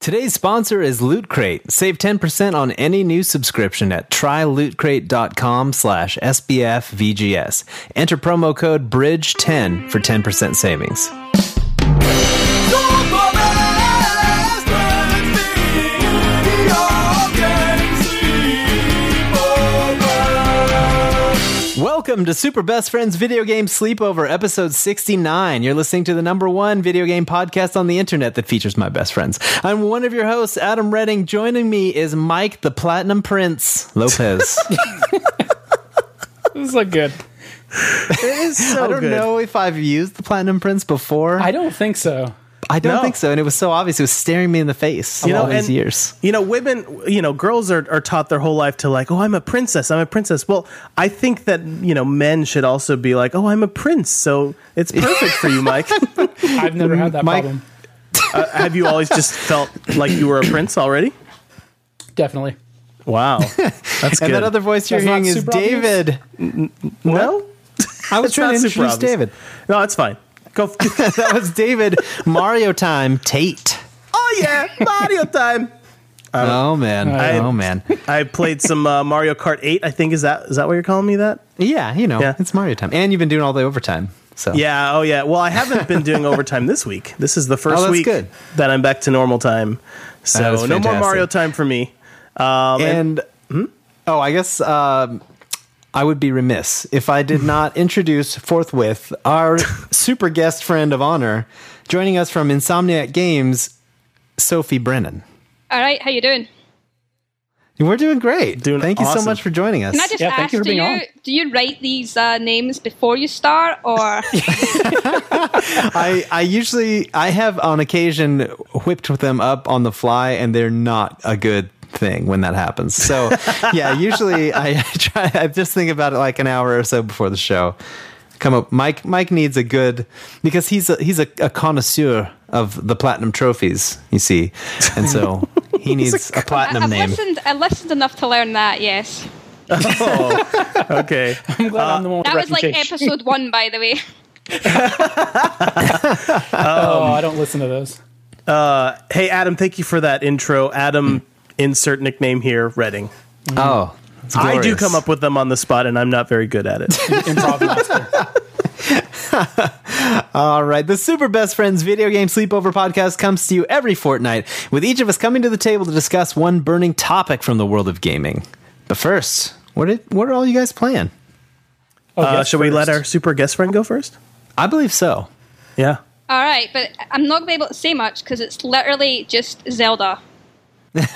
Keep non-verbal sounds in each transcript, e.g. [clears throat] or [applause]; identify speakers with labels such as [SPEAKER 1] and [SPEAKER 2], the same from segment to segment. [SPEAKER 1] Today's sponsor is Loot Crate. Save 10% on any new subscription at trylootcrate.com slash sbfvgs. Enter promo code BRIDGE10 for 10% savings. Welcome to Super Best Friends Video Game Sleepover, episode 69. You're listening to the number one video game podcast on the internet that features my best friends. I'm one of your hosts, Adam Redding. Joining me is Mike the Platinum Prince Lopez.
[SPEAKER 2] This is like good.
[SPEAKER 3] [laughs]
[SPEAKER 1] I don't know if I've used the Platinum Prince before.
[SPEAKER 2] I don't think so.
[SPEAKER 1] I don't
[SPEAKER 3] No.
[SPEAKER 1] think so. And it was so obvious. It was staring me in the face all these
[SPEAKER 3] and,
[SPEAKER 1] years.
[SPEAKER 3] You know, women, you know, girls are, are taught their whole life to like, oh, I'm a princess, I'm a princess. Well, I think that, you know, men should also be like, oh, I'm a prince. So it's perfect for you, Mike. Uh,
[SPEAKER 2] I've never had that
[SPEAKER 1] Mike-
[SPEAKER 2] problem.
[SPEAKER 3] have you always just felt like you were a prince already?
[SPEAKER 2] Definitely.
[SPEAKER 3] Wow. [laughs] That's good.
[SPEAKER 1] And that other voice you're
[SPEAKER 2] That's not
[SPEAKER 1] hearing is
[SPEAKER 2] super obvious?
[SPEAKER 1] David.
[SPEAKER 3] no?
[SPEAKER 1] I was
[SPEAKER 3] It's
[SPEAKER 1] trying
[SPEAKER 3] not
[SPEAKER 1] to
[SPEAKER 3] super
[SPEAKER 1] introduce
[SPEAKER 3] obvious.
[SPEAKER 1] David.
[SPEAKER 3] No, it's fine. Go. f-
[SPEAKER 1] [laughs]
[SPEAKER 3] [laughs]
[SPEAKER 1] That was David Mario Time Tate.
[SPEAKER 3] oh, yeah. Mario time.
[SPEAKER 1] Oh man.
[SPEAKER 3] I-
[SPEAKER 1] oh man.
[SPEAKER 3] I played some uh, Mario Kart 8, I think. Is that is that what you're calling me that?
[SPEAKER 1] Yeah, you know,
[SPEAKER 3] Yeah.
[SPEAKER 1] it's Mario Time. And you've been doing all the overtime. So
[SPEAKER 3] Yeah, oh yeah. Well, I haven't
[SPEAKER 1] [laughs]
[SPEAKER 3] been doing overtime this week. This is the first
[SPEAKER 1] Oh, that's
[SPEAKER 3] week
[SPEAKER 1] good.
[SPEAKER 3] that I'm back to normal time.
[SPEAKER 1] That is
[SPEAKER 3] So no more
[SPEAKER 1] fantastic.
[SPEAKER 3] Mario time for me.
[SPEAKER 1] and oh, I guess um, I would be remiss if I did [laughs] not introduce forthwith [laughs] our super guest friend of honor, joining us from Insomniac Games, Sophie Brennan.
[SPEAKER 4] All right, how you doing?
[SPEAKER 1] We're doing great.
[SPEAKER 3] Doing
[SPEAKER 1] Thank you so
[SPEAKER 3] awesome.
[SPEAKER 1] much for joining us.
[SPEAKER 4] Can I just
[SPEAKER 2] Yeah, thank
[SPEAKER 4] ask,
[SPEAKER 2] you for
[SPEAKER 4] do
[SPEAKER 2] being
[SPEAKER 4] you
[SPEAKER 2] on.
[SPEAKER 4] do you write these uh, names before you start,
[SPEAKER 2] [laughs]
[SPEAKER 4] or
[SPEAKER 1] I, I usually I have on occasion whipped them up on the fly and they're not a good thing when that happens. So
[SPEAKER 3] [laughs]
[SPEAKER 1] yeah, usually I try I just think about it like an hour or so before the show. Come up Mike Mike needs a good because he's a he's a, a connoisseur of the platinum trophies, you see. And
[SPEAKER 3] [laughs]
[SPEAKER 1] so he needs a, platinum
[SPEAKER 4] I've
[SPEAKER 1] name.
[SPEAKER 4] listened? I listened enough to learn that. Yes,
[SPEAKER 1] Oh.
[SPEAKER 3] [laughs] Okay.
[SPEAKER 2] I'm glad I'm the one with
[SPEAKER 4] Uh, that
[SPEAKER 2] the
[SPEAKER 4] was like
[SPEAKER 2] reputation. [laughs]
[SPEAKER 4] episode one, by the way.
[SPEAKER 2] oh, I don't listen to those.
[SPEAKER 3] hey Adam, thank you for that intro.
[SPEAKER 1] Mm.
[SPEAKER 3] Adam insert nickname here, Redding.
[SPEAKER 1] Oh. it's
[SPEAKER 3] I do
[SPEAKER 1] glorious.
[SPEAKER 3] come up with them on the spot and I'm not very good
[SPEAKER 1] [laughs]
[SPEAKER 3] at it.
[SPEAKER 2] Improv
[SPEAKER 3] [laughs] Uh,
[SPEAKER 2] master.
[SPEAKER 1] All right, the Super Best Friends Video Game Sleepover Podcast comes to you every fortnight, with each of us coming to the table to discuss one burning topic from the world of gaming. But first, what did, what are all you guys playing?
[SPEAKER 2] Oh,
[SPEAKER 3] Uh,
[SPEAKER 2] yes,
[SPEAKER 3] should we let
[SPEAKER 2] first.
[SPEAKER 3] our super guest friend go first?
[SPEAKER 1] I believe so.
[SPEAKER 3] Yeah.
[SPEAKER 4] All right, but I'm not gonna be able to say much because it's literally just Zelda.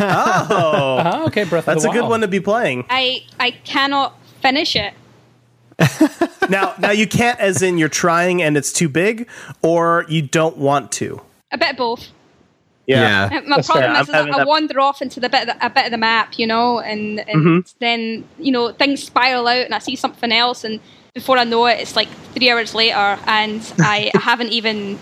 [SPEAKER 2] Oh, okay, Breath
[SPEAKER 3] That's
[SPEAKER 2] of
[SPEAKER 3] a
[SPEAKER 2] the Wild.
[SPEAKER 3] good one to be playing.
[SPEAKER 4] I I cannot finish it.
[SPEAKER 3] Now now you can't as in you're trying and it's too big or you don't want to.
[SPEAKER 4] A bit of both. Uh, [laughs] My
[SPEAKER 2] That's fair.
[SPEAKER 4] problem is,
[SPEAKER 3] I'm
[SPEAKER 4] is that
[SPEAKER 3] having
[SPEAKER 4] I
[SPEAKER 3] that-
[SPEAKER 4] wander off into the bit of the, a bit of the map, you know, and, and
[SPEAKER 3] Mm-hmm.
[SPEAKER 4] then you know things spiral out, and I see something else, and before I know it, it's like three hours later, and
[SPEAKER 3] [laughs]
[SPEAKER 4] I haven't even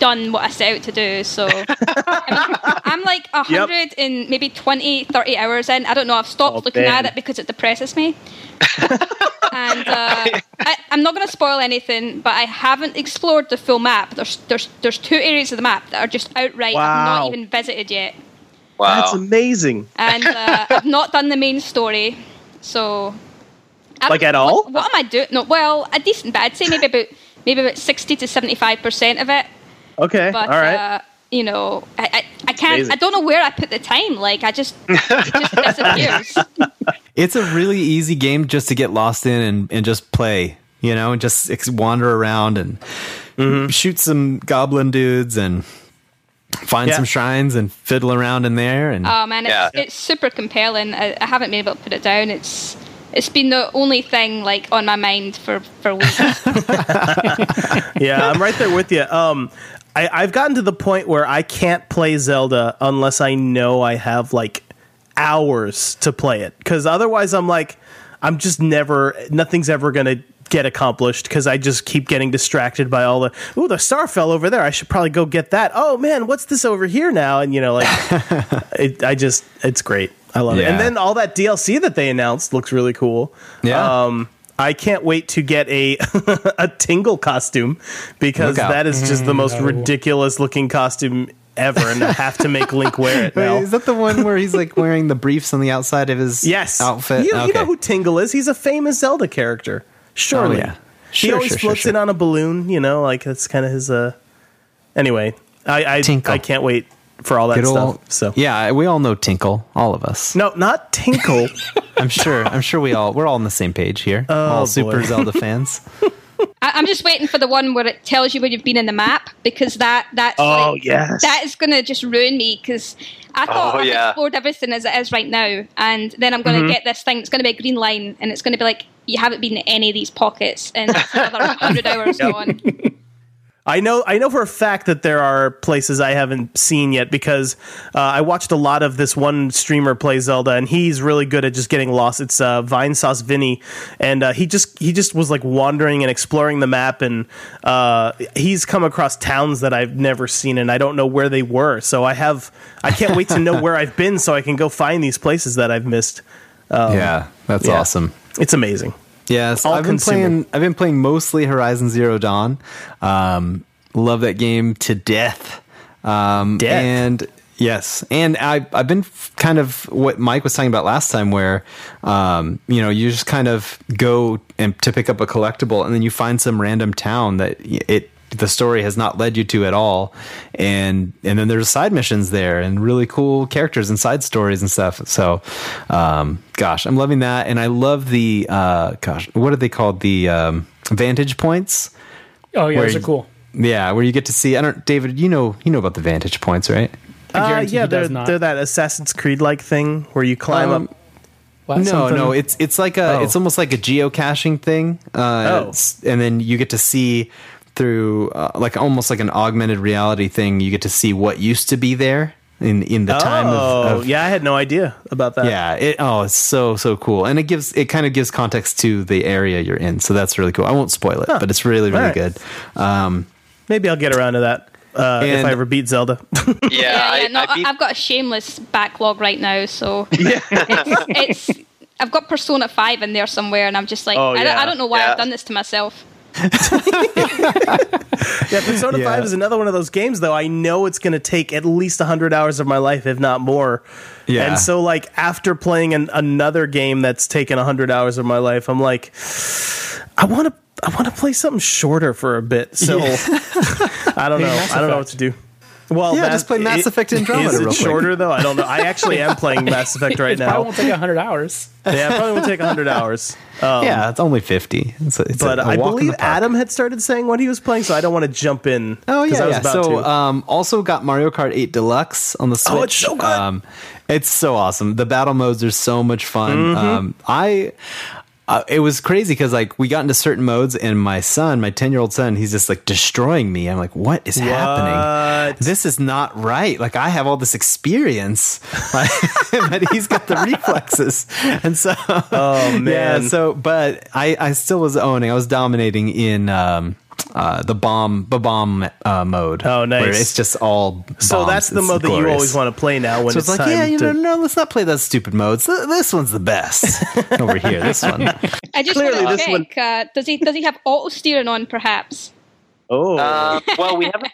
[SPEAKER 4] done what I set out to do.
[SPEAKER 3] [laughs]
[SPEAKER 4] So I am like a
[SPEAKER 3] Yep.
[SPEAKER 4] hundred and maybe 20, 30 hours in. I don't know. I've stopped
[SPEAKER 3] Oh,
[SPEAKER 4] looking
[SPEAKER 3] damn.
[SPEAKER 4] at it because it depresses me.
[SPEAKER 3] [laughs]
[SPEAKER 4] and uh, I, I'm not going to spoil anything, but I haven't explored the full map. There's there's there's two areas of the map that are just outright I've
[SPEAKER 3] Wow.
[SPEAKER 4] not even visited yet,
[SPEAKER 5] Wow.
[SPEAKER 3] That's amazing.
[SPEAKER 4] and uh, I've not done the main story. So, I don't-
[SPEAKER 3] Like at all?
[SPEAKER 4] What, what am I doing? No, well, a decent bit. I'd say maybe about maybe about sixty to seventy five percent of it.
[SPEAKER 3] Okay.
[SPEAKER 4] But
[SPEAKER 3] all right.
[SPEAKER 4] uh, you know, I I, I can't.
[SPEAKER 5] Amazing.
[SPEAKER 4] I don't know where I put the time. Like I just it
[SPEAKER 3] [laughs]
[SPEAKER 4] just disappears.
[SPEAKER 1] It's a really easy game just to get lost in and, and just play, you know, and just ex- wander around and
[SPEAKER 3] Mm-hmm.
[SPEAKER 1] shoot some goblin dudes and find
[SPEAKER 3] Yeah. Uh,
[SPEAKER 1] some shrines and fiddle around in there. And
[SPEAKER 4] Oh man, it's,
[SPEAKER 5] Yeah.
[SPEAKER 4] it's super compelling. I, I haven't been able to put it down. It's it's been the only thing like on my mind for for weeks.
[SPEAKER 3] yeah, I'm right there with you. Um, I, I've gotten to the point where I can't play Zelda unless I know I have like hours to play it, because otherwise I'm like, I'm just never, nothing's ever gonna get accomplished because I just keep getting distracted by all the ooh the star fell over there. I should probably go get that. Oh man, what's this over here now? And you
[SPEAKER 1] [laughs]
[SPEAKER 3] know, like it, I just it's great. I love it.
[SPEAKER 1] Yeah.
[SPEAKER 3] And then all that DLC that they announced looks really cool.
[SPEAKER 1] Yeah.
[SPEAKER 3] Um, I can't wait to get a [laughs] a tingle costume because
[SPEAKER 1] Look out.
[SPEAKER 3] that is just the most ridiculous looking costume ever, and I have to make Link wear it
[SPEAKER 1] [laughs] Wait,
[SPEAKER 3] now.
[SPEAKER 1] is that the one where he's
[SPEAKER 3] [laughs]
[SPEAKER 1] like wearing the briefs on the outside of his
[SPEAKER 3] Yes.
[SPEAKER 1] outfit?
[SPEAKER 3] You, you
[SPEAKER 1] Okay.
[SPEAKER 3] know who Tingle is? He's a famous Zelda character. Surely.
[SPEAKER 1] Oh, yeah.
[SPEAKER 3] he
[SPEAKER 1] Sure,
[SPEAKER 3] always
[SPEAKER 1] sure, sure,
[SPEAKER 3] floats
[SPEAKER 1] sure.
[SPEAKER 3] in on a balloon, you know, like that's kind of his uh anyway. I I,
[SPEAKER 1] Tinkle.
[SPEAKER 3] I can't wait for all that
[SPEAKER 1] Good
[SPEAKER 3] stuff.
[SPEAKER 1] old-
[SPEAKER 3] so
[SPEAKER 1] yeah, we all know Tinkle, all of us.
[SPEAKER 3] No,
[SPEAKER 1] [laughs]
[SPEAKER 3] not Tinkle.
[SPEAKER 1] I'm sure. I'm sure we all we're all on the same page here. all
[SPEAKER 3] Oh, boy.
[SPEAKER 1] Super Zelda
[SPEAKER 3] [laughs]
[SPEAKER 1] fans.
[SPEAKER 4] I, I'm just waiting for the one where it tells you where you've been in the map because that that's
[SPEAKER 3] Oh,
[SPEAKER 4] like,
[SPEAKER 3] yes.
[SPEAKER 4] that is going to just ruin me because I thought
[SPEAKER 5] Oh,
[SPEAKER 4] I've
[SPEAKER 5] yeah.
[SPEAKER 4] explored everything as it is right now, and then I'm going to
[SPEAKER 3] Mm-hmm.
[SPEAKER 4] get this thing. It's going to be a green line, and it's going to be like you haven't been in any of these pockets,
[SPEAKER 5] [laughs]
[SPEAKER 4] and that's another hundred hours gone.
[SPEAKER 3] I know I know for a fact that there are places I haven't seen yet because uh, I watched a lot of this one streamer play Zelda and he's really good at just getting lost. It's uh, Vine Sauce Vinny, and uh, he just he just was like wandering and exploring the map and uh, he's come across towns that I've never seen and I don't know where they were. So I have I can't wait to [laughs] know where I've been so I can go find these places that I've missed.
[SPEAKER 1] yeah, that's
[SPEAKER 3] Um, yeah.
[SPEAKER 1] awesome.
[SPEAKER 3] It's amazing.
[SPEAKER 1] Yes,
[SPEAKER 3] All
[SPEAKER 1] I've been
[SPEAKER 3] consumer.
[SPEAKER 1] playing. I've been playing mostly Horizon Zero Dawn. Um, love that game to death. Um,
[SPEAKER 3] Death.
[SPEAKER 1] And yes, and I, I've been f- kind of what Mike was talking about last time, where um, you know you just kind of go and to pick up a collectible, and then you find some random town that y- it the story has not led you to at all and and then there's side missions there and really cool characters and side stories and stuff so um gosh i'm loving that and i love the uh gosh what are they called the um vantage points
[SPEAKER 2] Oh yeah,
[SPEAKER 1] Where
[SPEAKER 2] those are
[SPEAKER 1] you-
[SPEAKER 2] cool.
[SPEAKER 1] yeah where you get to see i don't david you know you know about the vantage points right
[SPEAKER 2] I
[SPEAKER 3] Uh,
[SPEAKER 2] guarantee
[SPEAKER 3] yeah,
[SPEAKER 2] he does
[SPEAKER 3] they're,
[SPEAKER 2] not.
[SPEAKER 3] they're that Assassin's Creed like thing where you climb
[SPEAKER 1] Um,
[SPEAKER 3] up
[SPEAKER 2] What,
[SPEAKER 1] no,
[SPEAKER 2] something-
[SPEAKER 1] no, it's it's like a
[SPEAKER 3] Oh.
[SPEAKER 1] it's almost like a geocaching thing.
[SPEAKER 3] Oh.
[SPEAKER 1] Uh, it's- and then you get to see through uh, like almost like an augmented reality thing. You get to see what used to be there in in the time of,
[SPEAKER 3] Oh,
[SPEAKER 1] of
[SPEAKER 3] yeah, I had no idea about that.
[SPEAKER 1] yeah. It, oh, it's so so cool, and it gives it kind of gives context to the area you're in. So that's really cool. I won't spoil it, but it's really really
[SPEAKER 3] Alright.
[SPEAKER 1] good. Um,
[SPEAKER 3] Maybe I'll get around to that uh, if
[SPEAKER 1] And-
[SPEAKER 3] I ever
[SPEAKER 1] [laughs]
[SPEAKER 3] beat Zelda.
[SPEAKER 5] Yeah,
[SPEAKER 4] yeah,
[SPEAKER 5] I,
[SPEAKER 4] yeah. No,
[SPEAKER 5] I
[SPEAKER 4] I
[SPEAKER 5] beat-
[SPEAKER 4] have got a shameless backlog right
[SPEAKER 3] [laughs]
[SPEAKER 4] now, so it's, it's I've got Persona Five in there somewhere, and I'm just like,
[SPEAKER 3] Oh,
[SPEAKER 4] I, don't,
[SPEAKER 3] yeah.
[SPEAKER 4] I don't know why
[SPEAKER 5] Yeah.
[SPEAKER 4] I've done this to myself.
[SPEAKER 3] yeah, Persona
[SPEAKER 1] Yeah.
[SPEAKER 3] 5 is another one of those games, though. I know it's going to take at least 100 hours of my life, if not more.
[SPEAKER 1] Yeah.
[SPEAKER 3] And so, like, after playing an, another game that's taken 100 hours of my life, I'm like, I want to. I want to play something shorter for a bit, so [laughs] I don't know.
[SPEAKER 2] Mass
[SPEAKER 3] I don't
[SPEAKER 2] Effect.
[SPEAKER 3] know what to do. Well,
[SPEAKER 1] Yeah,
[SPEAKER 3] that-
[SPEAKER 1] just play Mass
[SPEAKER 3] it-
[SPEAKER 1] Effect Andromeda
[SPEAKER 3] Is
[SPEAKER 1] real
[SPEAKER 3] it
[SPEAKER 1] quick.
[SPEAKER 3] shorter though? I don't know. I actually am playing
[SPEAKER 1] [laughs]
[SPEAKER 3] Mass Effect right
[SPEAKER 2] probably
[SPEAKER 3] now.
[SPEAKER 2] won't take hundred hours.
[SPEAKER 3] Yeah, it probably will take 100 hours. Uh,
[SPEAKER 5] Um,
[SPEAKER 1] yeah, it's only fifty, It's a- it's a-
[SPEAKER 3] but
[SPEAKER 1] a walk
[SPEAKER 3] I
[SPEAKER 1] in the
[SPEAKER 3] believe
[SPEAKER 1] park.
[SPEAKER 3] Adam had started saying what he was playing, so I don't want to jump in.
[SPEAKER 1] Oh
[SPEAKER 3] 'cause
[SPEAKER 1] yeah,
[SPEAKER 3] I was
[SPEAKER 1] yeah.
[SPEAKER 3] about
[SPEAKER 1] so
[SPEAKER 3] to.
[SPEAKER 1] um, also got Mario Kart 8 Deluxe on the Switch.
[SPEAKER 3] Oh, it's so good.
[SPEAKER 1] Um, it's so awesome. The battle modes are so much fun.
[SPEAKER 3] Mm-hmm.
[SPEAKER 1] Um, I. Uh, it was crazy because like we got into certain modes and my son, my ten year old son, he's just like destroying me. I'm like, what is happening?
[SPEAKER 3] What?
[SPEAKER 1] This is not right. Like I have all this experience, [laughs] like, but he's got
[SPEAKER 3] [laughs]
[SPEAKER 1] the reflexes, and so
[SPEAKER 3] oh
[SPEAKER 1] [laughs]
[SPEAKER 3] man,
[SPEAKER 1] yeah, so but I I still was owning. I was dominating in um uh the bomb the bomb uh, mode.
[SPEAKER 3] Oh, nice.
[SPEAKER 1] Where it's just all
[SPEAKER 3] so
[SPEAKER 1] bombs.
[SPEAKER 3] that's the
[SPEAKER 1] It's
[SPEAKER 3] mode that you
[SPEAKER 1] glorious.
[SPEAKER 3] always want to play now when
[SPEAKER 1] So
[SPEAKER 3] it's,
[SPEAKER 1] it's like,
[SPEAKER 3] time
[SPEAKER 1] yeah, you
[SPEAKER 3] to.
[SPEAKER 1] know, no, let's not play those stupid modes. Th- This one's the best
[SPEAKER 3] [laughs]
[SPEAKER 1] over here. This one.
[SPEAKER 4] I just
[SPEAKER 3] Clearly,
[SPEAKER 4] want to
[SPEAKER 3] this
[SPEAKER 4] check.
[SPEAKER 3] one-
[SPEAKER 4] Uh, does he does he have auto steering on? Perhaps.
[SPEAKER 3] Oh,
[SPEAKER 5] um, well, we haven't.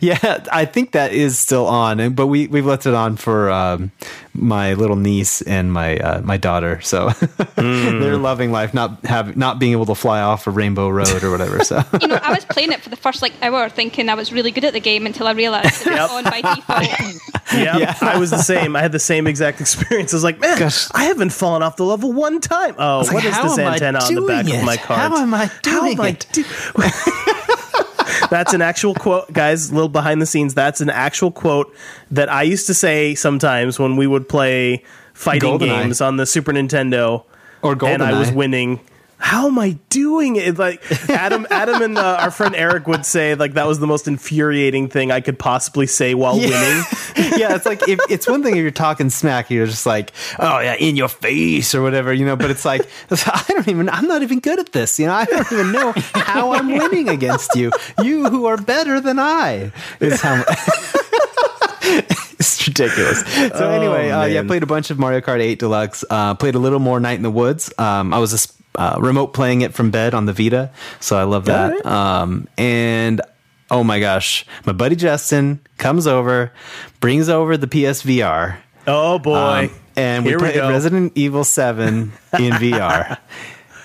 [SPEAKER 1] Yeah, I think that is still on, and- but we we've left it on for um, my little niece and my uh, my daughter. So [laughs] they're
[SPEAKER 3] Mm.
[SPEAKER 1] loving life, not have not being able to fly off a rainbow road or whatever. So
[SPEAKER 4] You know, I was playing it for the first like hour, thinking I was really good at the game until I realised it was
[SPEAKER 3] Yep.
[SPEAKER 4] on by default.
[SPEAKER 3] yeah,
[SPEAKER 1] yeah.
[SPEAKER 3] I was the same. I had the same exact [laughs] experience. I was like, man,
[SPEAKER 1] Gosh.
[SPEAKER 3] I haven't fallen off the level one time. Oh,
[SPEAKER 1] It's like,
[SPEAKER 3] what is
[SPEAKER 1] how
[SPEAKER 3] this
[SPEAKER 1] am I
[SPEAKER 3] antenna on the back
[SPEAKER 1] doing
[SPEAKER 3] of my
[SPEAKER 1] it?
[SPEAKER 3] card?
[SPEAKER 1] How am I
[SPEAKER 3] How
[SPEAKER 1] doing
[SPEAKER 3] am I
[SPEAKER 1] it?
[SPEAKER 3] do- [laughs] that's an actual quote, guys. Little behind the scenes. That's an actual quote that I used to say sometimes when we would play fighting
[SPEAKER 1] GoldenEye.
[SPEAKER 3] games on the Super Nintendo.
[SPEAKER 1] Or
[SPEAKER 3] and I was
[SPEAKER 1] GoldenEye.
[SPEAKER 3] winning. how am I doing it? Like
[SPEAKER 1] [laughs]
[SPEAKER 3] Adam, Adam, and uh, our friend Eric would say, like that was the most infuriating thing I could possibly say while winning.
[SPEAKER 1] [laughs] yeah, it's like if, it's one thing if you're talking smack, you're just like, oh yeah, in your face or whatever, you know. But it's like [laughs] I don't even, I'm not even good at this, you know. I don't even know how I'm winning against you, you who are better than I. Is how. [laughs] It's ridiculous. So anyway, uh, yeah,
[SPEAKER 3] Oh, man.
[SPEAKER 1] played a bunch of Mario Kart 8 Deluxe. Uh, played a little more Night in the Woods. Um, I was just, uh, remote playing it from bed on the Vita, so I love that.
[SPEAKER 3] Alright.
[SPEAKER 1] Um, and oh my gosh, my buddy Justin comes over, brings over the PSVR,
[SPEAKER 3] Oh boy!
[SPEAKER 1] um, and we
[SPEAKER 3] Here
[SPEAKER 1] played
[SPEAKER 3] go.
[SPEAKER 1] Resident Evil 7
[SPEAKER 3] [laughs]
[SPEAKER 1] in VR.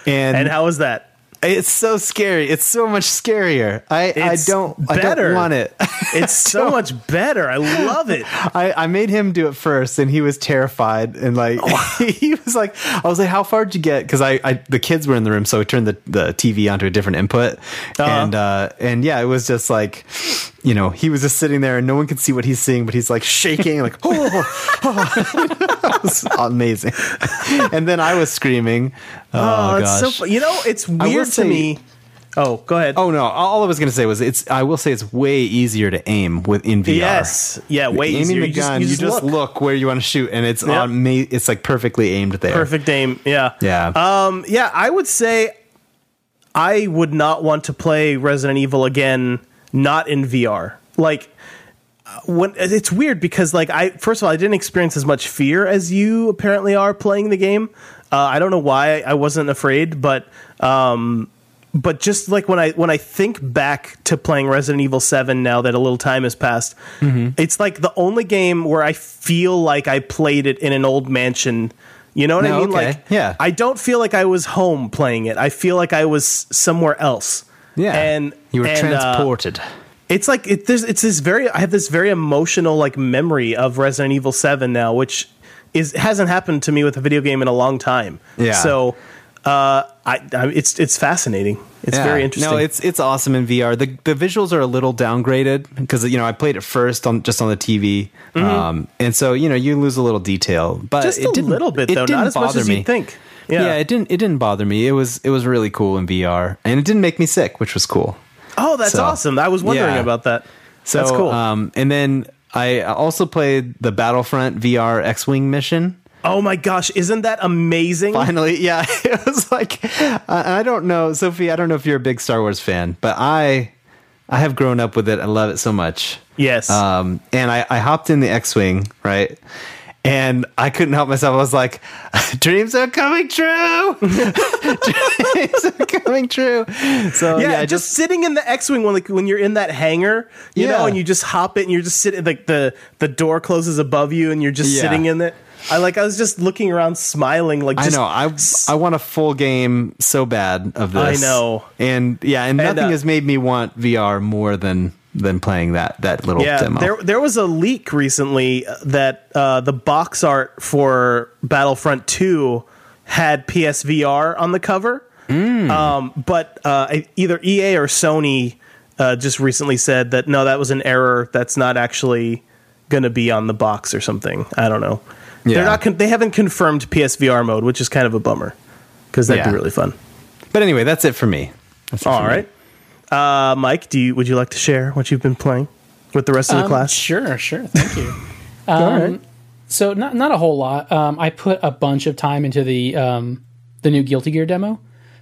[SPEAKER 1] And,
[SPEAKER 3] And how was that?
[SPEAKER 1] [laughs] it's so scary. It's so much scarier. I, I
[SPEAKER 3] It's
[SPEAKER 1] don't I
[SPEAKER 3] better.
[SPEAKER 1] don't want it. [laughs]
[SPEAKER 3] It's so much better. I love it.
[SPEAKER 1] I, I made him do it first and he was terrified and like [laughs]
[SPEAKER 3] Oh.
[SPEAKER 1] he was like I was like how far did you get because I, I the kids were in the room so I turned the, the TV onto a different input
[SPEAKER 3] Uh-huh.
[SPEAKER 1] and uh and yeah it was just like you know he was just sitting there and no one could see what he's seeing but he's like shaking like oh, oh. [laughs] it was amazing and then I was screaming oh,
[SPEAKER 3] Oh,
[SPEAKER 1] gosh
[SPEAKER 3] it's so. fu- You know, it's
[SPEAKER 1] will
[SPEAKER 3] weird to
[SPEAKER 1] say-
[SPEAKER 3] me. Oh, go ahead.
[SPEAKER 1] oh no all I was gonna say was it's I will say it's way easier to aim with in VR
[SPEAKER 3] yes, yeah. Way
[SPEAKER 1] aiming
[SPEAKER 3] easier.
[SPEAKER 1] the
[SPEAKER 3] You just-
[SPEAKER 1] gun,
[SPEAKER 3] you just, look.
[SPEAKER 1] look. where you want to shoot, and it's
[SPEAKER 3] Yep.
[SPEAKER 1] on me. It's like perfectly aimed there.
[SPEAKER 3] Perfect aim. Yeah.
[SPEAKER 1] Yeah.
[SPEAKER 3] Um, yeah, I would say I would not want to play Resident Evil again, not in VR. Like, uh, when it's weird because, like, I first of all, I didn't experience as much fear as you apparently are playing the game. Uh, I don't know why I wasn't afraid, but um, but just like when I when I think back to playing Resident Evil Seven, now that a little time has passed,
[SPEAKER 1] Mm-hmm.
[SPEAKER 3] it's like the only game where I feel like I played it in an old mansion. You know what
[SPEAKER 1] No,
[SPEAKER 3] I mean?
[SPEAKER 1] okay.
[SPEAKER 3] Like,
[SPEAKER 1] Yeah.
[SPEAKER 3] I don't feel like I was home playing it. I feel like I was somewhere else.
[SPEAKER 1] Yeah,
[SPEAKER 3] and
[SPEAKER 1] you were
[SPEAKER 3] and, uh,
[SPEAKER 1] transported.
[SPEAKER 3] it's like it, there's, it's this very. I have this very emotional like memory of Resident Evil Seven now, which is hasn't happened to me with a video game in a long time.
[SPEAKER 1] Yeah.
[SPEAKER 3] So, uh, I, I it's it's fascinating. It's
[SPEAKER 1] Yeah.
[SPEAKER 3] very interesting.
[SPEAKER 1] No, it's it's awesome in VR. The the visuals are a little downgraded because you know I played it first on just on the TV, um, and so you know you lose a little detail, but
[SPEAKER 3] Mm-hmm. just
[SPEAKER 1] uh, it
[SPEAKER 3] a
[SPEAKER 1] didn't,
[SPEAKER 3] little bit
[SPEAKER 1] it
[SPEAKER 3] though,
[SPEAKER 1] didn't
[SPEAKER 3] not as much
[SPEAKER 1] bother
[SPEAKER 3] as
[SPEAKER 1] me.
[SPEAKER 3] you think.
[SPEAKER 1] Yeah. it didn't it didn't bother me. It was it was really cool in VR, and it didn't make me sick, which was cool.
[SPEAKER 3] oh, that's
[SPEAKER 1] so-
[SPEAKER 3] awesome. I was wondering
[SPEAKER 1] Yeah.
[SPEAKER 3] about that.
[SPEAKER 1] So
[SPEAKER 3] that's cool.
[SPEAKER 1] Um, and then I also played the Battlefront VR X Wing mission.
[SPEAKER 3] oh my gosh, isn't that amazing?
[SPEAKER 1] finally [laughs] yeah it was like I, I don't know sophie i don't know if you're a big star wars fan but i i have grown up with it i love it so much
[SPEAKER 3] Yes.
[SPEAKER 1] um and i i hopped in the x-wing right and I couldn't help myself. I was like, [laughs] "Dreams are coming true. [laughs] Dreams are coming true." So
[SPEAKER 3] yeah,
[SPEAKER 1] Oh, yeah, I
[SPEAKER 3] just, sitting in the X-wing when like when you're in that hangar, you
[SPEAKER 1] Yeah.
[SPEAKER 3] know, and you just hop it, and you're just sitting like the the door closes above you, and you're just
[SPEAKER 1] Yeah.
[SPEAKER 3] sitting in it. I like I was just looking around, smiling, like
[SPEAKER 1] I
[SPEAKER 3] just,
[SPEAKER 1] know. I
[SPEAKER 3] s-
[SPEAKER 1] I want a full game so bad of this.
[SPEAKER 3] I know.
[SPEAKER 1] And yeah, and,
[SPEAKER 3] And,
[SPEAKER 1] nothing
[SPEAKER 3] uh,
[SPEAKER 1] has made me want VR more than than playing that that little
[SPEAKER 3] yeah.
[SPEAKER 1] demo.
[SPEAKER 3] There there was a leak recently that uh, the box art for Battlefront Two had PSVR on the cover,
[SPEAKER 1] Hmm.
[SPEAKER 3] um, but uh, I- either EA or Sony uh, just recently said that no, that was an error. That's not actually going to be on the box or something. I don't know.
[SPEAKER 1] Yeah.
[SPEAKER 3] They're not. Con- they haven't confirmed PSVR mode, which is kind of a bummer because that'd
[SPEAKER 1] Yeah.
[SPEAKER 3] be really fun.
[SPEAKER 1] But anyway, that's it for me.
[SPEAKER 3] All right, uh, Mike, do you would you like to share what you've been playing with the rest of the
[SPEAKER 2] Um,
[SPEAKER 3] class?
[SPEAKER 2] Sure, sure.
[SPEAKER 1] [laughs]
[SPEAKER 2] Thank you. Um,
[SPEAKER 3] All right.
[SPEAKER 2] So not not a whole lot. Um, I put a bunch of time into the um, the new Guilty Gear demo,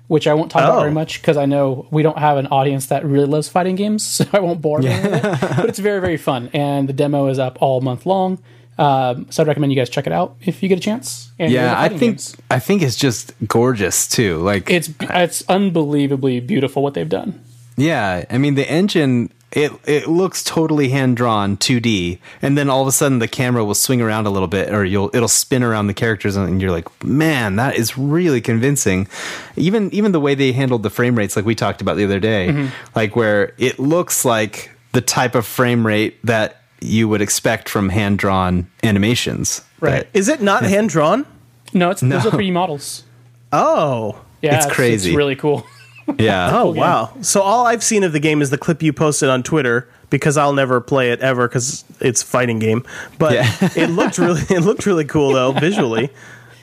[SPEAKER 2] which I won't talk
[SPEAKER 3] Oh.
[SPEAKER 2] about very much because I know we don't have an audience that really loves fighting games, [laughs] so I won't bore anyone with it. But it's very very fun, and the demo is up all month long. Um, so I'd recommend you guys check it out if you get a chance. And you're
[SPEAKER 1] Yeah,
[SPEAKER 2] into
[SPEAKER 1] I
[SPEAKER 2] fighting
[SPEAKER 1] think
[SPEAKER 2] games.
[SPEAKER 1] I think it's just gorgeous too. Like
[SPEAKER 2] it's it's unbelievably beautiful what they've done.
[SPEAKER 1] yeah, I mean the engine it it looks totally hand drawn 2D, and then all of a sudden the camera will swing around a little bit, or you'll it'll spin around the characters, and you're like, man, that is really convincing. Even even the way they handled the frame rates, like we talked about the other day, like where it looks like the type of frame rate that you would expect from hand drawn animations.
[SPEAKER 2] Right.
[SPEAKER 3] Is it not hand drawn?
[SPEAKER 2] No,
[SPEAKER 1] [laughs]
[SPEAKER 2] it's those are 3D models.
[SPEAKER 3] Oh.
[SPEAKER 2] Yeah,
[SPEAKER 1] It's crazy.
[SPEAKER 2] It's really cool. [laughs]
[SPEAKER 1] But, yeah.
[SPEAKER 3] Oh wow. So all I've seen of the game is the clip you posted on Twitter because I'll never play it ever cuz it's a fighting game. But
[SPEAKER 1] Yeah.
[SPEAKER 3] [laughs] it looked really it looked really cool though visually.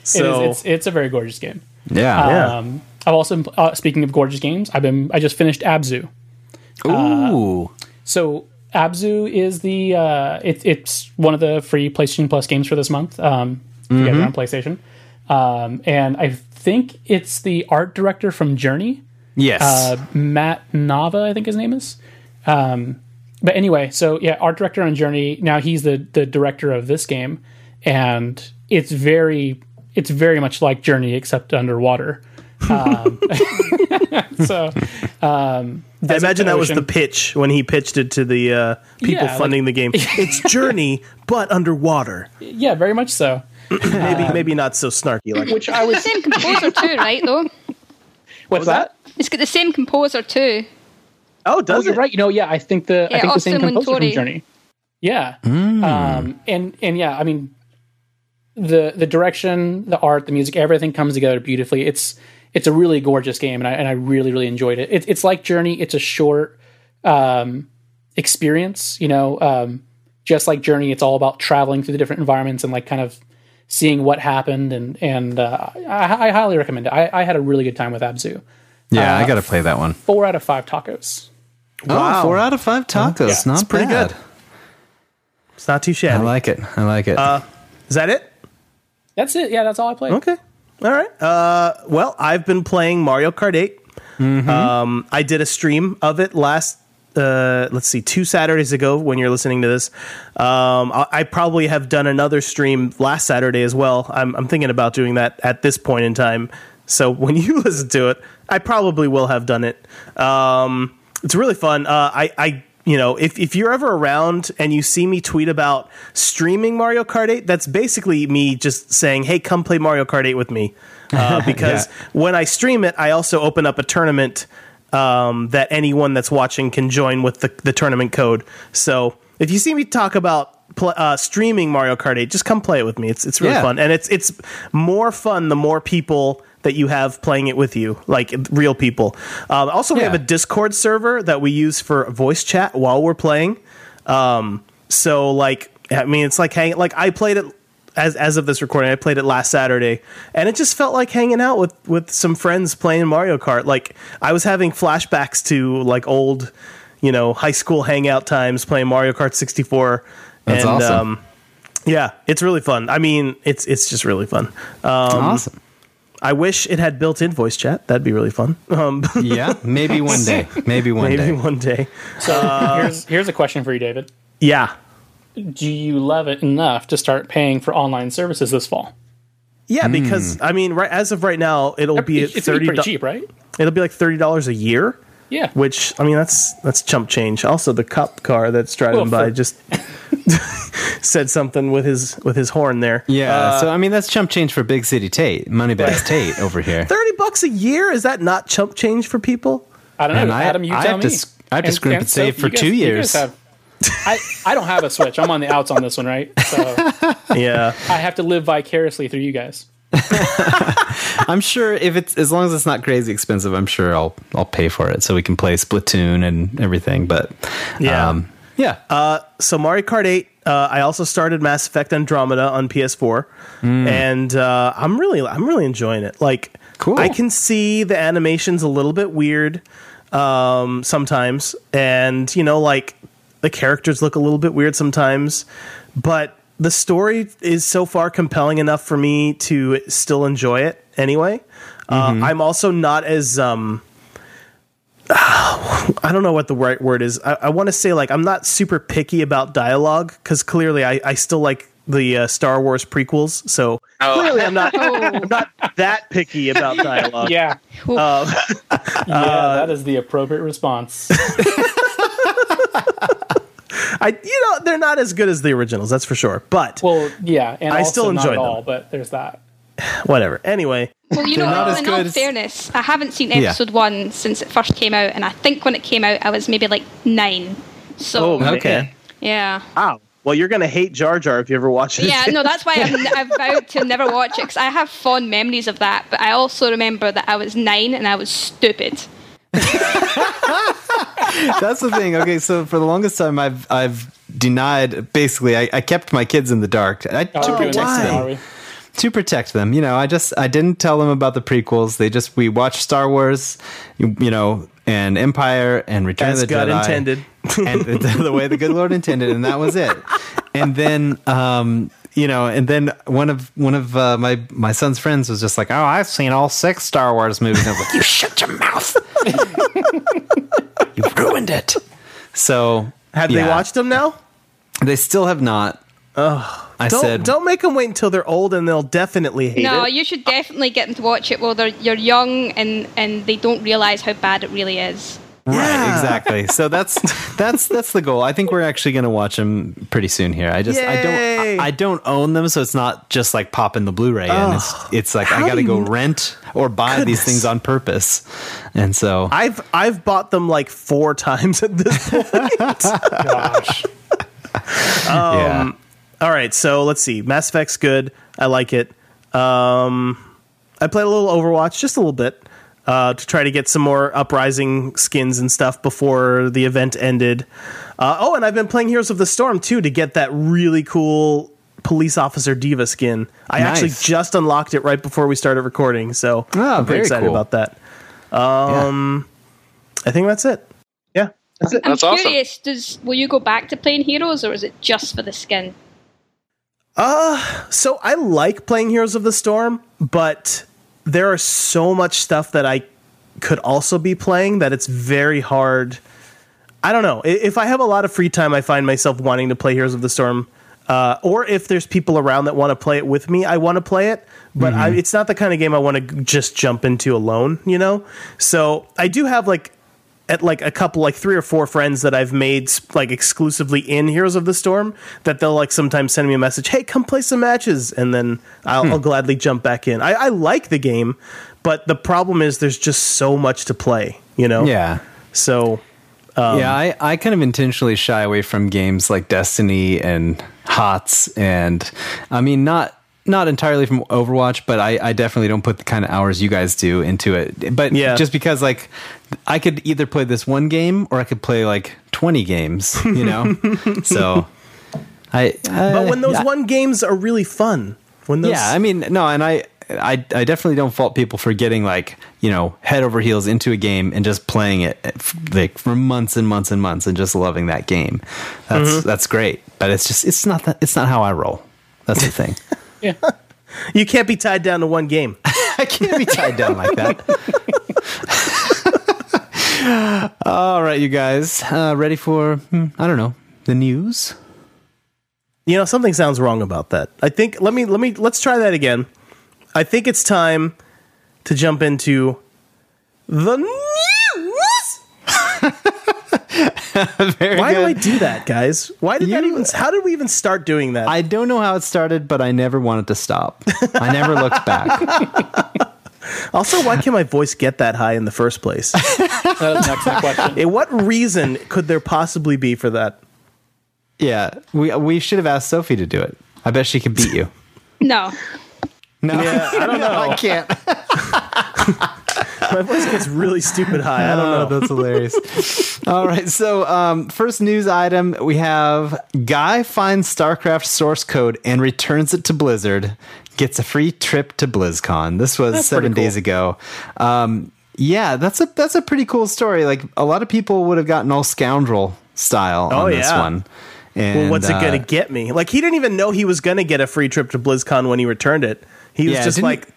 [SPEAKER 3] So
[SPEAKER 2] it is, it's, it's a very gorgeous game.
[SPEAKER 1] yeah.
[SPEAKER 3] Yeah.
[SPEAKER 2] Um, I've also been, uh, speaking of gorgeous games, I've been I just finished Abzu.
[SPEAKER 1] Ooh.
[SPEAKER 2] So Abzu is the uh, it, it's one of the free PlayStation Plus games for this month. Um, if You guys are on PlayStation, um, and I think it's the art director from Journey,
[SPEAKER 1] yes.
[SPEAKER 2] uh, Matt Nava, I think his name is. Um, but anyway, so yeah, art director on Journey. Now he's the the director of this game, and it's very it's very much like Journey except underwater. Um, [laughs] so um,
[SPEAKER 3] I imagine that was
[SPEAKER 2] ocean.
[SPEAKER 3] the pitch when he pitched it to the uh, people
[SPEAKER 2] Yeah, like-
[SPEAKER 3] funding
[SPEAKER 2] [laughs]
[SPEAKER 3] the game. It's Journey, but underwater.
[SPEAKER 2] yeah, very much so.
[SPEAKER 3] Maybe maybe not so snarky like
[SPEAKER 2] Which I was
[SPEAKER 4] Same composer too, right? Though
[SPEAKER 2] what's that?
[SPEAKER 4] it's got the same composer too.
[SPEAKER 3] Oh,
[SPEAKER 2] Oh,
[SPEAKER 3] does
[SPEAKER 2] you're
[SPEAKER 3] it?
[SPEAKER 2] right. You know, yeah, I think the I
[SPEAKER 4] Yeah,
[SPEAKER 2] think the same
[SPEAKER 4] Austin
[SPEAKER 2] composer from
[SPEAKER 4] Wintory. Hmm.
[SPEAKER 2] Journey. Yeah, um, and and yeah, I mean, the the direction, the art, the music, everything comes together beautifully. It's it's a really gorgeous game, and I and I really really enjoyed it. It's it's like Journey. It's a short um, experience, you know. Um, just like Journey, it's all about traveling through the different environments and like kind of seeing what happened. And and uh, I, I highly recommend it. I, I had a really good time with Abzu.
[SPEAKER 1] yeah, I got to play that one.
[SPEAKER 2] Four out of five tacos.
[SPEAKER 1] Oh, four out of five tacos.
[SPEAKER 2] Yeah,
[SPEAKER 1] Not
[SPEAKER 3] it's pretty
[SPEAKER 1] bad.
[SPEAKER 3] good. It's not too
[SPEAKER 1] I
[SPEAKER 3] shabby.
[SPEAKER 1] like it. I like it.
[SPEAKER 3] Is that it?
[SPEAKER 2] That's it. Yeah, that's all I played.
[SPEAKER 3] Okay. All right. Uh, well, I've been playing Mario Kart 8. Um, I did a stream of it last, uh, let's see, two Saturdays ago when you're listening to this. Um, I, I probably have done another stream last Saturday as well. I'm, I'm thinking about doing that at this point in time. So when [laughs] you listen to it, I probably will have done it. Um, it's really fun. Uh, I, I, you know, if, if you're ever around and you see me tweet about streaming Mario Kart 8, that's basically me just saying, hey, come play Mario Kart 8 with me. Uh, because when I stream it, I also open up a tournament um, that anyone that's watching can join with the, the tournament code. So if you see me talk about pl- uh, streaming Mario Kart 8, just come play it with me. It's, it's really
[SPEAKER 1] Yeah.
[SPEAKER 3] fun and it's it's more fun the more people that you have playing it with you, like real people. Um, also, we
[SPEAKER 1] Yeah.
[SPEAKER 3] have a Discord server that we use for voice chat while we're playing. Um, so, like, I mean, it's like hang like I played it as as of this recording. I played it last Saturday, and it just felt like hanging out with with some friends playing Mario Kart. Like, I was having flashbacks to like old, you know, high school hangout times playing Mario Kart sixty four.
[SPEAKER 1] That's
[SPEAKER 3] and,
[SPEAKER 1] awesome.
[SPEAKER 3] Um, yeah, it's really fun. I mean, it's it's just really fun. Um,
[SPEAKER 1] awesome. [laughs]
[SPEAKER 3] I wish it had built-in voice chat. That'd be really fun. [laughs] Um,
[SPEAKER 1] Yeah, maybe one day. Maybe one
[SPEAKER 3] maybe
[SPEAKER 1] day.
[SPEAKER 3] one day.
[SPEAKER 2] So here's here's a question for you, David.
[SPEAKER 3] Yeah,
[SPEAKER 2] Do you love it enough to start paying for online services this fall?
[SPEAKER 3] yeah. Because I mean, right as of right now, it'll be at
[SPEAKER 2] Hmm. It's gonna be
[SPEAKER 3] thirty.
[SPEAKER 2] pretty cheap, right?
[SPEAKER 3] It'll be like thirty dollars a year.
[SPEAKER 2] Yeah.
[SPEAKER 3] Which I mean, that's that's chump change. Also, the cop car that's driving
[SPEAKER 2] Well,
[SPEAKER 3] by
[SPEAKER 2] for-
[SPEAKER 3] just [laughs] said something with his with his horn there.
[SPEAKER 1] Yeah, so I mean that's chump change for big city Tate, [laughs] moneybags Tate over here.
[SPEAKER 3] thirty bucks a year is that not chump change
[SPEAKER 2] [laughs]
[SPEAKER 3] for people?
[SPEAKER 2] I don't know,
[SPEAKER 1] And I-
[SPEAKER 2] Adam. You
[SPEAKER 1] I
[SPEAKER 2] tell
[SPEAKER 1] have
[SPEAKER 2] me.
[SPEAKER 1] to s- I have to scrimp and save
[SPEAKER 2] Soph,
[SPEAKER 1] for
[SPEAKER 2] you guys-
[SPEAKER 1] two
[SPEAKER 2] you guys
[SPEAKER 1] years.
[SPEAKER 2] have- I, I don't have a switch. I'm on the outs on this one, right? So
[SPEAKER 3] Yeah.
[SPEAKER 2] I have to live vicariously through you guys.
[SPEAKER 1] I'm sure if it's as long as it's not crazy expensive, I'm sure I'll I'll pay for it so we can play Splatoon and everything. But um,
[SPEAKER 3] Yeah.
[SPEAKER 1] yeah, Uh,
[SPEAKER 3] so Mario Kart 8. Uh, I also started Mass Effect Andromeda on PS4, and uh, I'm really I'm really enjoying it. Like,
[SPEAKER 1] Cool.
[SPEAKER 3] I can see the animations a little bit weird um, sometimes, and you know, like the characters look a little bit weird sometimes, but the story is so far compelling enough for me to still enjoy it anyway. Uh, I'm also not as um, I don't know what the right word is. I, I want to say like I'm not super picky about dialogue because clearly I, I still like the uh, Star Wars prequels. So clearly
[SPEAKER 2] [laughs]
[SPEAKER 3] I'm not I'm not that picky about dialogue.
[SPEAKER 2] Yeah. Um,
[SPEAKER 4] Oof.
[SPEAKER 2] yeah, that is the appropriate response.
[SPEAKER 3] I you know they're not as good as the originals. That's for sure. But
[SPEAKER 2] Well, yeah,
[SPEAKER 1] [laughs]
[SPEAKER 2] and
[SPEAKER 3] I
[SPEAKER 2] also
[SPEAKER 3] still
[SPEAKER 2] not
[SPEAKER 3] enjoyed
[SPEAKER 2] at
[SPEAKER 3] them.
[SPEAKER 2] all, but there's that.
[SPEAKER 3] whatever. Anyway,
[SPEAKER 4] Well, you know,
[SPEAKER 1] not
[SPEAKER 4] in
[SPEAKER 1] as
[SPEAKER 4] all
[SPEAKER 1] good as-
[SPEAKER 4] fairness, I haven't seen episode one since it first came out, and I think when it came out, I was maybe like nine. So
[SPEAKER 3] man.
[SPEAKER 1] Okay.
[SPEAKER 4] yeah,
[SPEAKER 3] Wow. Well, you're gonna hate Jar Jar if you ever watch it.
[SPEAKER 4] yeah.
[SPEAKER 3] again.
[SPEAKER 4] No, that's why I'm, I vowed to never watch it because I have fond memories of that, but I also remember that I was nine and I was stupid.
[SPEAKER 1] [laughs] That's the thing. Okay, so for the longest time, I've I've denied. Basically, I, I kept my kids in the dark. I
[SPEAKER 2] Oh,
[SPEAKER 1] don't
[SPEAKER 2] we're
[SPEAKER 1] know
[SPEAKER 2] doing next now,
[SPEAKER 1] why.
[SPEAKER 2] are we?
[SPEAKER 1] to protect them. You know, I just I didn't tell them about the prequels. They just we watched Star Wars, you, you know, and Empire and Return
[SPEAKER 3] As
[SPEAKER 1] of the
[SPEAKER 3] God
[SPEAKER 1] Jedi
[SPEAKER 3] intended.
[SPEAKER 1] [laughs] and the, the way the good Lord intended, and that was it. And then, um, you know, and then one of one of uh, my my son's friends was just like, "Oh, I've seen all six Star Wars movies." And I was like, "You shut your mouth! [laughs] you ruined it." So,
[SPEAKER 3] [laughs] Have
[SPEAKER 1] yeah.
[SPEAKER 3] they watched them now?
[SPEAKER 1] They still have not. I
[SPEAKER 3] Don't
[SPEAKER 1] said,
[SPEAKER 3] don't make them wait until they're old and they'll definitely hate
[SPEAKER 4] No,
[SPEAKER 3] it.
[SPEAKER 4] you should definitely get them to watch it while they're you're young and and they don't realize how bad it really is.
[SPEAKER 1] right, exactly. So that's
[SPEAKER 3] [laughs]
[SPEAKER 1] that's that's the goal. I think we're actually going to watch them pretty soon. Here, I just I
[SPEAKER 3] Yay.
[SPEAKER 1] don't I, I don't own them, so it's not just like popping the Blu-ray in. It's, it's like
[SPEAKER 3] Oh, How
[SPEAKER 1] I got to
[SPEAKER 3] do
[SPEAKER 1] go
[SPEAKER 3] you-
[SPEAKER 1] rent or buy these
[SPEAKER 3] Goodness.
[SPEAKER 1] things on purpose, and so
[SPEAKER 3] I've I've bought them like four [laughs] times at this point.
[SPEAKER 2] Gosh.
[SPEAKER 3] Um,
[SPEAKER 1] yeah.
[SPEAKER 3] All right, so let's see. Mass Effect's good. I like it. Um, I played a little Overwatch, just a little bit, uh, to try to get some more Uprising skins and stuff before the event ended. Uh, oh, and I've been playing Heroes of the Storm too to get that really cool police officer diva skin. I actually
[SPEAKER 1] Nice.
[SPEAKER 3] just unlocked it right before we started recording, so
[SPEAKER 1] Ah,
[SPEAKER 3] I'm pretty
[SPEAKER 1] very
[SPEAKER 3] excited
[SPEAKER 1] cool.
[SPEAKER 3] about that.
[SPEAKER 1] Yeah.
[SPEAKER 3] um, I think that's it. Yeah, that's it.
[SPEAKER 4] I'm
[SPEAKER 5] That's awesome.
[SPEAKER 4] curious, does will you go back to playing heroes or is it just for the skin?
[SPEAKER 3] So I like playing Heroes of the Storm, but there are so much stuff that I could also be playing that it's very hard. I don't know. I- If I have a lot of free time, I find myself wanting to play Heroes of the Storm. Uh, or if there's people around that want to play it with me, I want to play it. But I, it's not the kind of game I want to just jump into alone, you know. So I do have like at like a couple like three or four friends that I've made sp- like exclusively in Heroes of the Storm that they'll like sometimes send me a message, "Hey, come play some matches," and then I'll, I'll gladly jump back in. I, I like the game, but the problem is there's just so much to play, you know.
[SPEAKER 1] yeah.
[SPEAKER 3] So Um,
[SPEAKER 1] yeah, I, I kind of intentionally shy away from games like Destiny and HOTS and I mean not not entirely from Overwatch, but I, I definitely don't put the kind of hours you guys do into it. But
[SPEAKER 3] Yeah.
[SPEAKER 1] just because like I could either play this one game or I could play like twenty games, you
[SPEAKER 3] [laughs]
[SPEAKER 1] know? so I, I
[SPEAKER 3] but when those
[SPEAKER 1] Eh, yeah.
[SPEAKER 3] one games are really fun, when those
[SPEAKER 1] Yeah, I mean, no, and I, I, I definitely don't fault people for getting like you know head over heels into a game and just playing it eh, f- like for months and months and months and just loving that game. That's that's great, but it's just it's not that it's not how I roll. That's the thing.
[SPEAKER 2] Yeah.
[SPEAKER 3] you can't be tied down to one game.
[SPEAKER 1] [laughs] I can't be tied down like that. [laughs] All right, you guys, uh, ready for hmm, I don't know the news.
[SPEAKER 3] You know, something sounds wrong about that. I think let me let me let's try that again. I think it's time to jump into the news.
[SPEAKER 1] Very
[SPEAKER 3] Why do
[SPEAKER 1] good.
[SPEAKER 3] I do that, guys? Why did that
[SPEAKER 1] You-
[SPEAKER 3] even? How did we even start doing that?
[SPEAKER 1] I don't know how it started, but I never wanted to stop. I never looked back.
[SPEAKER 3] also, why can my voice get that high in the
[SPEAKER 1] [laughs]
[SPEAKER 3] first place?
[SPEAKER 2] That was an excellent question.
[SPEAKER 3] Eh, what reason could there possibly be for that?
[SPEAKER 1] Yeah, we we should have asked Sophie to do it. I bet she could
[SPEAKER 3] [laughs]
[SPEAKER 1] beat you.
[SPEAKER 4] No.
[SPEAKER 1] No, I don't know. I can't.
[SPEAKER 3] My voice gets really stupid high. I don't
[SPEAKER 1] [laughs]
[SPEAKER 3] know.
[SPEAKER 1] Oh, that's hilarious. All right, so um, first news item we have: guy finds StarCraft source code and returns it to Blizzard. Gets a free trip to BlizzCon. This was seven days ago. Um, yeah, that's a that's a pretty cool story. Like a lot of people would have gotten all scoundrel style
[SPEAKER 3] Oh,
[SPEAKER 1] on this
[SPEAKER 3] yeah.
[SPEAKER 1] one. And,
[SPEAKER 3] Well, what's
[SPEAKER 1] uh,
[SPEAKER 3] it gonna get me? Like he didn't even know he was gonna get a free trip to BlizzCon when he returned it. He was
[SPEAKER 1] Yeah,
[SPEAKER 3] just
[SPEAKER 1] didn't-
[SPEAKER 3] like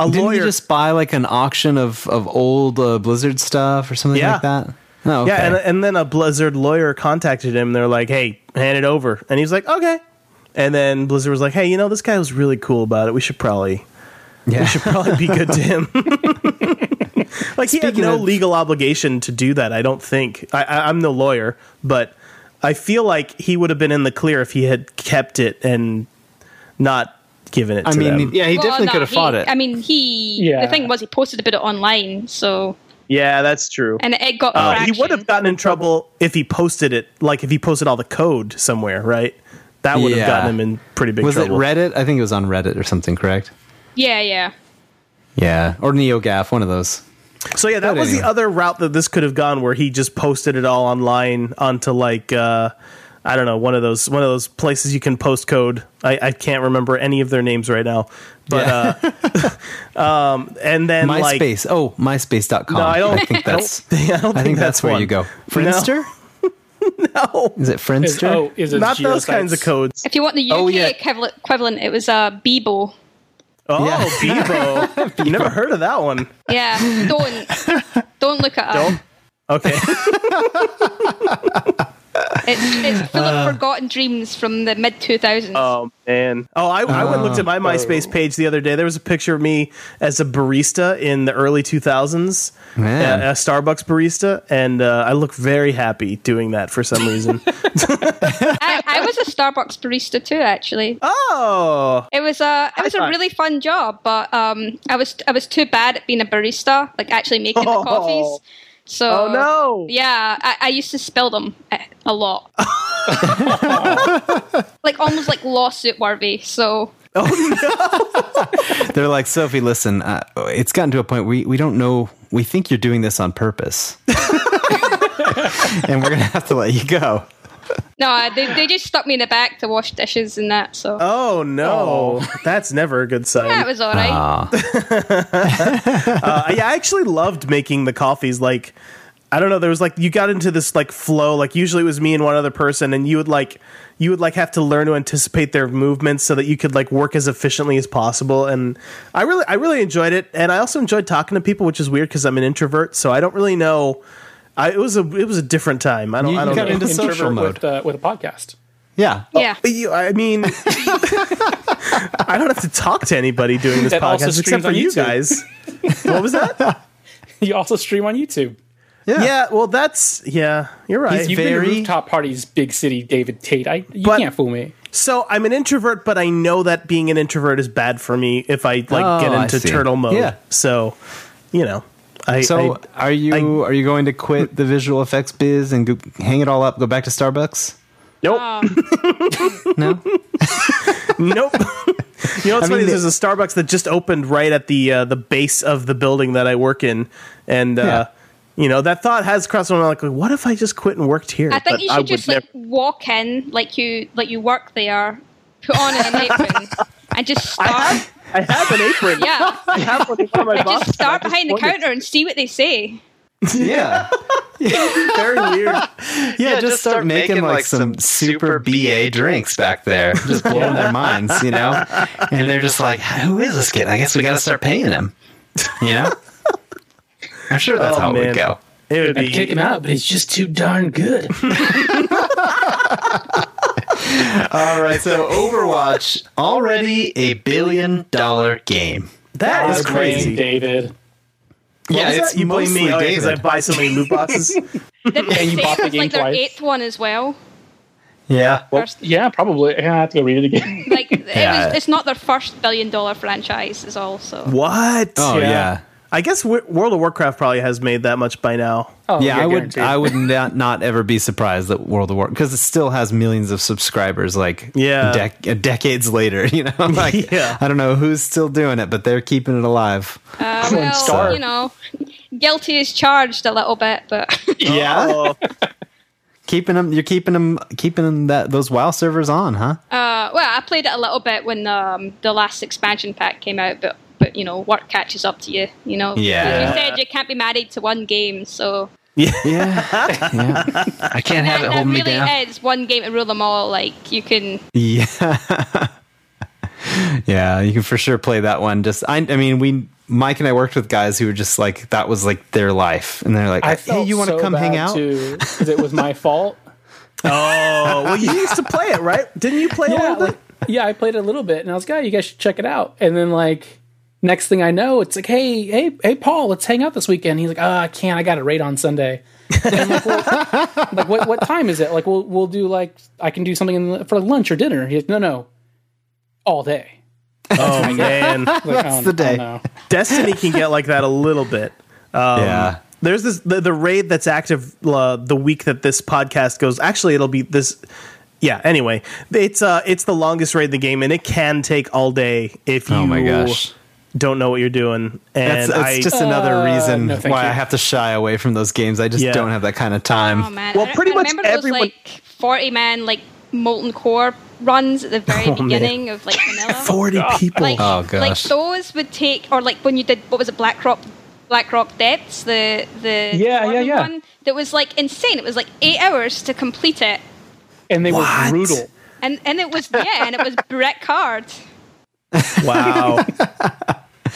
[SPEAKER 3] a
[SPEAKER 1] Didn't
[SPEAKER 3] lawyer.
[SPEAKER 1] you just buy like an auction of of old uh, Blizzard stuff or something
[SPEAKER 3] Yeah.
[SPEAKER 1] like that? No,
[SPEAKER 3] Yeah, and, uh, and then a Blizzard lawyer contacted him. They're like, "Hey, hand it over," and he's like, "Okay." And then Blizzard was like, "Hey, you know, this guy was really cool about it. We should probably
[SPEAKER 1] yeah.
[SPEAKER 3] should probably be good to him. [laughs] like he
[SPEAKER 1] Speaking
[SPEAKER 3] had no
[SPEAKER 1] of-
[SPEAKER 3] legal obligation to do that. I don't think. I, I, I'm no lawyer, but I feel like he would have been in the clear if he had kept it and not given it.
[SPEAKER 1] I
[SPEAKER 3] to
[SPEAKER 1] mean,
[SPEAKER 3] them.
[SPEAKER 1] yeah, he
[SPEAKER 4] Well,
[SPEAKER 1] definitely
[SPEAKER 4] no,
[SPEAKER 1] could have
[SPEAKER 4] he-
[SPEAKER 1] fought it.
[SPEAKER 4] I mean he
[SPEAKER 2] Yeah.
[SPEAKER 4] the thing was he posted a bit online, so
[SPEAKER 3] yeah, that's true.
[SPEAKER 4] and it got
[SPEAKER 3] Uh, he
[SPEAKER 4] traction.
[SPEAKER 3] would have gotten in trouble if he posted it, like if he posted all the code somewhere, right? That would have
[SPEAKER 1] Yeah.
[SPEAKER 3] gotten him in pretty big
[SPEAKER 1] was it
[SPEAKER 3] trouble.
[SPEAKER 1] Reddit? I think it was on Reddit or something, correct?
[SPEAKER 4] Yeah, yeah.
[SPEAKER 1] Yeah, or NeoGaf, one of those.
[SPEAKER 3] So yeah, that
[SPEAKER 1] But
[SPEAKER 3] was the
[SPEAKER 1] anyway.
[SPEAKER 3] other route that this could have gone, where he just posted it all online onto like uh, I don't know one of those one of those places you can postcode. I, I can't remember any of their names right now, but uh, [laughs] um, and then like
[SPEAKER 1] MySpace. oh, MySpace.com.
[SPEAKER 3] No, [laughs] I
[SPEAKER 1] I,
[SPEAKER 3] don't-
[SPEAKER 1] think that's.
[SPEAKER 3] I don't
[SPEAKER 1] I think that's,
[SPEAKER 3] think that's
[SPEAKER 1] where
[SPEAKER 3] one.
[SPEAKER 1] you go.
[SPEAKER 3] No.
[SPEAKER 1] Friendster?
[SPEAKER 3] [laughs] no,
[SPEAKER 1] Is it Friendster?
[SPEAKER 2] Is, oh, is it
[SPEAKER 3] not those
[SPEAKER 2] geosites?
[SPEAKER 3] kinds of codes.
[SPEAKER 4] If you want the UK
[SPEAKER 1] Oh, yeah.
[SPEAKER 4] equival- equivalent, it was uh, Bebo.
[SPEAKER 3] Oh,
[SPEAKER 1] Yeah. [laughs]
[SPEAKER 3] Bebo. you never heard of that one?
[SPEAKER 4] Yeah, don't don't look it up.
[SPEAKER 1] [laughs]
[SPEAKER 3] Okay.
[SPEAKER 4] It's it's full
[SPEAKER 1] Uh.
[SPEAKER 4] of forgotten dreams from the mid two thousands.
[SPEAKER 3] Oh man! Oh, I, I went and looked at my MySpace page the other day. There was a picture of me as a barista in the early two thousands, a,
[SPEAKER 1] Man.
[SPEAKER 3] a Starbucks barista, and uh, I look very happy doing that for some reason.
[SPEAKER 4] I, I was a Starbucks barista too, actually.
[SPEAKER 3] oh,
[SPEAKER 4] It was a it was a
[SPEAKER 3] thought-
[SPEAKER 4] really fun job, but um, I was I was too bad at being a barista, like actually making
[SPEAKER 3] Oh.
[SPEAKER 4] the coffees. So
[SPEAKER 3] Oh, no.
[SPEAKER 4] yeah, I, I used to spill them a-
[SPEAKER 3] [laughs]
[SPEAKER 4] a lot, like almost like lawsuit worthy. So
[SPEAKER 1] They're like, Sophie, listen, uh, it's gotten to a point we, we don't know. We think you're doing this on purpose.
[SPEAKER 3] [laughs]
[SPEAKER 1] [laughs] and we're going to have to let you go.
[SPEAKER 4] no, they they just stuck me in the back to wash dishes and that. So
[SPEAKER 3] oh no! That's never a good sign.
[SPEAKER 4] that was all right.
[SPEAKER 3] I, I actually loved making the coffees. Like, I don't know, there was like you got into this like flow. Like, usually it was me and one other person, and you would like you would like have to learn to anticipate their movements so that you could like work as efficiently as possible. And I really, I really enjoyed it, and I also enjoyed talking to people, which is weird because I'm an introvert, so I don't really know. I, it was a it was a different time. I don't.
[SPEAKER 1] You-
[SPEAKER 3] I
[SPEAKER 1] you
[SPEAKER 3] don't
[SPEAKER 1] got
[SPEAKER 3] know.
[SPEAKER 1] into
[SPEAKER 2] Introvert
[SPEAKER 1] social mode.
[SPEAKER 2] with, uh, with a podcast. [laughs]
[SPEAKER 1] Yeah.
[SPEAKER 4] Yeah.
[SPEAKER 3] You- I
[SPEAKER 1] [laughs]
[SPEAKER 3] mean, I don't have to talk to anybody doing this
[SPEAKER 2] That also
[SPEAKER 3] podcast except
[SPEAKER 2] streams
[SPEAKER 3] for
[SPEAKER 2] on
[SPEAKER 3] you
[SPEAKER 2] YouTube.
[SPEAKER 3] guys. what
[SPEAKER 2] [laughs]
[SPEAKER 3] was that?
[SPEAKER 2] You also stream on YouTube.
[SPEAKER 3] Yeah. well, that's yeah. You're right.
[SPEAKER 2] You've been
[SPEAKER 1] Very-
[SPEAKER 2] to rooftop parties, big city, David Tate. I you
[SPEAKER 3] But-
[SPEAKER 2] can't fool me.
[SPEAKER 3] so I'm an introvert, but I know that being an introvert is bad for me if I like
[SPEAKER 1] Oh,
[SPEAKER 3] get
[SPEAKER 1] I
[SPEAKER 3] into
[SPEAKER 1] see.
[SPEAKER 3] turtle mode.
[SPEAKER 1] Yeah.
[SPEAKER 3] So, you know, I
[SPEAKER 1] So are you are you going to quit the visual effects biz and go, hang it all up, go back to Starbucks?
[SPEAKER 3] nope
[SPEAKER 4] Um,
[SPEAKER 1] [laughs] No.
[SPEAKER 3] [laughs] nope. You know what's
[SPEAKER 1] I mean,
[SPEAKER 3] funny?
[SPEAKER 1] the-
[SPEAKER 3] is There's a Starbucks that just opened right at the uh, the base of the building that I work in, and uh, you know that thought has crossed my mind. Like, what if I just quit and worked here?
[SPEAKER 4] I think you should just
[SPEAKER 3] never-
[SPEAKER 4] like walk in, like you like you work there, put on an
[SPEAKER 3] [laughs]
[SPEAKER 4] apron, and just start.
[SPEAKER 3] I have an apron. [laughs]
[SPEAKER 4] yeah,
[SPEAKER 3] I have one for my boss.
[SPEAKER 4] just
[SPEAKER 3] I
[SPEAKER 4] start
[SPEAKER 3] just
[SPEAKER 4] behind the
[SPEAKER 3] wondered-
[SPEAKER 4] counter and see what they say.
[SPEAKER 1] [laughs] Yeah.
[SPEAKER 3] Very
[SPEAKER 4] [laughs]
[SPEAKER 3] weird.
[SPEAKER 1] Yeah, just, start, making, like, some,
[SPEAKER 5] super
[SPEAKER 1] super BA drinks back there. Just blowing [laughs] their minds, you know? And they're just like, who is this kid? I guess we got to start paying him. You [laughs] know? I'm sure that's
[SPEAKER 3] Oh,
[SPEAKER 1] how it
[SPEAKER 3] man.
[SPEAKER 1] would go.
[SPEAKER 3] It would be
[SPEAKER 2] Kick him out, but it's just too
[SPEAKER 1] [laughs]
[SPEAKER 2] darn good.
[SPEAKER 1] All right, so Overwatch, already a billion dollar game.
[SPEAKER 3] that is
[SPEAKER 2] Hard way,
[SPEAKER 3] crazy.
[SPEAKER 2] David.
[SPEAKER 1] yeah,
[SPEAKER 3] Is that-
[SPEAKER 1] it's
[SPEAKER 3] you blame me
[SPEAKER 1] mostly oh,
[SPEAKER 3] because I
[SPEAKER 1] David.
[SPEAKER 3] buy so many loot boxes.
[SPEAKER 4] Didn't they
[SPEAKER 2] you
[SPEAKER 4] say
[SPEAKER 2] bought
[SPEAKER 4] it
[SPEAKER 2] the
[SPEAKER 4] was
[SPEAKER 2] game
[SPEAKER 4] like their
[SPEAKER 2] twice?
[SPEAKER 4] eighth one as well?
[SPEAKER 1] yeah.
[SPEAKER 4] First,
[SPEAKER 2] Yeah, probably. Yeah, I have to go read it again. [laughs]
[SPEAKER 4] like it
[SPEAKER 1] Yeah.
[SPEAKER 4] was, it's not their first billion dollar franchise, is all. So
[SPEAKER 3] what?
[SPEAKER 1] Oh
[SPEAKER 2] Yeah.
[SPEAKER 1] yeah.
[SPEAKER 3] I guess w- World of Warcraft probably has made that much by now.
[SPEAKER 2] Oh,
[SPEAKER 1] yeah, I would
[SPEAKER 2] guaranteed.
[SPEAKER 1] I would not, not ever be surprised that World of War because it still has millions of subscribers like
[SPEAKER 3] Yeah.
[SPEAKER 1] dec- uh, decades later, [laughs] you know. Like
[SPEAKER 3] Yeah.
[SPEAKER 1] I don't know who's still doing it, but they're keeping it alive.
[SPEAKER 4] uh, well,
[SPEAKER 2] star.
[SPEAKER 4] you know, guilty is charged a little bit, but
[SPEAKER 1] Yeah. [laughs] keeping them you're keeping them keeping them that those WoW servers on, huh?
[SPEAKER 4] uh, well, I played it a little bit when um, the last expansion pack came out, but. But you know, work catches up to you. You know,
[SPEAKER 1] Yeah.
[SPEAKER 4] As you said you can't be married to one game, so
[SPEAKER 1] Yeah. yeah.
[SPEAKER 5] I can't have it
[SPEAKER 4] that
[SPEAKER 5] holding me
[SPEAKER 4] really
[SPEAKER 5] down.
[SPEAKER 4] is one game to rule them all. Like you can
[SPEAKER 1] Yeah. yeah, you can for sure play that one. Just I I mean, we Mike and I worked with guys who were just like that was like their life and they're like,
[SPEAKER 2] I
[SPEAKER 1] "Hey,
[SPEAKER 2] felt
[SPEAKER 1] you want to
[SPEAKER 2] so
[SPEAKER 1] come hang
[SPEAKER 2] bad,
[SPEAKER 1] out?"
[SPEAKER 2] too, 'cause it
[SPEAKER 1] [laughs]
[SPEAKER 2] was my fault.
[SPEAKER 3] Oh, [laughs] well, you used to play it, right? Didn't you play a
[SPEAKER 2] yeah,
[SPEAKER 3] little bit?
[SPEAKER 2] like- yeah, I played it a little bit, and I was like, "Yeah, you guys should check it out." And then like next thing I know, it's like, "Hey, hey, hey, Paul, let's hang out this weekend." He's like, "Oh, I can't. I got a raid on Sunday." And I'm like, well, [laughs] like, what what time is it? Like we'll we'll do like I can do something in the, for lunch or dinner. He's like, "No, no, all day."
[SPEAKER 3] Oh man,
[SPEAKER 2] Like, That's
[SPEAKER 1] the day.
[SPEAKER 3] Destiny can get like that a little bit. Um,
[SPEAKER 1] Yeah.
[SPEAKER 3] There's this the, the raid that's active uh, the week that this podcast goes. Actually, it'll be this. Yeah. Anyway, it's uh it's the longest raid in the game, and it can take all day if you
[SPEAKER 1] Oh my gosh.
[SPEAKER 3] don't know what you're doing. And
[SPEAKER 1] That's, that's
[SPEAKER 3] I,
[SPEAKER 1] just another reason
[SPEAKER 2] Uh, no, thank
[SPEAKER 1] why
[SPEAKER 2] you.
[SPEAKER 1] I have to shy away from those games. I just
[SPEAKER 3] Yeah.
[SPEAKER 1] don't have that kind of time. [laughs]
[SPEAKER 4] Oh man!
[SPEAKER 3] Well,
[SPEAKER 4] I-
[SPEAKER 3] pretty
[SPEAKER 4] I
[SPEAKER 3] much
[SPEAKER 4] remember
[SPEAKER 3] everyone-
[SPEAKER 4] Those, like, forty man like molten core runs
[SPEAKER 3] [laughs]
[SPEAKER 4] at the very
[SPEAKER 3] Oh, man.
[SPEAKER 4] beginning of
[SPEAKER 3] [laughs]
[SPEAKER 4] like vanilla.
[SPEAKER 3] Forty people.
[SPEAKER 4] Like,
[SPEAKER 1] Oh, gosh.
[SPEAKER 4] like those would take, or like when you did what was it, Black Rock, Black Rock Depths, the the
[SPEAKER 2] Yeah, yeah,
[SPEAKER 4] Northern
[SPEAKER 2] yeah.
[SPEAKER 4] one, that was like insane. It was like eight hours to complete it,
[SPEAKER 2] and they
[SPEAKER 3] What?
[SPEAKER 2] were brutal.
[SPEAKER 4] and and it was yeah, and
[SPEAKER 3] [laughs]
[SPEAKER 4] it was brick hard.
[SPEAKER 3] Wow.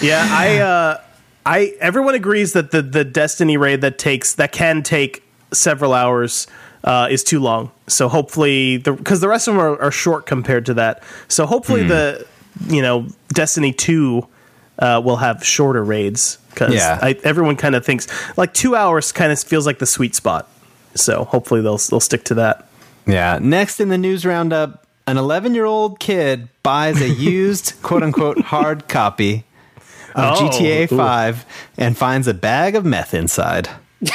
[SPEAKER 3] yeah, I uh I everyone agrees that the the Destiny raid that takes that can take several hours uh, is too long. So hopefully the because the rest of them are, are short compared to that. So hopefully the you know Destiny two uh, will have shorter raids because
[SPEAKER 1] Yeah.
[SPEAKER 3] everyone kind of thinks like two hours kind of feels like the sweet spot. So hopefully they'll they'll stick to that.
[SPEAKER 1] Yeah. Next in the news roundup, an 11 year old kid buys a used
[SPEAKER 3] [laughs]
[SPEAKER 1] quote unquote hard copy of
[SPEAKER 3] Oh,
[SPEAKER 1] GTA
[SPEAKER 3] ooh.
[SPEAKER 1] 5 and finds a bag of meth inside. [laughs]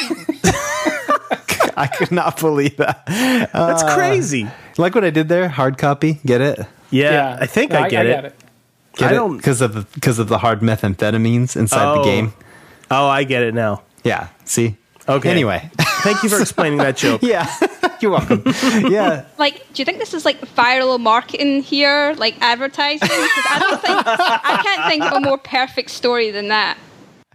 [SPEAKER 1] I could not believe that.
[SPEAKER 3] That's crazy.
[SPEAKER 1] Like what I did there? Hard copy. Get it?
[SPEAKER 3] Yeah, I think
[SPEAKER 2] No,
[SPEAKER 3] I, get
[SPEAKER 2] got
[SPEAKER 3] it. I
[SPEAKER 1] Get it?
[SPEAKER 3] don't-
[SPEAKER 1] Because of, the- 'cause of the hard methamphetamines inside
[SPEAKER 3] Oh.
[SPEAKER 1] the game.
[SPEAKER 3] Oh, I get it now.
[SPEAKER 1] Yeah. See?
[SPEAKER 3] Okay.
[SPEAKER 1] Anyway. [laughs]
[SPEAKER 3] Thank you for explaining that joke.
[SPEAKER 1] yeah. [laughs] You're
[SPEAKER 3] [laughs]
[SPEAKER 1] welcome. Yeah.
[SPEAKER 4] Like, do you think this is like viral marketing here, like advertising? 'Cause I don't think I can't think of a more perfect story than that.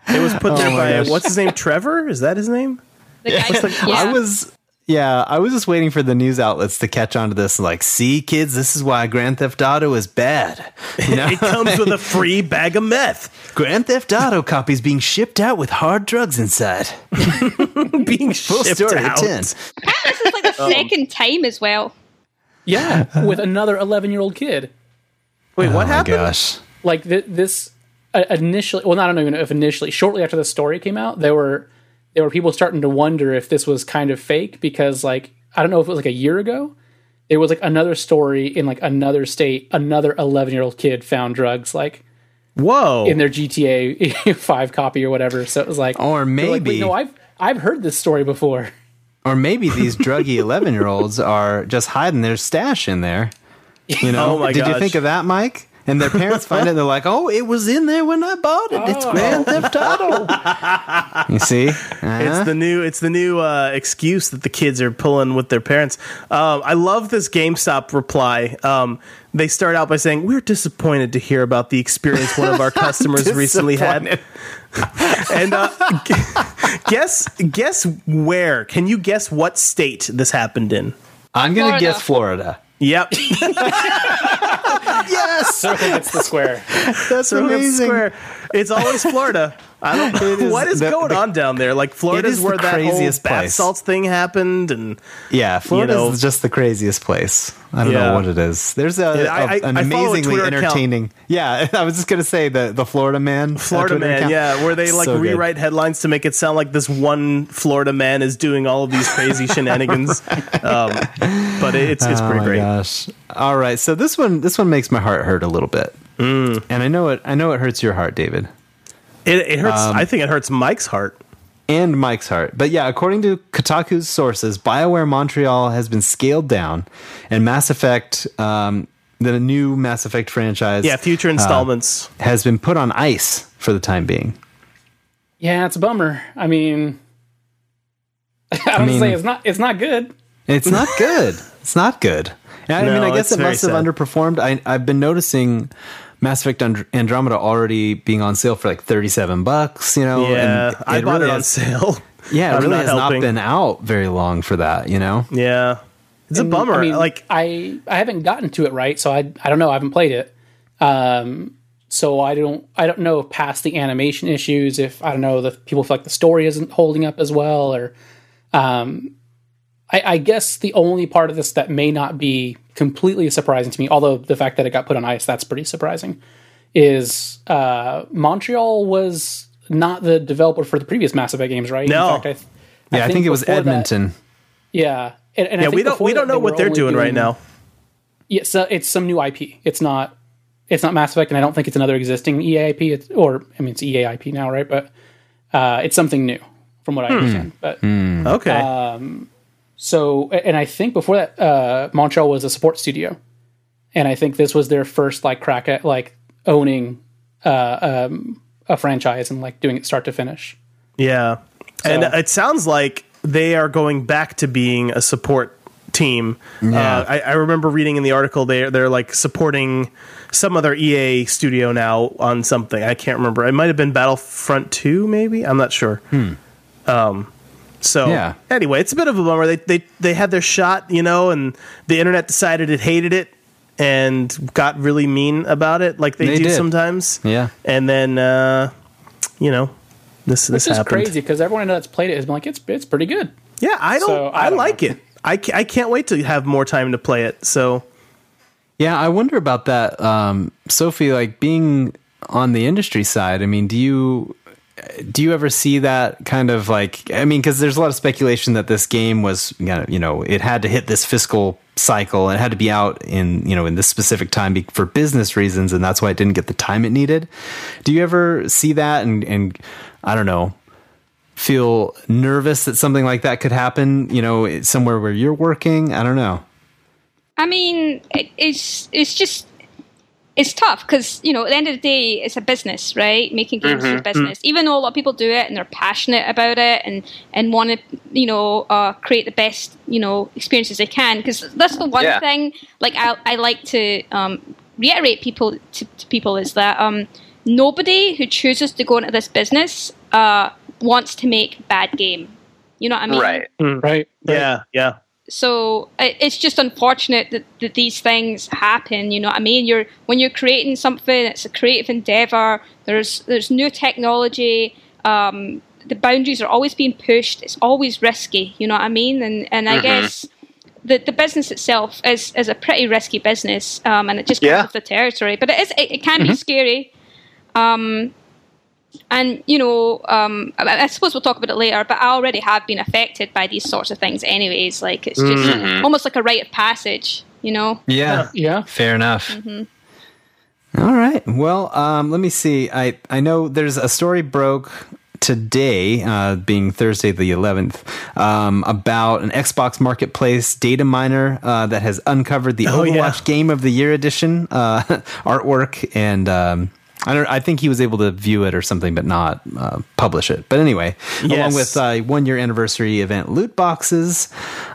[SPEAKER 3] It was put there
[SPEAKER 1] Oh my
[SPEAKER 3] by
[SPEAKER 1] gosh.
[SPEAKER 3] what's his name? Trevor? Is that
[SPEAKER 1] [laughs]
[SPEAKER 3] his name?
[SPEAKER 4] The guy- yeah.
[SPEAKER 1] I was yeah, I was just waiting for the news outlets to catch on to this and like, see kids, this is why Grand Theft Auto is bad.
[SPEAKER 3] [laughs]
[SPEAKER 1] You know?
[SPEAKER 3] It comes with a free bag of meth
[SPEAKER 1] Grand Theft Auto copies being shipped out with hard drugs
[SPEAKER 3] [laughs]
[SPEAKER 1] inside.
[SPEAKER 3] being
[SPEAKER 1] Full
[SPEAKER 3] shipped
[SPEAKER 1] story
[SPEAKER 3] out.
[SPEAKER 1] at 10.
[SPEAKER 4] this is like
[SPEAKER 5] Um,
[SPEAKER 4] the second time as well.
[SPEAKER 1] [laughs]
[SPEAKER 2] Yeah, with another 11 year old kid.
[SPEAKER 3] Wait, what
[SPEAKER 1] oh
[SPEAKER 3] happened?
[SPEAKER 1] my gosh.
[SPEAKER 2] Like th- this uh, initially, well, I don't even know if initially, shortly after the story came out, there were there were people starting to wonder if this was kind of fake because, like, I don't know if it was like a year ago, there was like another story in like another state, another 11 year old kid found drugs like
[SPEAKER 3] Whoa.
[SPEAKER 2] in their [laughs] GTA 5 copy or whatever. So it was like,
[SPEAKER 1] Or
[SPEAKER 2] they're like,
[SPEAKER 1] maybe-
[SPEAKER 2] Wait, no, I've I've heard this story before.
[SPEAKER 1] Or maybe these
[SPEAKER 3] [laughs]
[SPEAKER 1] druggy 11 year olds are just hiding their stash in there. You know,
[SPEAKER 3] [laughs] Oh my
[SPEAKER 1] did you
[SPEAKER 3] gosh.
[SPEAKER 1] think of that, Mike? And their parents find it and they're like, oh, it was in there when I bought it. It's Grand Theft Auto.
[SPEAKER 2] [laughs]
[SPEAKER 1] you see?
[SPEAKER 3] Oh.
[SPEAKER 1] Uh-huh.
[SPEAKER 3] it's the new it's the new uh, excuse that the kids are pulling with their parents. Um, I love this GameStop reply. Um, they start out by saying, "We're disappointed to hear about the experience one of
[SPEAKER 1] [laughs]
[SPEAKER 3] our customers recently had." [laughs] And uh, g- guess guess where? Can you guess what state this happened in?
[SPEAKER 1] I'm going to
[SPEAKER 4] Florida.
[SPEAKER 1] guess Florida.
[SPEAKER 3] Yep. [laughs]
[SPEAKER 1] Yes,
[SPEAKER 2] Circle hits the square.
[SPEAKER 1] that's
[SPEAKER 3] Circle
[SPEAKER 1] amazing.
[SPEAKER 3] Square. It's always Florida. I don't
[SPEAKER 1] [laughs]
[SPEAKER 3] know
[SPEAKER 1] It is
[SPEAKER 3] what is
[SPEAKER 1] the-
[SPEAKER 3] going
[SPEAKER 1] the-
[SPEAKER 3] on down there. Like Florida's
[SPEAKER 1] is the
[SPEAKER 3] where that
[SPEAKER 1] craziest
[SPEAKER 3] whole bath
[SPEAKER 1] place.
[SPEAKER 3] salts thing happened, and
[SPEAKER 1] Yeah, Florida
[SPEAKER 3] know.
[SPEAKER 1] is just the craziest place. I don't
[SPEAKER 3] Yeah.
[SPEAKER 1] know what it is. There's a,
[SPEAKER 3] Yeah, I-
[SPEAKER 1] a-
[SPEAKER 3] I-
[SPEAKER 1] an
[SPEAKER 3] I follow a
[SPEAKER 1] amazingly
[SPEAKER 3] Twitter account.
[SPEAKER 1] entertaining. Yeah, [laughs] I was just gonna say the the Florida man. uh,
[SPEAKER 3] Florida
[SPEAKER 1] Twitter
[SPEAKER 3] man,
[SPEAKER 1] account.
[SPEAKER 3] yeah, where they like
[SPEAKER 1] So good.
[SPEAKER 3] rewrite headlines to make it sound like this one Florida man is doing all of these
[SPEAKER 1] [laughs]
[SPEAKER 3] crazy shenanigans. um, but it, it's it's
[SPEAKER 1] Oh
[SPEAKER 3] pretty
[SPEAKER 1] my
[SPEAKER 3] great.
[SPEAKER 1] gosh! All right, so this one this one makes my heart hurt a little bit,
[SPEAKER 3] Mm.
[SPEAKER 1] and I know it. I know it hurts your heart, David.
[SPEAKER 3] It, it hurts.
[SPEAKER 1] Um,
[SPEAKER 3] I think it hurts Mike's heart.
[SPEAKER 1] and Mike's heart. But yeah, according to Kotaku's sources, BioWare Montreal has been scaled down, and Mass Effect, um, the new Mass Effect franchise,
[SPEAKER 3] Yeah, future installments.
[SPEAKER 1] has been put on ice for the time being.
[SPEAKER 2] Yeah, it's a bummer. I mean, [laughs] I would
[SPEAKER 1] mean-
[SPEAKER 2] say it's not it's not good.
[SPEAKER 1] It's not good. It's not good. And I
[SPEAKER 3] No,
[SPEAKER 1] mean, I
[SPEAKER 3] it's
[SPEAKER 1] guess it
[SPEAKER 3] very
[SPEAKER 1] must have
[SPEAKER 3] sad.
[SPEAKER 1] underperformed. I, I've been noticing Mass Effect And- Andromeda already being on sale for like thirty-seven bucks. You know,
[SPEAKER 3] yeah, I
[SPEAKER 1] oh,
[SPEAKER 3] bought
[SPEAKER 1] really
[SPEAKER 3] it on
[SPEAKER 1] has-
[SPEAKER 3] sale.
[SPEAKER 1] [laughs] Yeah, it
[SPEAKER 3] I'm
[SPEAKER 1] really
[SPEAKER 3] not
[SPEAKER 1] has
[SPEAKER 3] helping.
[SPEAKER 1] not been out very long for that. You know.
[SPEAKER 3] Yeah, it's a bummer.
[SPEAKER 2] I mean,
[SPEAKER 3] like
[SPEAKER 2] I I haven't gotten to it right, so I I don't know. I haven't played it, um, so I don't I don't know if past the animation issues, if I don't know the people feel like the story isn't holding up as well, or um, I, I guess the only part of this that may not be completely surprising to me, although the fact that it got put on ice that's pretty surprising, is uh, Montreal was not the developer for the previous Mass Effect games, right?
[SPEAKER 3] No.
[SPEAKER 2] In fact, I th-
[SPEAKER 1] Yeah, I, think, it was
[SPEAKER 2] before that-
[SPEAKER 1] Edmonton.
[SPEAKER 2] yeah, and, and I
[SPEAKER 3] yeah,
[SPEAKER 2] think
[SPEAKER 3] we don't
[SPEAKER 2] before
[SPEAKER 3] we
[SPEAKER 2] that
[SPEAKER 3] don't know
[SPEAKER 2] they
[SPEAKER 3] what
[SPEAKER 2] were
[SPEAKER 3] they're
[SPEAKER 2] only
[SPEAKER 3] doing right now.
[SPEAKER 2] Yeah, so it's some new IP. It's not. It's not Mass Effect, and I don't think it's another existing EA IP. It's, or I mean, it's EA IP now, right? But uh, it's something new, from what I understand. But
[SPEAKER 3] Okay.
[SPEAKER 1] uh,
[SPEAKER 2] so, and I think before that, uh, Montreal was a support studio, and I think this was their first like crack at like owning uh, um, a franchise and like doing it start to finish.
[SPEAKER 3] Yeah. And
[SPEAKER 2] So-
[SPEAKER 3] it sounds like they are going back to being a support team. Uh, I, I remember reading in the article they they're like supporting some other EA studio now on something. I can't remember. It might have been Battlefront Two, maybe. I'm not sure. Um. So
[SPEAKER 1] Hmm. Yeah.
[SPEAKER 3] anyway, it's a bit of a bummer. They they they had their shot, you know, and the internet decided it hated it and got really mean about it, like they,
[SPEAKER 1] They
[SPEAKER 3] do
[SPEAKER 1] did.
[SPEAKER 3] sometimes.
[SPEAKER 1] Yeah.
[SPEAKER 3] And then, uh, you know, this this
[SPEAKER 2] This is
[SPEAKER 3] happened.
[SPEAKER 2] crazy because everyone I know that's played it has been like, it's it's pretty good.
[SPEAKER 3] Yeah, I don't.
[SPEAKER 2] So,
[SPEAKER 3] I,
[SPEAKER 2] I don't
[SPEAKER 3] like
[SPEAKER 2] know.
[SPEAKER 3] it. I ca- I can't wait to have more time to play it. So
[SPEAKER 1] Yeah, I wonder about that, um, Sophie. Like being on the industry side, I mean, do you do you ever see that kind of like? I mean, because there's a lot of speculation that this game was, you know, you know, it had to hit this fiscal cycle and it had to be out in you know in this specific time be- for business reasons, and that's why it didn't get the time it needed. Do you ever see that? And and I don't know, feel nervous that something like that could happen? You know, somewhere where you're working. I don't know.
[SPEAKER 4] I mean, it, it's it's just it's tough because you know at the end of the day, it's a business, right? Making games
[SPEAKER 5] Mm-hmm.
[SPEAKER 4] is a
[SPEAKER 5] Mm.
[SPEAKER 4] business. Even though a lot of people do it and they're passionate about it and and want to you know uh, create the best you know experiences they can, because that's the one
[SPEAKER 5] Yeah.
[SPEAKER 4] thing. Like I I like to um, reiterate people to, to people is that um, nobody who chooses to go into this business uh, wants to make a bad game. You know what I mean?
[SPEAKER 5] right.
[SPEAKER 2] Right?
[SPEAKER 3] yeah, yeah.
[SPEAKER 4] so i- it's just unfortunate that, that these things happen you know what i mean you're when you're creating something it's a creative endeavor there's there's new technology um, the boundaries are always being pushed it's always risky you know what i mean and and i guess the, the business itself is is a pretty risky business um, and it just comes
[SPEAKER 5] Yeah.
[SPEAKER 4] with the territory but it is it, it can be scary and you know, um, I, I suppose we'll talk about it later. But I already have been affected by these sorts of things, anyways. Like it's just
[SPEAKER 2] Mm-hmm.
[SPEAKER 4] almost like a rite of passage, you know.
[SPEAKER 1] Yeah,
[SPEAKER 2] Yeah.
[SPEAKER 1] Fair enough. Mm-hmm. All right. Well, um, let me see. I I know there's a story broke today, uh, being Thursday the 11th, um, about an Xbox Marketplace data miner uh, that has uncovered the
[SPEAKER 3] Oh,
[SPEAKER 1] Overwatch
[SPEAKER 3] yeah.
[SPEAKER 1] Game of the Year edition uh, [laughs] artwork and. Um, I don't. I think he was able to view it or something, but not uh, publish it. But anyway, along
[SPEAKER 3] Yes.
[SPEAKER 1] with uh, one year anniversary event loot boxes.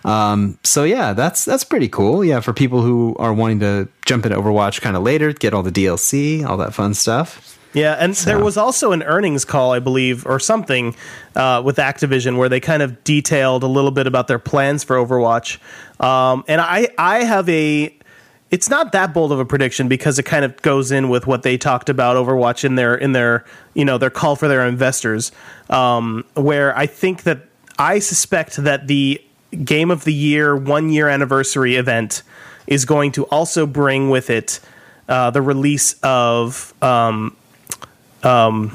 [SPEAKER 1] Um, so yeah, that's that's pretty cool. Yeah, for people who are wanting to jump into Overwatch kind of later, get all the DLC, all that fun stuff.
[SPEAKER 3] Yeah, and there was also an earnings call, I believe, or something uh, with Activision where they kind of detailed a little bit about their plans for Overwatch. Um, and I, I have a. It's not that bold of a prediction because it kind of goes in with what they talked about Overwatch in their in their you know their call for their investors, um, where I think that I suspect that the game of the year one year anniversary event is going to also bring with it uh, the release of um, oh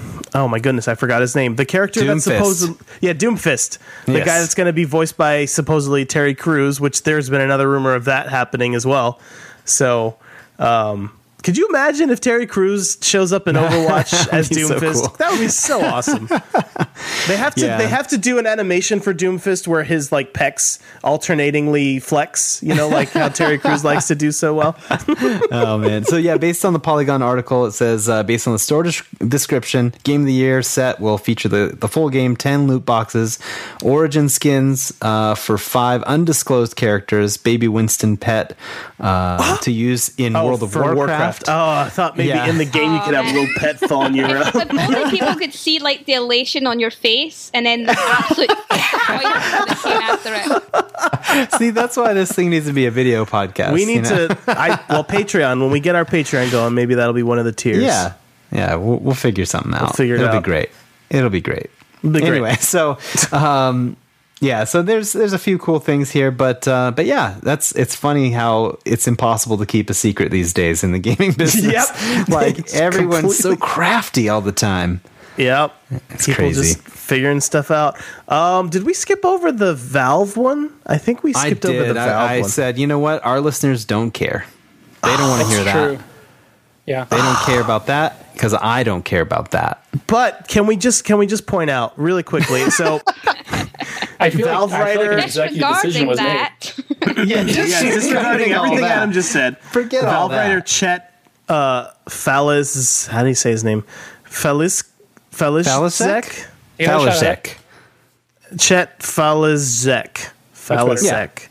[SPEAKER 3] my goodness, I forgot his name. The character that's
[SPEAKER 1] Doomfist.
[SPEAKER 3] supposed yeah, Doomfist, the
[SPEAKER 1] Yes.
[SPEAKER 3] guy that's going to be voiced by supposedly Terry Crews, which there's been another rumor of that happening as well. So, um, could you imagine if Terry Crews
[SPEAKER 1] [laughs]
[SPEAKER 3] shows up in Overwatch as
[SPEAKER 1] be so
[SPEAKER 3] Doomfist?
[SPEAKER 1] cool.
[SPEAKER 3] That would be so
[SPEAKER 1] [laughs]
[SPEAKER 3] awesome. they have to
[SPEAKER 1] Yeah.
[SPEAKER 3] they have to do an animation for Doomfist where his like pecs alternatingly flex, you know, like how Terry Crews likes to do so well.
[SPEAKER 1] Oh man. So yeah, based on the Polygon article, it says uh, based on the store des- description, Game of the Year set will feature the the full game, ten loot boxes, origin skins uh, for five undisclosed characters, Baby Winston pet uh, to use in World of
[SPEAKER 3] for
[SPEAKER 1] Warcraft.
[SPEAKER 3] Oh, I thought maybe
[SPEAKER 1] Yeah.
[SPEAKER 3] in the game you could have a little pet following you around.
[SPEAKER 4] If only people could see like the elation on your face and then the absolute [laughs] joy that came after it.
[SPEAKER 1] See, that's why this thing needs to be a video podcast.
[SPEAKER 3] We
[SPEAKER 1] you
[SPEAKER 3] need
[SPEAKER 1] know?
[SPEAKER 3] to. I well, Patreon. When we get our Patreon going, maybe that'll be one of the tiers.
[SPEAKER 1] Yeah, yeah, we'll, we'll figure something out.
[SPEAKER 3] figure it
[SPEAKER 1] It'll
[SPEAKER 3] out.
[SPEAKER 1] be great. It'll be great.
[SPEAKER 3] be great.
[SPEAKER 1] anyway, [laughs] so um, yeah, so there's there's a few cool things here, but uh, but yeah, that's it's funny how it's impossible to keep a secret these days in the
[SPEAKER 3] [laughs]
[SPEAKER 1] gaming business. [laughs]
[SPEAKER 3] Yep.
[SPEAKER 1] like
[SPEAKER 3] It's
[SPEAKER 1] everyone's so
[SPEAKER 3] completely-
[SPEAKER 1] crafty all the time.
[SPEAKER 3] Yep. People
[SPEAKER 1] crazy.
[SPEAKER 3] just figuring stuff out. Um, did we skip over the Valve one? I think we skipped
[SPEAKER 1] I did.
[SPEAKER 3] over the Valve
[SPEAKER 1] I, I
[SPEAKER 3] one. Oh,
[SPEAKER 1] said, you know what? Our listeners don't care. They don't want to hear that.
[SPEAKER 2] True. Yeah.
[SPEAKER 1] They
[SPEAKER 3] Ah.
[SPEAKER 1] don't care about that because I don't care about that.
[SPEAKER 3] but can we just can we just point out really quickly?
[SPEAKER 1] [laughs]
[SPEAKER 3] So
[SPEAKER 2] I feel
[SPEAKER 3] Valve
[SPEAKER 2] like, I feel like
[SPEAKER 3] writer-
[SPEAKER 2] an executive decision
[SPEAKER 4] Disregarding
[SPEAKER 2] was made.
[SPEAKER 3] [laughs]
[SPEAKER 4] that,
[SPEAKER 3] yeah, disregarding
[SPEAKER 1] disregarding all
[SPEAKER 3] everything
[SPEAKER 1] that.
[SPEAKER 3] Adam just said.
[SPEAKER 1] Forget all
[SPEAKER 3] Valve
[SPEAKER 1] that.
[SPEAKER 3] writer Chet uh, Fallis. How do you say his name? Fallis. Fallis.
[SPEAKER 1] Falasek?
[SPEAKER 2] Yeah, shout out.
[SPEAKER 1] Falasek.
[SPEAKER 3] Chet Falazek.
[SPEAKER 2] right.
[SPEAKER 3] Falazek.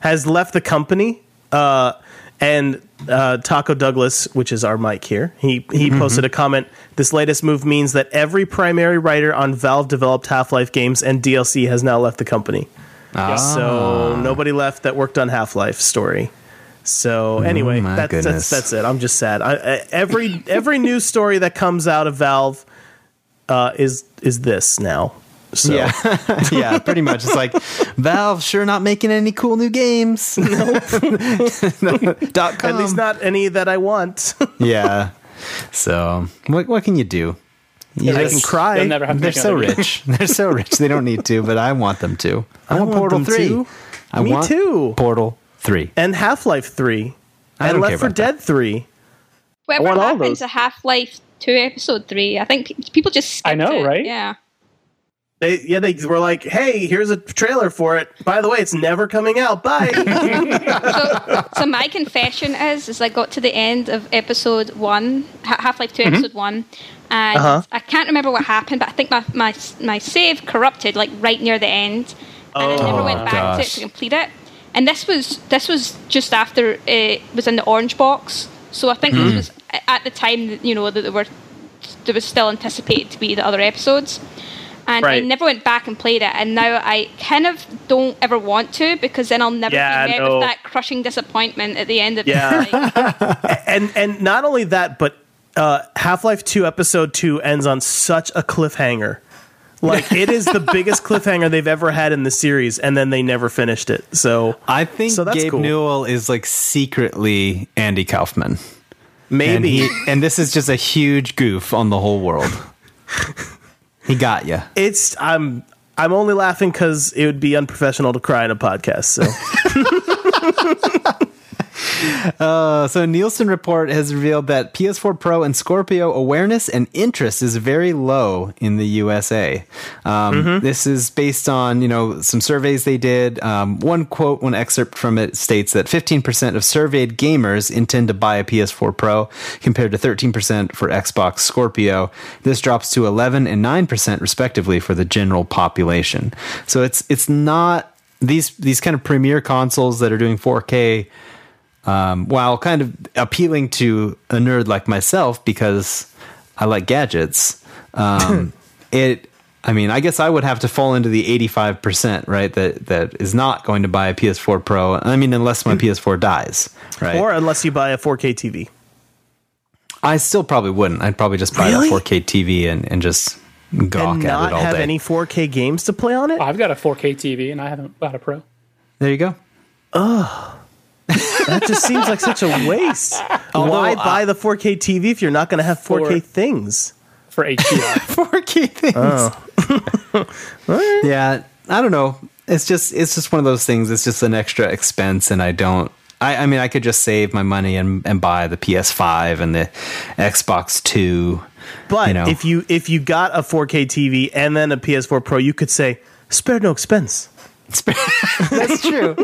[SPEAKER 3] has left the company. Uh, and uh, Taco Douglas, which is our mic here, he he
[SPEAKER 1] Mm-hmm.
[SPEAKER 3] posted a comment. This latest move means that every primary writer on Valve developed Half Life games and DLC has now left the company.
[SPEAKER 1] Ah.
[SPEAKER 3] So nobody left that worked on Half Life story. So anyway,
[SPEAKER 1] Mm, my
[SPEAKER 3] that's, that's
[SPEAKER 1] goodness.
[SPEAKER 3] that's it. I'm just sad. I, I, every every news story that comes out of Valve uh, is is this now. So
[SPEAKER 1] Yeah, [laughs] yeah, pretty much. It's like Valve sure not making any cool new games. [laughs] Dot com.
[SPEAKER 3] at least not any that I want.
[SPEAKER 1] Yeah. So what what can you do? You
[SPEAKER 3] I
[SPEAKER 1] just-
[SPEAKER 3] can cry.
[SPEAKER 2] They'll never have to
[SPEAKER 1] They're
[SPEAKER 2] make
[SPEAKER 1] so
[SPEAKER 2] another game.
[SPEAKER 1] rich. They're so rich. They don't need to, but I want them to. I, want,
[SPEAKER 3] want
[SPEAKER 1] Portal
[SPEAKER 3] them
[SPEAKER 1] Three.
[SPEAKER 3] to.
[SPEAKER 1] I
[SPEAKER 3] Me
[SPEAKER 1] want
[SPEAKER 3] too.
[SPEAKER 1] Portal Three.
[SPEAKER 3] [laughs] and Half Life Three,
[SPEAKER 1] I
[SPEAKER 3] and
[SPEAKER 1] don't
[SPEAKER 3] Left
[SPEAKER 1] care
[SPEAKER 3] for
[SPEAKER 1] about that.
[SPEAKER 3] Dead Three.
[SPEAKER 4] Whatever
[SPEAKER 3] want all
[SPEAKER 4] happened
[SPEAKER 3] those.
[SPEAKER 4] to Half Life Two, Episode Three? I think pe- people just. Skipped
[SPEAKER 2] I know,
[SPEAKER 4] it.
[SPEAKER 2] right?
[SPEAKER 4] Yeah.
[SPEAKER 3] They yeah they were like, hey, here's a trailer for it. By the way, it's never coming
[SPEAKER 1] [laughs]
[SPEAKER 3] out. Bye.
[SPEAKER 4] so, so my confession is, is I got to the end of episode one, Half Life 2 episode one, and
[SPEAKER 3] Mm-hmm. Uh-huh.
[SPEAKER 4] I can't remember what happened, but I think my my my save corrupted like right near the end, and I never
[SPEAKER 3] Oh.
[SPEAKER 4] went back to it
[SPEAKER 1] Gosh.
[SPEAKER 4] to complete it. And this was this was just after it was in the orange box, so I think
[SPEAKER 3] Mm-hmm.
[SPEAKER 4] this was a- at the time that you know that there were there was still anticipated to be the other episodes. And
[SPEAKER 3] Right.
[SPEAKER 4] I never went back and played it, and now I kind of don't ever want to because then I'll never
[SPEAKER 3] Yeah,
[SPEAKER 4] be met
[SPEAKER 3] no.
[SPEAKER 4] with that crushing disappointment at the end of
[SPEAKER 3] Yeah.
[SPEAKER 4] it.
[SPEAKER 3] [laughs]
[SPEAKER 4] Like,
[SPEAKER 3] and and not only that, but uh, Half Life Two Episode Two ends on such a cliffhanger. Like it is the
[SPEAKER 1] [laughs]
[SPEAKER 3] biggest cliffhanger they've ever had in the series, and then they never finished it. So
[SPEAKER 1] I think
[SPEAKER 3] So that's
[SPEAKER 1] Gabe
[SPEAKER 3] cool.
[SPEAKER 1] Newell is like secretly Andy Kaufman. And
[SPEAKER 3] maybe
[SPEAKER 1] he and this is just a huge goof on the whole [laughs] world. he got you.
[SPEAKER 3] it's I'm I'm only laughing because it would be unprofessional to cry in a podcast. So
[SPEAKER 1] Uh, So Nielsen report has revealed that PS4 Pro and Scorpio awareness and interest is very low in the USA. Um, This is based on you know some surveys they did. Um, one quote, one excerpt from it states that 15% of surveyed gamers intend to buy a PS4 Pro, compared to 13% for Xbox Scorpio. This drops to 11 and 9% respectively for the general population. So it's it's not these these kind of premier consoles that are doing 4K while kind of appealing to a nerd like myself because I like gadgets,
[SPEAKER 3] [laughs]
[SPEAKER 1] um, it. I mean, I guess I would have to fall into the eighty-five percent, right? That that is not going to buy a PS4 Pro. I mean, unless my PS4 dies, [laughs] right?
[SPEAKER 3] Mm. or unless you buy a 4K TV.
[SPEAKER 1] I still probably wouldn't. I'd probably just buy
[SPEAKER 3] Really?
[SPEAKER 1] a 4K TV and and just gawk
[SPEAKER 3] and
[SPEAKER 1] at
[SPEAKER 3] not
[SPEAKER 1] it all
[SPEAKER 3] have
[SPEAKER 1] day.
[SPEAKER 3] any 4K games to play on it.
[SPEAKER 2] I've got a 4K TV and I haven't got a Pro.
[SPEAKER 1] there you go.
[SPEAKER 3] That just seems like such a
[SPEAKER 1] [laughs]
[SPEAKER 3] waste. Why
[SPEAKER 1] uh,
[SPEAKER 3] buy the 4K TV if you're not going to have
[SPEAKER 2] For-
[SPEAKER 3] 4K things?
[SPEAKER 1] [laughs]
[SPEAKER 2] for HDR.
[SPEAKER 1] 4K things.
[SPEAKER 3] Oh.
[SPEAKER 1] [laughs] yeah, I don't know. It's just it's just one of those things. It's just an extra expense, and I don't. I, I mean, I could just save my money and, and buy the PS5 and the Xbox Two.
[SPEAKER 3] But
[SPEAKER 1] you know.
[SPEAKER 3] if you if you got a 4K TV and then a PS4 Pro, you could say spare no expense. [laughs]
[SPEAKER 1] That's [laughs] true.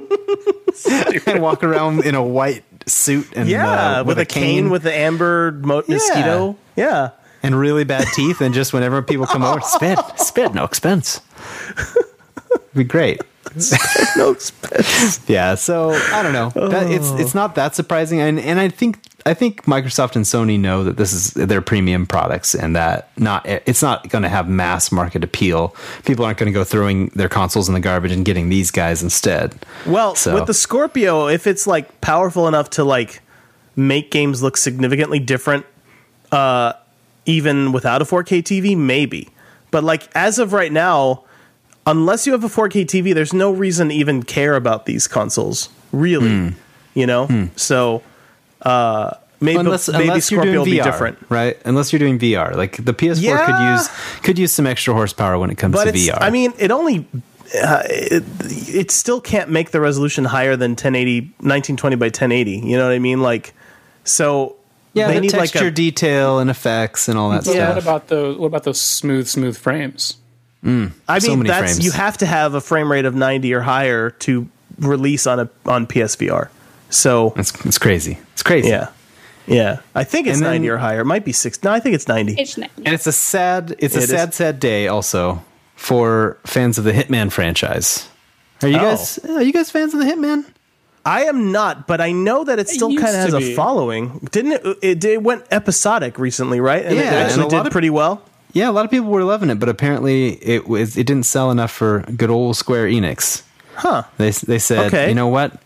[SPEAKER 1] and walk around in a white suit and uh,
[SPEAKER 3] with, a cane, with the amber mo- mosquito. Yeah.
[SPEAKER 1] and really bad teeth, and just whenever people come over, spend spend no expense. Be great.
[SPEAKER 3] No expense.
[SPEAKER 1] [laughs]
[SPEAKER 3] Oh.
[SPEAKER 1] yeah so i don't know that, it's it's not that surprising and and i think i think microsoft and sony know that this is their premium products and that not it's not going to have mass market appeal people aren't going to go throwing their consoles in the garbage and getting these guys instead
[SPEAKER 3] Well,
[SPEAKER 1] So-
[SPEAKER 3] with the Scorpio, if it's like powerful enough to like make games look significantly different, uh, even without a 4K TV, maybe. But like as of right now, unless you have a 4K TV, there's no reason to even care about these consoles, really.
[SPEAKER 1] Hmm.
[SPEAKER 3] You know, so uh, maybe
[SPEAKER 1] unless,
[SPEAKER 3] maybe
[SPEAKER 1] unless
[SPEAKER 3] Scorpio
[SPEAKER 1] you're
[SPEAKER 3] will
[SPEAKER 1] doing
[SPEAKER 3] be
[SPEAKER 1] VR,
[SPEAKER 3] different.
[SPEAKER 1] right unless you're doing vr like the ps4
[SPEAKER 3] Yeah.
[SPEAKER 1] could use could use some extra horsepower when it comes
[SPEAKER 3] but
[SPEAKER 1] to
[SPEAKER 3] it's,
[SPEAKER 1] vr
[SPEAKER 3] I mean, it only uh, it, it still can't make the resolution higher than 1080 1920 by 1080. You know what I mean? Like so
[SPEAKER 1] yeah
[SPEAKER 3] they
[SPEAKER 1] the
[SPEAKER 3] need like
[SPEAKER 1] texture
[SPEAKER 3] a
[SPEAKER 1] detail and effects and all that
[SPEAKER 2] So
[SPEAKER 1] stuff
[SPEAKER 2] what about those? What about those smooth, smooth frames?
[SPEAKER 3] I mean
[SPEAKER 1] so many
[SPEAKER 3] that's
[SPEAKER 1] frames.
[SPEAKER 3] you have to have a frame rate of 90 or higher to release on a on PSVR. So
[SPEAKER 1] it's, it's crazy it's crazy
[SPEAKER 3] yeah. Yeah. I think it's
[SPEAKER 1] And then-
[SPEAKER 3] 90 or higher. It might be 6. No, I think it's 90.
[SPEAKER 4] it's not.
[SPEAKER 1] And it's a sad, it's a
[SPEAKER 3] It
[SPEAKER 1] sad,
[SPEAKER 3] is.
[SPEAKER 1] sad day also for fans of the Hitman franchise. Are you
[SPEAKER 3] Oh.
[SPEAKER 1] guys? Are you guys fans of the Hitman?
[SPEAKER 3] I am not, but I know that it still
[SPEAKER 2] used
[SPEAKER 3] kind of
[SPEAKER 2] to
[SPEAKER 3] has a
[SPEAKER 2] be.
[SPEAKER 3] following. Didn't it, it? It went episodic recently, right? And
[SPEAKER 1] Yeah,
[SPEAKER 3] it
[SPEAKER 1] and
[SPEAKER 3] actually
[SPEAKER 1] a lot
[SPEAKER 3] did
[SPEAKER 1] of-
[SPEAKER 3] pretty well.
[SPEAKER 1] Yeah, a lot of people were loving it, but apparently it was it didn't sell enough for good old Square Enix.
[SPEAKER 3] Huh.
[SPEAKER 1] They they said,
[SPEAKER 3] Okay.
[SPEAKER 1] you know what?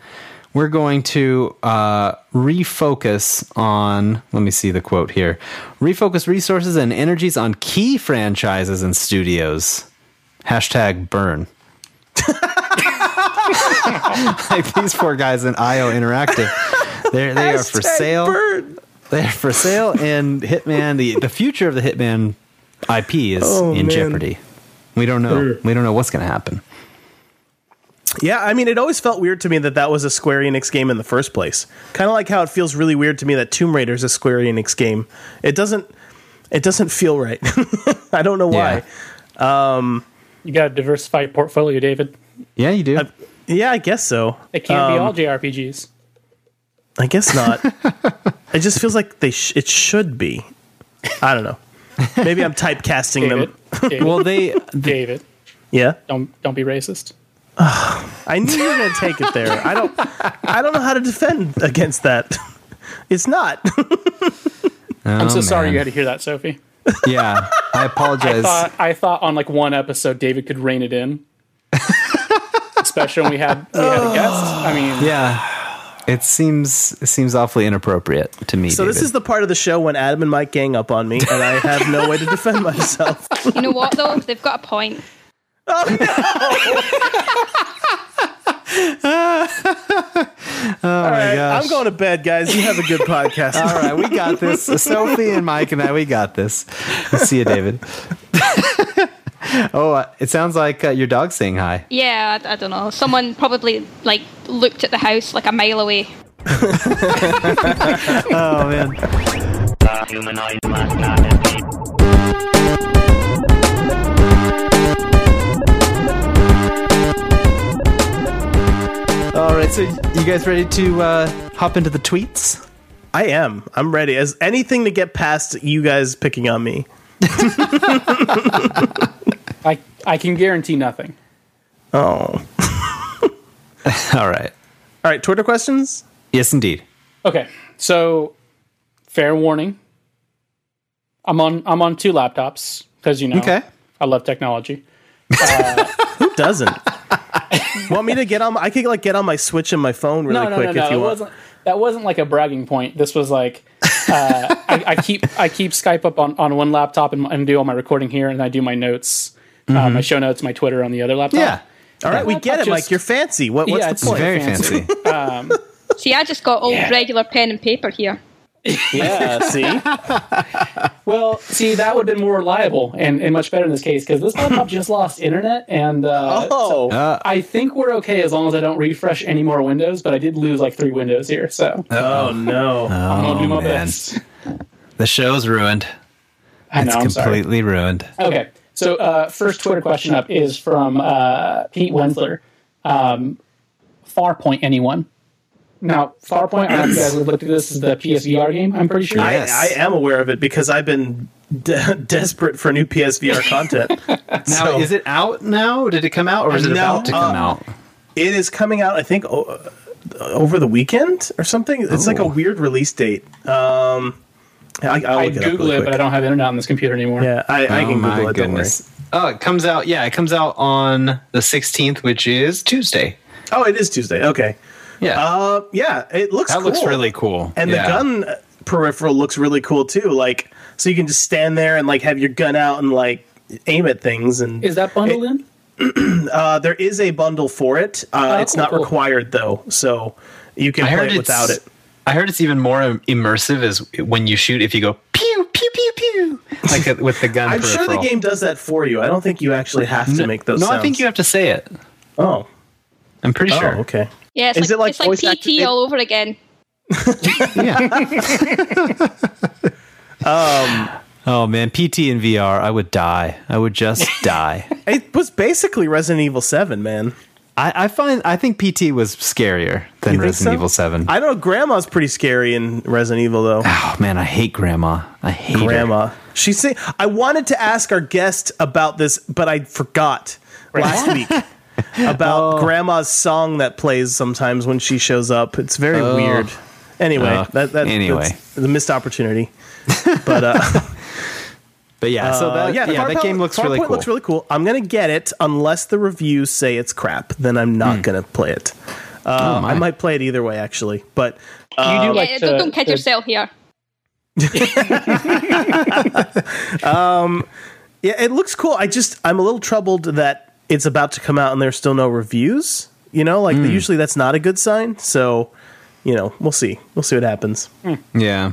[SPEAKER 1] We're going to uh, refocus on. Let me see the quote here. Refocus resources and energies on key franchises and studios. Hashtag burn.
[SPEAKER 3] [laughs]
[SPEAKER 1] [laughs] like these four guys in IO Interactive, they're, they are for
[SPEAKER 3] Hashtag
[SPEAKER 1] sale.
[SPEAKER 3] Bird.
[SPEAKER 1] They're for sale, and Hitman the the future of the Hitman IP is
[SPEAKER 3] Oh,
[SPEAKER 1] in
[SPEAKER 3] man.
[SPEAKER 1] jeopardy. We don't know. We don't know what's going to happen.
[SPEAKER 3] Yeah, I mean, it always felt weird to me that that was a Square Enix game in the first place. Kind of like how it feels really weird to me that Tomb Raider is a Square Enix game. It doesn't. It doesn't feel right. [laughs] I don't know why.
[SPEAKER 2] You got to diversify your portfolio, David.
[SPEAKER 1] Yeah, you do.
[SPEAKER 3] Yeah, I guess so.
[SPEAKER 2] It can't be
[SPEAKER 1] Um,
[SPEAKER 2] all JRPGs.
[SPEAKER 3] I guess not. it just feels like they. Sh- it should be. I don't know. Maybe I'm typecasting
[SPEAKER 2] David,
[SPEAKER 1] [laughs]
[SPEAKER 3] them.
[SPEAKER 2] David,
[SPEAKER 1] well, they
[SPEAKER 2] David,
[SPEAKER 3] Yeah.
[SPEAKER 2] don't don't be racist.
[SPEAKER 3] I knew you were going to take it there. I don't. I don't know how to defend against that. [laughs] It's not. [laughs]
[SPEAKER 1] Oh,
[SPEAKER 2] I'm so sorry you had to hear that, Sophie.
[SPEAKER 1] Yeah, I apologize.
[SPEAKER 2] Thought, I thought on like one episode David could rein
[SPEAKER 1] [laughs]
[SPEAKER 2] it in, especially when we had we had a guest. I mean,
[SPEAKER 1] yeah, it seems it seems awfully inappropriate to me.
[SPEAKER 3] So this is the part of the show when Adam and Mike gang up on me, and I have no way to defend myself.
[SPEAKER 4] You know what though? They've got a point.
[SPEAKER 3] All right,
[SPEAKER 1] gosh.
[SPEAKER 3] I'm going to bed, guys. You have a good podcast.
[SPEAKER 1] All right, we got this. Sophie and Mike and I, we got this. See you, David. [laughs] oh, uh, it sounds like uh, your dog's saying hi.
[SPEAKER 4] Yeah, I, I don't know. Someone probably like looked at the house like a mile away.
[SPEAKER 1] Oh man.
[SPEAKER 5] humanoid must not have been.
[SPEAKER 1] All right, so you guys ready to uh, hop into the tweets?
[SPEAKER 3] I am. I'm ready. As anything to get past you guys picking on me.
[SPEAKER 2] I I can guarantee nothing.
[SPEAKER 3] Oh. All
[SPEAKER 1] All right.
[SPEAKER 3] right, Twitter questions.
[SPEAKER 1] Yes, indeed.
[SPEAKER 2] Okay, so fair warning. I'm on I'm on two laptops because you know
[SPEAKER 1] Okay.
[SPEAKER 2] I love technology.
[SPEAKER 3] Who [laughs] doesn't? want me to get on? My, I could like get on my Switch and my phone really
[SPEAKER 2] no, no,
[SPEAKER 3] quick
[SPEAKER 2] no, no.
[SPEAKER 3] if you
[SPEAKER 2] it
[SPEAKER 3] want.
[SPEAKER 2] wasn't. That wasn't like a bragging point. This was like
[SPEAKER 3] [laughs]
[SPEAKER 2] uh, I, I keep I keep Skype up on, on one laptop and, and do all my recording here, and I do my notes,
[SPEAKER 3] Mm-hmm.
[SPEAKER 2] uh, my show notes, my Twitter on the other laptop.
[SPEAKER 1] Yeah.
[SPEAKER 3] All right, we get it,
[SPEAKER 2] Just-
[SPEAKER 3] Mike. You're fancy. What, what's
[SPEAKER 2] Yeah,
[SPEAKER 3] the
[SPEAKER 2] it's-
[SPEAKER 3] point?
[SPEAKER 1] Very
[SPEAKER 2] fancy.
[SPEAKER 1] fancy. [laughs]
[SPEAKER 4] See, I just got old regular pen and paper here.
[SPEAKER 3] [laughs] Yeah, see.
[SPEAKER 2] Well, see, that would have been more reliable and, and much better in this case because this
[SPEAKER 3] [laughs]
[SPEAKER 2] laptop just lost internet, and uh,
[SPEAKER 3] Oh,
[SPEAKER 1] Uh,
[SPEAKER 2] I think we're okay as long as I don't refresh any more windows. But I did lose like three windows here, so
[SPEAKER 3] oh no.
[SPEAKER 2] I'm gonna do
[SPEAKER 1] man.
[SPEAKER 2] my best.
[SPEAKER 1] the show's ruined.
[SPEAKER 2] I know.
[SPEAKER 1] It's
[SPEAKER 2] I'm sorry.
[SPEAKER 1] completely ruined.
[SPEAKER 2] Okay. So uh, first Twitter question up is from uh, Pete Wensler. Um, Farpoint, anyone? Now, Farpoint, I don't know if you guys have looked at this, is the PSVR game, I'm pretty sure.
[SPEAKER 1] Yeah.
[SPEAKER 3] I, I am aware of it because I've been de- desperate for new PSVR content. now,
[SPEAKER 1] Now, is it out now? Did it come out, or is it
[SPEAKER 3] No,
[SPEAKER 1] about to come
[SPEAKER 3] uh,
[SPEAKER 1] out?
[SPEAKER 3] It is coming out, I think, o- uh, over the weekend or something. It's like a weird release date. Um, I, I'll
[SPEAKER 2] I
[SPEAKER 3] look it up
[SPEAKER 2] Google
[SPEAKER 3] really
[SPEAKER 2] it, but
[SPEAKER 3] quick.
[SPEAKER 2] I don't have internet on this computer anymore.
[SPEAKER 3] Yeah, I, I can Google it.
[SPEAKER 1] Oh, it comes out. Yeah, it comes out on the 16th, which is Tuesday.
[SPEAKER 3] Don't worry. Oh, it is Tuesday. Okay.
[SPEAKER 1] Yeah,
[SPEAKER 3] Uh, yeah, it looks.
[SPEAKER 1] that looks
[SPEAKER 3] cool.
[SPEAKER 1] really cool.
[SPEAKER 3] And
[SPEAKER 1] Yeah.
[SPEAKER 3] the gun uh, peripheral looks really cool too. Like, so you can just stand there and like have your gun out and like aim at things. And
[SPEAKER 2] Is that bundled in?
[SPEAKER 3] uh, there is a bundle for it. Uh,
[SPEAKER 2] Oh,
[SPEAKER 3] it's
[SPEAKER 2] cool,
[SPEAKER 3] not
[SPEAKER 2] cool.
[SPEAKER 3] required though, so you can
[SPEAKER 1] I
[SPEAKER 3] play
[SPEAKER 1] heard
[SPEAKER 3] it without
[SPEAKER 1] it's-
[SPEAKER 3] it.
[SPEAKER 1] I heard it's even more im- immersive is when you shoot. If you go pew pew pew pew, like uh, with the gun.
[SPEAKER 3] I'm sure the
[SPEAKER 1] peripheral.
[SPEAKER 3] game does that for you. I don't think you actually have to make those.
[SPEAKER 1] No, I think
[SPEAKER 3] sounds.
[SPEAKER 1] you have to say it.
[SPEAKER 3] Oh,
[SPEAKER 1] I'm pretty
[SPEAKER 3] oh,
[SPEAKER 1] sure.
[SPEAKER 3] okay.
[SPEAKER 4] Yeah,
[SPEAKER 3] Is
[SPEAKER 4] it's like,
[SPEAKER 3] it like voice
[SPEAKER 4] it's like PT
[SPEAKER 3] activated?
[SPEAKER 4] all over again.
[SPEAKER 1] Yeah. um. Oh man, PT and VR, I would die. I would [laughs] just die.
[SPEAKER 3] It was basically Resident Evil Seven, man.
[SPEAKER 1] I, I find I think PT was scarier than
[SPEAKER 3] You think
[SPEAKER 1] Resident
[SPEAKER 3] so?
[SPEAKER 1] Evil Seven.
[SPEAKER 3] I don't know. Grandma's pretty scary in Resident Evil, though.
[SPEAKER 1] oh man, I hate Grandma. I hate her.
[SPEAKER 3] Grandma. She say I wanted to ask our guest about this, but I forgot last week. about grandma's song that plays sometimes when she shows up. It's very
[SPEAKER 1] Oh.
[SPEAKER 3] weird. Anyway,
[SPEAKER 1] Oh,
[SPEAKER 3] that, that,
[SPEAKER 1] anyway.
[SPEAKER 3] that's the missed opportunity.
[SPEAKER 1] [laughs]
[SPEAKER 3] But uh,
[SPEAKER 1] But yeah, so
[SPEAKER 2] Uh,
[SPEAKER 1] that, Uh, yeah,
[SPEAKER 3] Farpoint-
[SPEAKER 1] that game looks really
[SPEAKER 3] Farpoint
[SPEAKER 1] cool.
[SPEAKER 3] Looks really cool. I'm gonna get it unless the reviews say it's crap. Then I'm not gonna play it. Uh,
[SPEAKER 1] Hmm. Oh, my.
[SPEAKER 3] I might play it either way, actually. But uh,
[SPEAKER 2] you do
[SPEAKER 3] Oh,
[SPEAKER 4] Yeah,
[SPEAKER 2] like
[SPEAKER 4] don't,
[SPEAKER 2] to-
[SPEAKER 4] don't kid
[SPEAKER 2] to-
[SPEAKER 4] yourself here.
[SPEAKER 3] Yeah, it looks cool. I just I'm a little troubled that it's about to come out and there's still no reviews. You know,
[SPEAKER 1] Hmm.
[SPEAKER 3] like usually that's not a good sign. So, you know, we'll see. We'll see what happens.
[SPEAKER 1] yeah.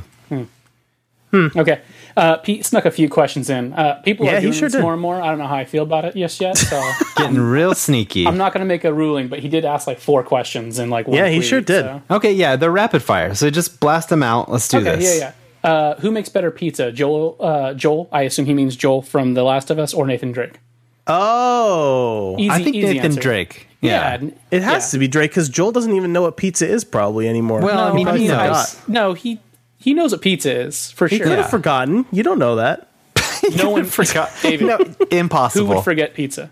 [SPEAKER 2] Okay. Uh, Pete snuck a few questions in. Uh, people
[SPEAKER 3] Yeah,
[SPEAKER 2] are
[SPEAKER 3] he
[SPEAKER 2] doing
[SPEAKER 3] sure
[SPEAKER 2] this
[SPEAKER 3] did.
[SPEAKER 2] more and more. I don't know how I feel about it just yet.
[SPEAKER 3] [laughs]
[SPEAKER 2] So [laughs]
[SPEAKER 1] Getting real sneaky.
[SPEAKER 2] I'm not going to make a ruling, but he did ask like four questions in like one
[SPEAKER 3] Yeah, he
[SPEAKER 2] tweet,
[SPEAKER 3] sure did.
[SPEAKER 2] so-
[SPEAKER 1] okay, yeah, they're rapid fire. So just blast them out. Let's do
[SPEAKER 2] Okay,
[SPEAKER 1] this.
[SPEAKER 2] yeah, yeah. Uh, who makes better pizza, Joel? Uh, Joel, I assume he means Joel from The Last of Us or Nathan Drake.
[SPEAKER 3] Oh,
[SPEAKER 2] Easy,
[SPEAKER 1] I think
[SPEAKER 2] easy
[SPEAKER 1] Nathan
[SPEAKER 2] answer.
[SPEAKER 1] Drake.
[SPEAKER 2] Yeah,
[SPEAKER 1] Yeah.
[SPEAKER 2] n-
[SPEAKER 3] it has to be Drake because Joel doesn't even know what pizza is probably anymore.
[SPEAKER 1] Well, I
[SPEAKER 2] No,
[SPEAKER 1] mean,
[SPEAKER 2] I
[SPEAKER 1] he
[SPEAKER 2] mean, I-
[SPEAKER 1] knows.
[SPEAKER 2] no, he he knows what pizza is for
[SPEAKER 3] he
[SPEAKER 2] sure.
[SPEAKER 3] could have forgotten. You don't know that.
[SPEAKER 2] [laughs]
[SPEAKER 1] [laughs]
[SPEAKER 2] No one forgot. David,
[SPEAKER 1] No,
[SPEAKER 2] [laughs] who
[SPEAKER 1] impossible.
[SPEAKER 2] would forget pizza?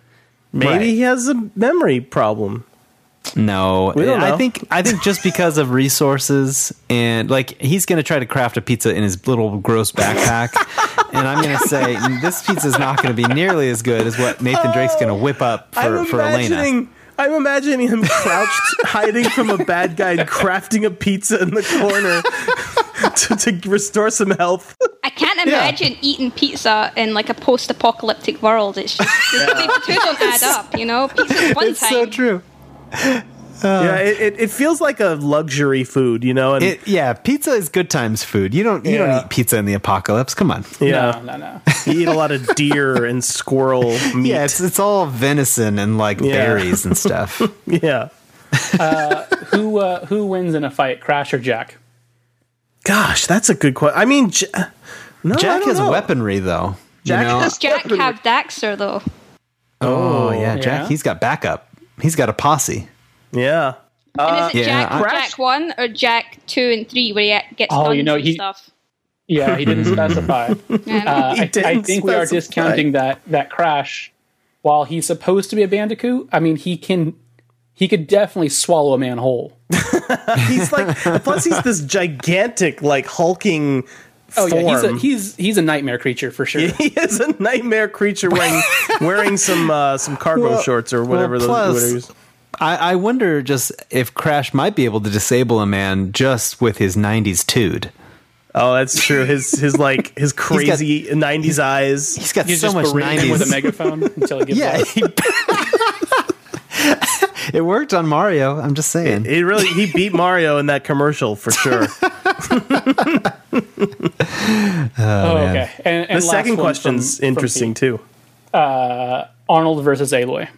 [SPEAKER 3] Maybe
[SPEAKER 1] Right.
[SPEAKER 3] he has a memory problem.
[SPEAKER 1] No,
[SPEAKER 3] don't
[SPEAKER 1] I
[SPEAKER 3] know.
[SPEAKER 1] think I think just because of resources and like he's going to try to craft a pizza in his little gross backpack, and I'm going to say this pizza is not going to be nearly as good as what Nathan Drake's going to whip up for
[SPEAKER 3] Oh, I'm
[SPEAKER 1] for Elena.
[SPEAKER 3] imagining. I'm imagining him
[SPEAKER 1] [laughs]
[SPEAKER 3] crouched, hiding from a bad guy, and crafting a pizza in the corner to, to restore some health.
[SPEAKER 4] I can't imagine eating pizza in like a post-apocalyptic world.
[SPEAKER 3] [laughs]
[SPEAKER 4] It's just they two don't add up, you know. Pizza at one
[SPEAKER 1] It's
[SPEAKER 4] time.
[SPEAKER 1] so true.
[SPEAKER 3] yeah, it, it, it feels like a luxury food, you know. And
[SPEAKER 1] Uh. It, yeah, pizza is good times food. You don't you
[SPEAKER 3] Yeah.
[SPEAKER 1] don't eat pizza in the apocalypse. Come on.
[SPEAKER 3] yeah,
[SPEAKER 2] No, no, no.
[SPEAKER 3] you eat a lot of deer and squirrel
[SPEAKER 1] [laughs]
[SPEAKER 3] meat.
[SPEAKER 1] Yeah, it's it's all venison and like
[SPEAKER 3] Yeah.
[SPEAKER 1] berries and
[SPEAKER 3] [laughs]
[SPEAKER 1] stuff.
[SPEAKER 3] yeah.
[SPEAKER 2] who uh, who wins in a fight, Crash or Jack?
[SPEAKER 3] Gosh, that's a good question. I mean, J- no, I
[SPEAKER 1] Jack
[SPEAKER 3] don't
[SPEAKER 1] has
[SPEAKER 3] know.
[SPEAKER 1] weaponry though.
[SPEAKER 3] Jack
[SPEAKER 1] you know?
[SPEAKER 4] Does Jack have Daxter though?
[SPEAKER 1] oh yeah, Jack.
[SPEAKER 2] Yeah.
[SPEAKER 1] He's got backup. He's got a posse.
[SPEAKER 3] Yeah, Uh,
[SPEAKER 4] and is it
[SPEAKER 1] yeah,
[SPEAKER 4] Jack
[SPEAKER 1] I-
[SPEAKER 4] Jack one or Jack two and three where he gets
[SPEAKER 2] Oh,
[SPEAKER 4] guns
[SPEAKER 2] you know,
[SPEAKER 4] and
[SPEAKER 2] he-
[SPEAKER 4] stuff?
[SPEAKER 2] Yeah, he
[SPEAKER 1] Mm.
[SPEAKER 2] didn't
[SPEAKER 3] [laughs]
[SPEAKER 2] specify.
[SPEAKER 4] Yeah.
[SPEAKER 2] Uh, I, I
[SPEAKER 3] didn't
[SPEAKER 2] think we are
[SPEAKER 3] specify.
[SPEAKER 2] discounting that that crash. While he's supposed to be a bandicoot, I mean he can he could definitely swallow a man whole. [laughs]
[SPEAKER 3] he's like. plus, he's this gigantic, like hulking.
[SPEAKER 2] Oh yeah, he's a,
[SPEAKER 3] form.
[SPEAKER 2] he's he's a nightmare creature for sure.
[SPEAKER 3] [laughs] he is a nightmare
[SPEAKER 2] [laughs]
[SPEAKER 3] creature wearing wearing some uh, some cargo
[SPEAKER 1] Well-
[SPEAKER 3] shorts or whatever
[SPEAKER 1] well,
[SPEAKER 3] those
[SPEAKER 1] plus-
[SPEAKER 3] whatever he's-
[SPEAKER 1] I, I wonder just if Crash might be able to disable a man just with his 90s dude.
[SPEAKER 3] Oh, that's true. His his
[SPEAKER 2] [laughs]
[SPEAKER 3] like his crazy '90s eyes.
[SPEAKER 1] He's got
[SPEAKER 2] You
[SPEAKER 1] so
[SPEAKER 2] just
[SPEAKER 1] much
[SPEAKER 2] berate him with a
[SPEAKER 1] 90s.
[SPEAKER 2] megaphone until he [laughs] gives
[SPEAKER 1] yeah. [laughs]
[SPEAKER 2] up.
[SPEAKER 1] he- it worked on Mario. I'm just saying.
[SPEAKER 3] He really he beat Mario in that commercial for sure.
[SPEAKER 2] Oh, okay. And, [laughs] and
[SPEAKER 3] The
[SPEAKER 2] last
[SPEAKER 3] second
[SPEAKER 2] one
[SPEAKER 3] question's
[SPEAKER 2] from- from
[SPEAKER 3] interesting
[SPEAKER 2] Pete. Uh,
[SPEAKER 3] too.
[SPEAKER 2] Arnold versus Aloy.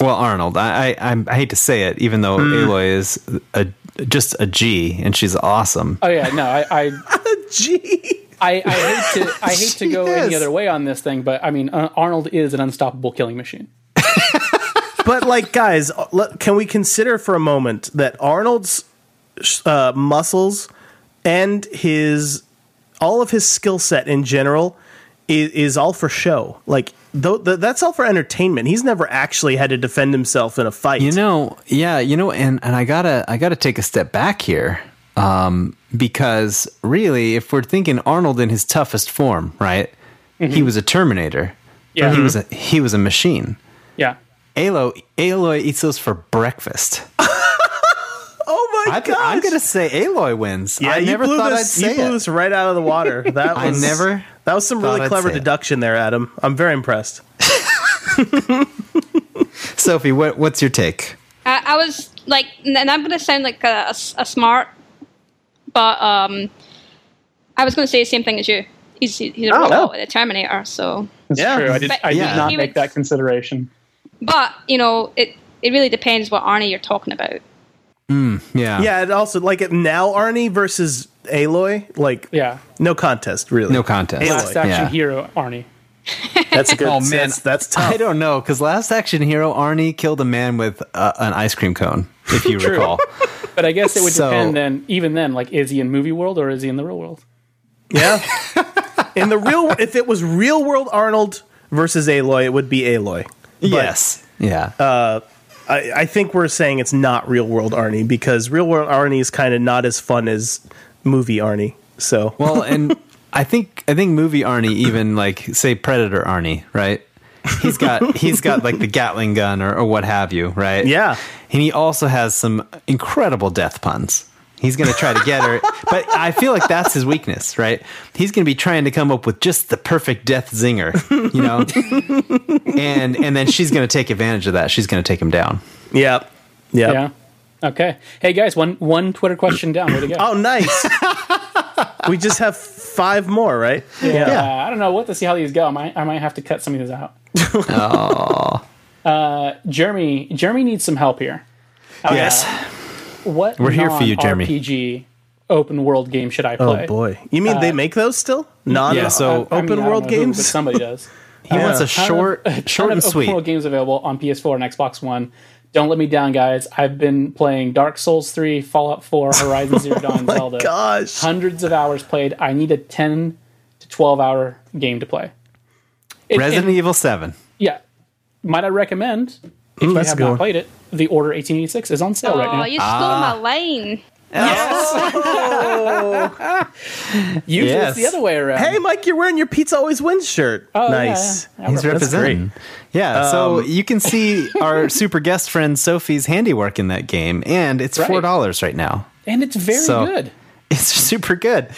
[SPEAKER 1] well, Arnold, I, I, I'm- I hate to say it, even
[SPEAKER 2] Hmm.
[SPEAKER 1] though Aloy is a, just a G and she's awesome.
[SPEAKER 2] Oh yeah, no, I I,
[SPEAKER 3] Gee,
[SPEAKER 2] I, I hate to I hate to go any
[SPEAKER 1] Yes.
[SPEAKER 2] other way on this thing, but I mean uh, Arnold is an unstoppable killing machine.
[SPEAKER 3] but like guys, uh, let- can we consider for a moment that Arnold's uh, muscles and his all of his skill set in general is, is all for show. Like though th- that's all for entertainment. He's never actually had to defend himself in a fight.
[SPEAKER 1] You know, yeah, you know, and, and I gotta I gotta take a step back here. Um, because really, if we're thinking Arnold in his toughest form, right? He
[SPEAKER 3] Mm-hmm.
[SPEAKER 1] was a Terminator.
[SPEAKER 2] Yeah.
[SPEAKER 1] He was a he was a machine.
[SPEAKER 2] Yeah.
[SPEAKER 1] Aloy, Aloy eats those for
[SPEAKER 3] [laughs]
[SPEAKER 1] breakfast.
[SPEAKER 3] oh my
[SPEAKER 1] I,
[SPEAKER 3] god!
[SPEAKER 1] am gonna say Aloy wins.
[SPEAKER 3] Yeah,
[SPEAKER 1] I
[SPEAKER 3] you
[SPEAKER 1] never
[SPEAKER 3] blew
[SPEAKER 1] thought
[SPEAKER 3] this,
[SPEAKER 1] I'd
[SPEAKER 3] you blew
[SPEAKER 1] say it.
[SPEAKER 3] this right out of the water.
[SPEAKER 1] [laughs]
[SPEAKER 3] That
[SPEAKER 1] I
[SPEAKER 3] was
[SPEAKER 1] never
[SPEAKER 3] That was some
[SPEAKER 1] thought
[SPEAKER 3] really
[SPEAKER 1] I'd
[SPEAKER 3] clever
[SPEAKER 1] say it.
[SPEAKER 3] deduction there, Adam. I'm very impressed.
[SPEAKER 1] [laughs] Sophie, what, what's your take?
[SPEAKER 4] I, I was like, and I'm going to sound like a, a s- a smart, but um, I was going to say the same thing as you. He's, he's a
[SPEAKER 3] Oh.
[SPEAKER 4] robot with a Terminator, so.
[SPEAKER 2] That's
[SPEAKER 3] Yeah.
[SPEAKER 2] true. I did, I
[SPEAKER 1] Yeah.
[SPEAKER 2] did not
[SPEAKER 4] He
[SPEAKER 2] make
[SPEAKER 4] would-
[SPEAKER 2] that consideration.
[SPEAKER 4] But you know, it it really depends what Arnie you're talking about.
[SPEAKER 1] Yeah,
[SPEAKER 3] Yeah, and also like it- now Arnie versus Aloy, like
[SPEAKER 2] Yeah.
[SPEAKER 3] no contest really.
[SPEAKER 1] no contest.
[SPEAKER 3] Aloy.
[SPEAKER 2] Last action
[SPEAKER 1] Yeah.
[SPEAKER 2] hero, Arnie.
[SPEAKER 3] That's [laughs] a good.
[SPEAKER 1] Oh, man.
[SPEAKER 3] that's, that's tough.
[SPEAKER 1] I don't know because last action hero Arnie killed a man with uh, an ice cream cone, if
[SPEAKER 3] [laughs]
[SPEAKER 1] you recall.
[SPEAKER 2] But I guess it would
[SPEAKER 1] So-
[SPEAKER 2] depend then, even then, like, is he in movie world or is he in the real world?
[SPEAKER 3] Yeah. [laughs] In the real, if it was real world Arnold versus Aloy, it would be Aloy.
[SPEAKER 1] yes. Yeah.
[SPEAKER 3] I, I think we're saying it's not real world Arnie because real world Arnie is kind of not as fun as movie Arnie. So
[SPEAKER 1] well, and I think I think movie Arnie even like say Predator Arnie, right? He's got he's got like the Gatling gun or, or what have you, right?
[SPEAKER 3] Yeah.
[SPEAKER 1] And he also has some incredible death puns. He's going to try to get her, but I feel like that's his weakness, right? He's going to be trying to come up with just the perfect death zinger, you know, and and then she's going to take advantage of that. She's going to take him down.
[SPEAKER 3] yeah, yeah.
[SPEAKER 2] Yeah. Okay. Hey guys, one one Twitter question down. Way to go.
[SPEAKER 3] Oh, nice. we just have five more, right? Yeah.
[SPEAKER 2] Uh, I don't know what to see how these go. I might, I might have to cut some of these
[SPEAKER 1] [laughs]
[SPEAKER 2] out. uh, Jeremy, Jeremy needs some help here.
[SPEAKER 1] yes.
[SPEAKER 2] What
[SPEAKER 1] We're here for you, Jeremy.
[SPEAKER 2] RPG open world game should I play?
[SPEAKER 3] Oh boy. You mean they make those still? Non
[SPEAKER 1] Yeah, so-
[SPEAKER 2] Uh, I mean,
[SPEAKER 3] open
[SPEAKER 2] I don't
[SPEAKER 3] world
[SPEAKER 2] know who, but
[SPEAKER 3] games.
[SPEAKER 2] somebody
[SPEAKER 3] [laughs]
[SPEAKER 2] does.
[SPEAKER 1] He wants a
[SPEAKER 2] [laughs]
[SPEAKER 1] short, short
[SPEAKER 2] ton
[SPEAKER 1] and
[SPEAKER 2] of open
[SPEAKER 1] sweet.
[SPEAKER 2] world games available on PS4 and Xbox One. Don't let me down, guys. I've been playing Dark Souls 3, Fallout 4, Horizon
[SPEAKER 1] [laughs]
[SPEAKER 2] Zero
[SPEAKER 1] Oh
[SPEAKER 2] Dawn, Zelda.
[SPEAKER 3] Gosh.
[SPEAKER 2] Hundreds of hours played. I need a 10 to 12 hour game to play. And-
[SPEAKER 1] Resident
[SPEAKER 2] and-
[SPEAKER 1] Evil Seven.
[SPEAKER 2] yeah. Might I recommend, if you
[SPEAKER 3] that's a
[SPEAKER 2] have
[SPEAKER 3] good
[SPEAKER 2] not
[SPEAKER 3] one.
[SPEAKER 2] played it, The Order 1886 is on sale right
[SPEAKER 4] Oh,
[SPEAKER 2] now.
[SPEAKER 4] you stole my
[SPEAKER 1] Ah.
[SPEAKER 4] line.
[SPEAKER 2] Usually it's the
[SPEAKER 1] Yes.
[SPEAKER 2] other way around.
[SPEAKER 3] Hey, Mike, you're wearing your Pizza Always Wins shirt.
[SPEAKER 2] Oh, yeah,
[SPEAKER 3] nice.
[SPEAKER 2] yeah.
[SPEAKER 1] He's
[SPEAKER 3] That's
[SPEAKER 1] representing. Yeah, so you can see our super guest friend Sophie's handiwork in that game, and it's
[SPEAKER 2] Right.
[SPEAKER 1] four dollars right now. [laughs]
[SPEAKER 2] And it's very
[SPEAKER 1] So-
[SPEAKER 2] good.
[SPEAKER 1] It's super good.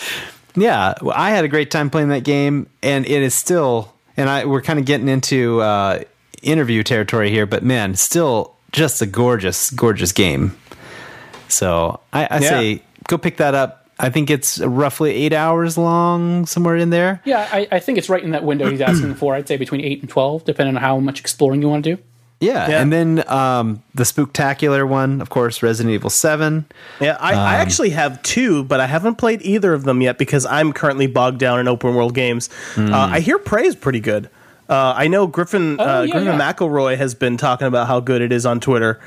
[SPEAKER 1] Yeah, well, I had a great time playing that game, and it is still. And I we're kind of getting into uh, interview territory here, but man, still just a gorgeous, gorgeous game. So I, I
[SPEAKER 3] Yeah.
[SPEAKER 1] say go pick that up. I think it's roughly eight hours long, somewhere in there.
[SPEAKER 2] Yeah, I, I think it's right in that window he's asking for. I'd say between 8 and 12, depending on how much exploring you want to do.
[SPEAKER 1] Yeah,
[SPEAKER 3] Yeah.
[SPEAKER 1] and then um, the spooktacular one, of course, Resident Evil Seven.
[SPEAKER 3] Yeah, I,
[SPEAKER 1] Um,
[SPEAKER 3] I actually have two, but I haven't played either of them yet because I'm currently bogged down in open world games.
[SPEAKER 1] Hmm.
[SPEAKER 3] Uh, I hear praise pretty good. Uh, I know Griffin uh,
[SPEAKER 2] Oh, yeah,
[SPEAKER 3] Griffin
[SPEAKER 2] yeah.
[SPEAKER 3] McElroy has been talking about how good it is on Twitter.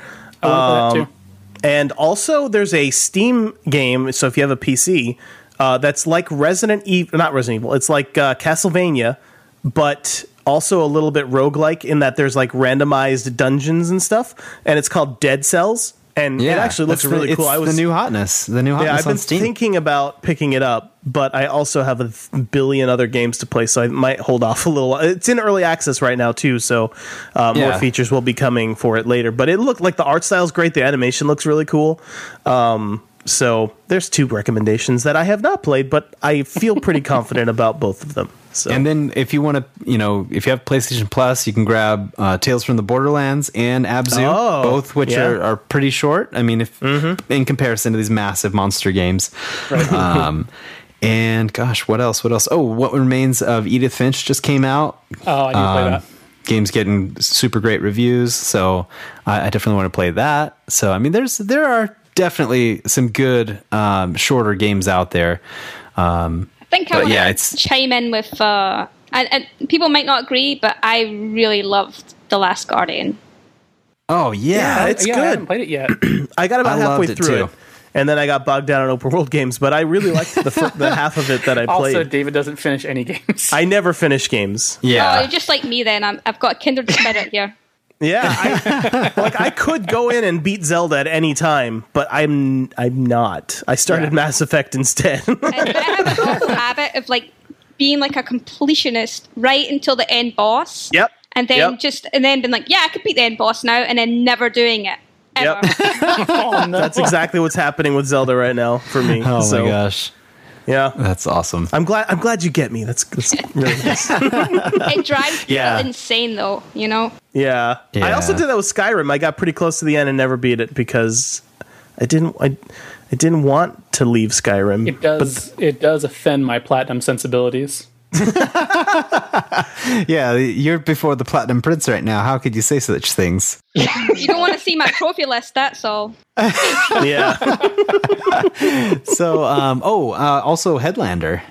[SPEAKER 2] I
[SPEAKER 3] Um,
[SPEAKER 2] want to play that too.
[SPEAKER 3] And also, there's a Steam game. So if you have a PC, uh, that's like Resident Evil, not Resident Evil. It's like uh, Castlevania, but also a little bit roguelike in that there's like randomized dungeons and stuff. And it's called Dead Cells, and it actually looks
[SPEAKER 1] that's
[SPEAKER 3] really,
[SPEAKER 1] it's
[SPEAKER 3] cool. I was
[SPEAKER 1] the new hotness, the new hotness
[SPEAKER 3] yeah, I've
[SPEAKER 1] on
[SPEAKER 3] been
[SPEAKER 1] Steam.
[SPEAKER 3] thinking about picking it up, but I also have a th- billion other games to play, so I might hold off [laughs] a little. It's in early access right now too, so uh, more
[SPEAKER 1] Yeah.
[SPEAKER 3] features will be coming for it later. But it looked like the art style's great, the animation looks really cool. Um, so there's two recommendations that I have not played, but I feel
[SPEAKER 1] [laughs]
[SPEAKER 3] pretty confident about both of them. So
[SPEAKER 1] and then if you want to, you know, if you have PlayStation Plus, you can grab uh, Tales from the Borderlands and Abzu,
[SPEAKER 3] Oh,
[SPEAKER 1] both which
[SPEAKER 3] yeah. Mm-hmm.
[SPEAKER 1] are, are pretty short. I mean, if in comparison to these massive monster games. [laughs] Um, and gosh, what else? What else? Oh, What Remains of Edith Finch just came out.
[SPEAKER 2] Oh, I need to play
[SPEAKER 1] Um,
[SPEAKER 2] that.
[SPEAKER 1] Game's getting super great reviews, so I, I definitely want to play that. So I mean, there's there are definitely some good um, shorter games out there. Um,
[SPEAKER 4] I think I
[SPEAKER 1] But
[SPEAKER 4] want
[SPEAKER 1] yeah,
[SPEAKER 4] to
[SPEAKER 1] it's-
[SPEAKER 4] chime in with. Uh, and, and people might not agree, but I really loved The Last Guardian.
[SPEAKER 1] oh yeah,
[SPEAKER 3] Yeah, it's
[SPEAKER 2] yeah, I haven't
[SPEAKER 3] good.
[SPEAKER 2] played it
[SPEAKER 3] [clears throat]
[SPEAKER 2] yet.
[SPEAKER 3] I got about
[SPEAKER 1] I
[SPEAKER 3] halfway
[SPEAKER 1] loved it,
[SPEAKER 3] through
[SPEAKER 1] too.
[SPEAKER 3] it, and then I got bogged down in open world games. But I really liked the, fir- the half of it
[SPEAKER 1] [laughs]
[SPEAKER 3] that I played.
[SPEAKER 2] also, David doesn't finish any games.
[SPEAKER 3] I never finish games.
[SPEAKER 4] Oh,
[SPEAKER 1] yeah.
[SPEAKER 4] you're just like me then. I'm, I've got a kindred spirit here.
[SPEAKER 3] Yeah,
[SPEAKER 1] [laughs]
[SPEAKER 3] I, like I could go in and beat Zelda at any time, but I'm I'm not. I started
[SPEAKER 2] Yeah.
[SPEAKER 3] Mass Effect instead. [laughs]
[SPEAKER 4] And I have an awful habit of like being like a completionist right until the end boss.
[SPEAKER 3] Yep.
[SPEAKER 4] And then
[SPEAKER 3] Yep.
[SPEAKER 4] just and then been like, yeah, I could beat the end boss now, and then never doing it. Ever.
[SPEAKER 3] Yep.
[SPEAKER 2] [laughs] oh, no.
[SPEAKER 3] That's exactly what's happening with Zelda right now for me.
[SPEAKER 1] oh
[SPEAKER 3] so,
[SPEAKER 1] my gosh,
[SPEAKER 3] Yeah.
[SPEAKER 1] that's awesome.
[SPEAKER 3] I'm glad I'm glad you get me. That's, that's
[SPEAKER 1] [laughs]
[SPEAKER 3] really nice.
[SPEAKER 4] It drives
[SPEAKER 1] Yeah.
[SPEAKER 4] people insane though, you know.
[SPEAKER 3] Yeah. I also
[SPEAKER 1] Yeah.
[SPEAKER 3] did that with Skyrim. I got pretty close to the end and never beat it because I didn't I, I didn't want to leave Skyrim.
[SPEAKER 2] It does. it does offend my platinum sensibilities.
[SPEAKER 1] Yeah, you're before the platinum prince right now. How could you say such things?
[SPEAKER 4] You don't want to see my trophy list. That's all.
[SPEAKER 1] [laughs]
[SPEAKER 3] Yeah.
[SPEAKER 1] So, um, oh, uh, also Headlander.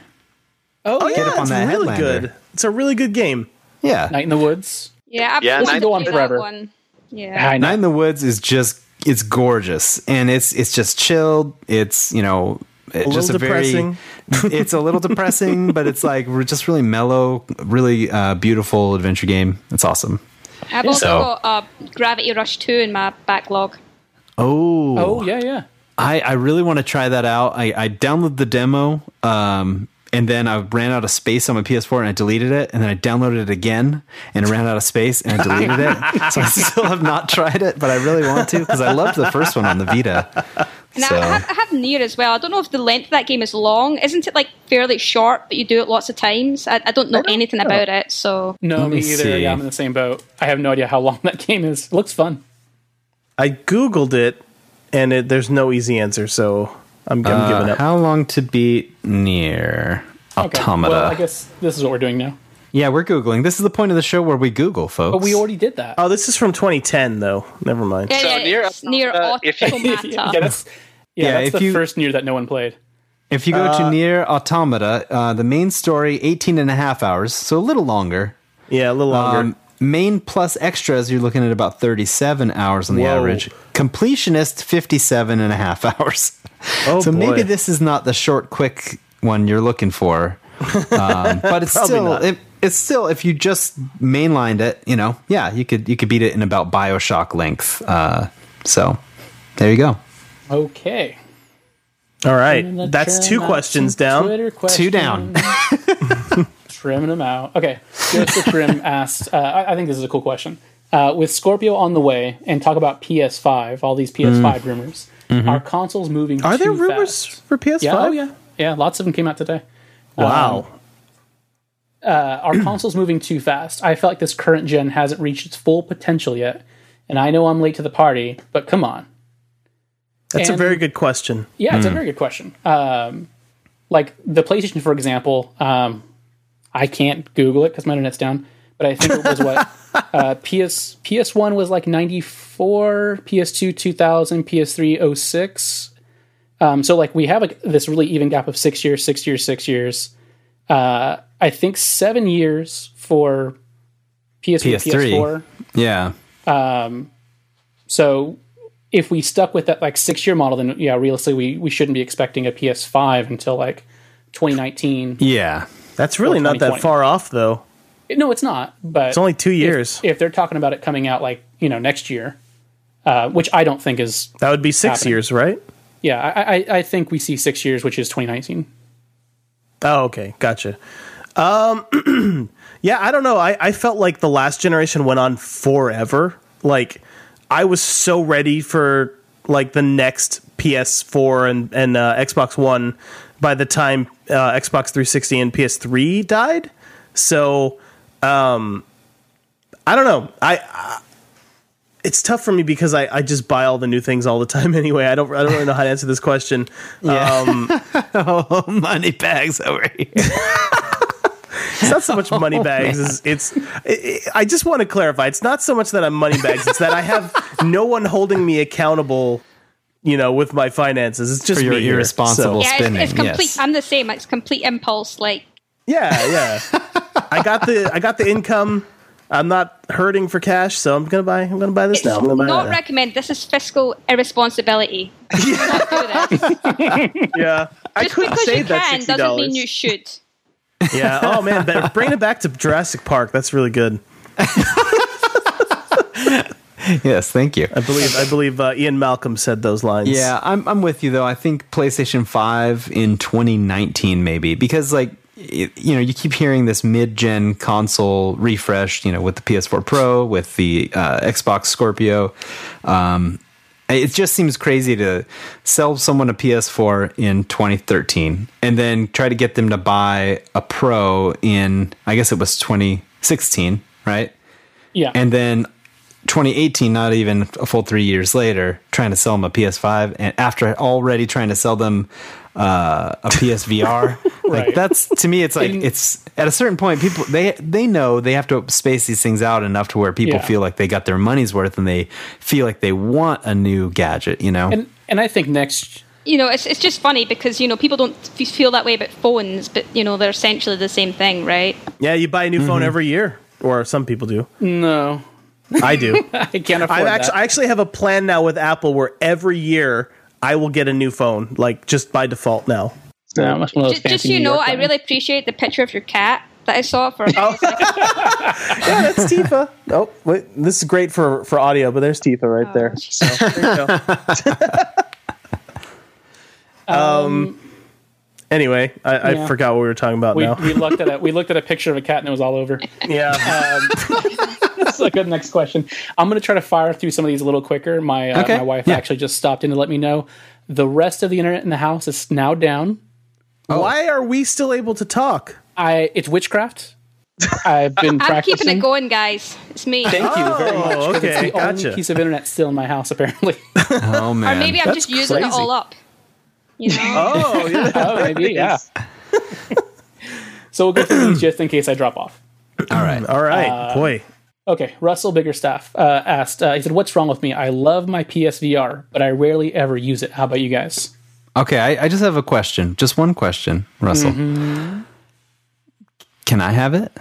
[SPEAKER 2] Oh,
[SPEAKER 3] yeah,
[SPEAKER 1] up on
[SPEAKER 3] it's
[SPEAKER 1] that
[SPEAKER 3] really
[SPEAKER 1] Headlander.
[SPEAKER 3] good. It's a really good game.
[SPEAKER 1] Yeah,
[SPEAKER 2] Night in the Woods.
[SPEAKER 4] Yeah, I've
[SPEAKER 6] Yeah,
[SPEAKER 4] wanted
[SPEAKER 6] Night-
[SPEAKER 4] to
[SPEAKER 2] Go on
[SPEAKER 4] do that
[SPEAKER 2] forever.
[SPEAKER 4] one. Yeah.
[SPEAKER 2] I know.
[SPEAKER 1] Nine in the Woods is just it's gorgeous and it's it's just chilled. It's you know it-
[SPEAKER 3] little
[SPEAKER 1] just a
[SPEAKER 3] depressing.
[SPEAKER 1] very [laughs] it's a little depressing, but it's like we're just really mellow, really uh, beautiful adventure game. It's awesome.
[SPEAKER 4] I've also
[SPEAKER 1] So-
[SPEAKER 4] got uh, Gravity Rush 2 in my backlog.
[SPEAKER 1] Oh,
[SPEAKER 2] Oh yeah, yeah.
[SPEAKER 1] I, I really want to try that out. I, I downloaded the demo, um, and then I ran out of space on my PS4 and I deleted it, and then I downloaded it again and I ran out of space and I deleted it. So I still have not tried it, but I really want to because I loved the first one on the Vita.
[SPEAKER 4] And
[SPEAKER 1] So-
[SPEAKER 4] I, I, have, I have Nier as well. I don't know if the length of that game is long. Isn't it like fairly short, but you do it lots of times? I, I don't know anything about it, so.
[SPEAKER 2] No,
[SPEAKER 1] Let me
[SPEAKER 2] me, either.
[SPEAKER 1] see.
[SPEAKER 2] Yeah, I'm in the same boat. I have no idea how long [laughs] that game is. It looks fun.
[SPEAKER 3] I googled it, and it, there's no easy answer, so I'm, I'm giving
[SPEAKER 1] Uh,
[SPEAKER 3] up.
[SPEAKER 1] how long to beat near Automata?
[SPEAKER 2] Well, I guess this is what we're doing now.
[SPEAKER 1] yeah, we're googling. This is the point of the show where we Google, folks.
[SPEAKER 2] But we already did that.
[SPEAKER 3] oh, this is from 2010, though. Never mind.
[SPEAKER 4] Yeah,
[SPEAKER 6] So
[SPEAKER 4] yeah,
[SPEAKER 6] Nier
[SPEAKER 4] it's near
[SPEAKER 6] Automata, if you-
[SPEAKER 4] Automata.
[SPEAKER 2] [laughs] yeah, that's yeah,
[SPEAKER 1] Yeah,
[SPEAKER 2] that's
[SPEAKER 1] if
[SPEAKER 2] the
[SPEAKER 1] you-
[SPEAKER 2] first near that no one played.
[SPEAKER 1] If you go
[SPEAKER 2] Uh,
[SPEAKER 1] to near Automata, uh, the main story, 18 and a half hours, so a little longer.
[SPEAKER 3] Yeah, a little longer.
[SPEAKER 1] Um, main plus extras, you're looking at about 37 hours on the
[SPEAKER 3] Whoa.
[SPEAKER 1] average. Completionist, 57 and a half [laughs] hours.
[SPEAKER 3] Oh,
[SPEAKER 1] so
[SPEAKER 3] boy.
[SPEAKER 1] maybe this is not the short, quick one you're looking
[SPEAKER 3] [laughs]
[SPEAKER 1] for. Um, but it's
[SPEAKER 3] Probably
[SPEAKER 1] still,
[SPEAKER 3] not.
[SPEAKER 1] it, it's still, if you just mainlined it, you know, yeah, you could, you could beat it in about Bioshock length. Uh, so there you go.
[SPEAKER 2] Okay.
[SPEAKER 3] All right, that's two questions down.
[SPEAKER 1] Two down. [laughs]
[SPEAKER 2] trimming them out. Okay. Joseph
[SPEAKER 3] [laughs]
[SPEAKER 2] Grimm asked, uh, I, I think this is a cool question. Uh, with Scorpio on the way and talk about PS5, all these PS5 rumors, are consoles moving
[SPEAKER 3] Mm. Mm-hmm. Are there
[SPEAKER 2] too
[SPEAKER 3] rumors
[SPEAKER 2] fast?
[SPEAKER 3] for PS5?
[SPEAKER 2] Yeah, oh, yeah. Um, Yeah, lots of them came out today. Um,
[SPEAKER 3] Wow.
[SPEAKER 2] Are
[SPEAKER 3] [clears throat]
[SPEAKER 2] consoles moving too fast? I feel like this current gen hasn't reached its full potential yet. And I know I'm late to the party, but come on.
[SPEAKER 3] that's a
[SPEAKER 2] and-
[SPEAKER 3] very good question.
[SPEAKER 2] Yeah, it's a very good question. Um, like the PlayStation, for example, um, I can't Google it because my internet's down. But I think it was what uh, PS PS One was like ninety four, PS Two two thousand, PS Three oh six. Um, so like we have like this really even gap of six years, six years, six years. Uh, I think seven years for PS
[SPEAKER 1] PS3.
[SPEAKER 2] PS4.
[SPEAKER 1] Yeah.
[SPEAKER 2] So if we stuck with that like six year model, then yeah, realistically we, we shouldn't be expecting a PS5 until like 2019.
[SPEAKER 1] Yeah.
[SPEAKER 3] That's really not that
[SPEAKER 2] 2020.
[SPEAKER 3] far off, though.
[SPEAKER 2] No, it's not. But
[SPEAKER 3] It's only two years.
[SPEAKER 2] if they're talking about it coming out like you know next year, uh, which I don't think is
[SPEAKER 3] that would be six
[SPEAKER 2] happening.
[SPEAKER 3] years, right?
[SPEAKER 2] yeah, I, I I think we see six years, which is 2019.
[SPEAKER 3] Oh, okay, gotcha. Um, [clears throat] yeah, I don't know. I, I felt like the last generation went on forever. Like, I was so ready for like the next PS4 and and uh, Xbox One by the time uh, Xbox 360 and PS3 died. So, um, I don't know. I, I it's tough for me because I, I just buy all the new things all the time [laughs] anyway. I don't I don't really know how to answer this question. Um,
[SPEAKER 1] [laughs] Oh, money bags over here.
[SPEAKER 3] [laughs] It's not so much
[SPEAKER 1] Oh,
[SPEAKER 3] money bags. as it's. i i I just want to clarify. It's not so much that I'm money bags. It's that I
[SPEAKER 1] [laughs]
[SPEAKER 3] have no one holding me accountable. You know, with my finances, it's just
[SPEAKER 1] For your
[SPEAKER 3] me here,
[SPEAKER 1] irresponsible
[SPEAKER 3] so-
[SPEAKER 4] yeah, it's, it's
[SPEAKER 1] Spinning,
[SPEAKER 4] complete.
[SPEAKER 1] yes.
[SPEAKER 4] I'm the same. It's complete impulse. Like,
[SPEAKER 3] yeah, yeah. I got the I got the income. I'm not hurting for cash, so I'm gonna buy. I'm gonna buy this
[SPEAKER 4] it's
[SPEAKER 3] now. I'm gonna buy
[SPEAKER 4] not
[SPEAKER 3] that.
[SPEAKER 4] recommend. This is fiscal irresponsibility. Do not do this.
[SPEAKER 3] yeah, I
[SPEAKER 4] Just because you
[SPEAKER 3] save
[SPEAKER 4] can doesn't mean
[SPEAKER 3] $60.
[SPEAKER 4] you should.
[SPEAKER 3] Yeah. Oh man, but bring it back to Jurassic Park. That's really good.
[SPEAKER 1] Yes, thank you.
[SPEAKER 3] I believe I believe uh, Ian Malcolm said those lines.
[SPEAKER 1] Yeah, I'm I'm with you though. I think PlayStation 5 in 2019 maybe because like y- you know, you keep hearing this mid-gen console refresh, you know, with the PS4 Pro, with the uh, Xbox Scorpio. Um it just seems crazy to sell someone a PS4 in 2013 and then try to get them to buy a Pro in I guess it was 2016, right?
[SPEAKER 2] Yeah,
[SPEAKER 1] and then 2018 not even a full three years later trying to sell them a ps5 and after already trying to sell them uh, a psvr
[SPEAKER 2] [laughs] Right.
[SPEAKER 1] like that's to me it's like
[SPEAKER 2] In-
[SPEAKER 1] it's at a certain point people they they know they have to space these things out enough to where people
[SPEAKER 2] Yeah.
[SPEAKER 1] feel like they got their money's worth and they feel like they want a new gadget you know
[SPEAKER 2] and and I think next
[SPEAKER 4] You know, it's, it's just funny because, you know, people don't f- feel that way about phones, but, you know, they're essentially the same thing, right?
[SPEAKER 3] Yeah. You buy a new
[SPEAKER 1] Mm-hmm.
[SPEAKER 3] phone every year, or some people do.
[SPEAKER 2] no, [laughs]
[SPEAKER 3] I do.
[SPEAKER 2] I can't afford
[SPEAKER 3] I actually,
[SPEAKER 2] that.
[SPEAKER 3] I actually have a plan now with Apple where every year I will get a new phone, like just by default now.
[SPEAKER 2] no, I'm one of those
[SPEAKER 4] Just, just
[SPEAKER 2] fancy
[SPEAKER 4] so you
[SPEAKER 2] New
[SPEAKER 4] know,
[SPEAKER 2] York
[SPEAKER 4] I
[SPEAKER 2] ones.
[SPEAKER 4] really appreciate the picture of your cat. that I saw for. [laughs]
[SPEAKER 3] Yeah, that's Tifa. [laughs] Oh, wait, this is great for for audio, but there's Tifa right there. So, there you go. um. Anyway, I, I
[SPEAKER 2] Yeah.
[SPEAKER 3] forgot what we were talking about
[SPEAKER 2] We,
[SPEAKER 3] now.
[SPEAKER 2] [laughs] we
[SPEAKER 3] [laughs]
[SPEAKER 2] looked at a we looked at a picture of a cat and it was all over.
[SPEAKER 3] yeah.
[SPEAKER 2] [laughs] That's a good next question. I'm going to try to fire through some of these a little quicker. My uh,
[SPEAKER 1] Okay.
[SPEAKER 2] my wife
[SPEAKER 1] Yeah.
[SPEAKER 2] actually just stopped in to let me know the rest of the internet in the house is now down. um,
[SPEAKER 3] [laughs] Why are we still able to talk?
[SPEAKER 2] I it's witchcraft. I've been
[SPEAKER 4] [laughs] I'm
[SPEAKER 2] practicing.
[SPEAKER 4] keeping it going, guys. It's me.
[SPEAKER 2] Thank you very much. 'cause
[SPEAKER 3] Oh,
[SPEAKER 2] It's
[SPEAKER 3] okay,
[SPEAKER 2] the
[SPEAKER 3] gotcha.
[SPEAKER 2] only piece of internet still in my house, [laughs] apparently.
[SPEAKER 1] Oh man.
[SPEAKER 4] Or maybe I'm
[SPEAKER 3] That's
[SPEAKER 4] just using it
[SPEAKER 3] crazy.
[SPEAKER 4] all up. You know.
[SPEAKER 3] oh, yeah.
[SPEAKER 2] oh, maybe yeah. [laughs] so we'll go through these just in case I drop off.
[SPEAKER 1] All right.
[SPEAKER 3] All right,
[SPEAKER 2] Uh,
[SPEAKER 3] boy.
[SPEAKER 2] Okay, Russell Biggerstaff uh, asked. Uh, he said, "What's wrong with me? I love my PSVR, but I rarely ever use it. How about you guys?
[SPEAKER 1] Okay, I, I just have a question. Just one question, Russell.
[SPEAKER 2] Mm-hmm.
[SPEAKER 1] Can I have it?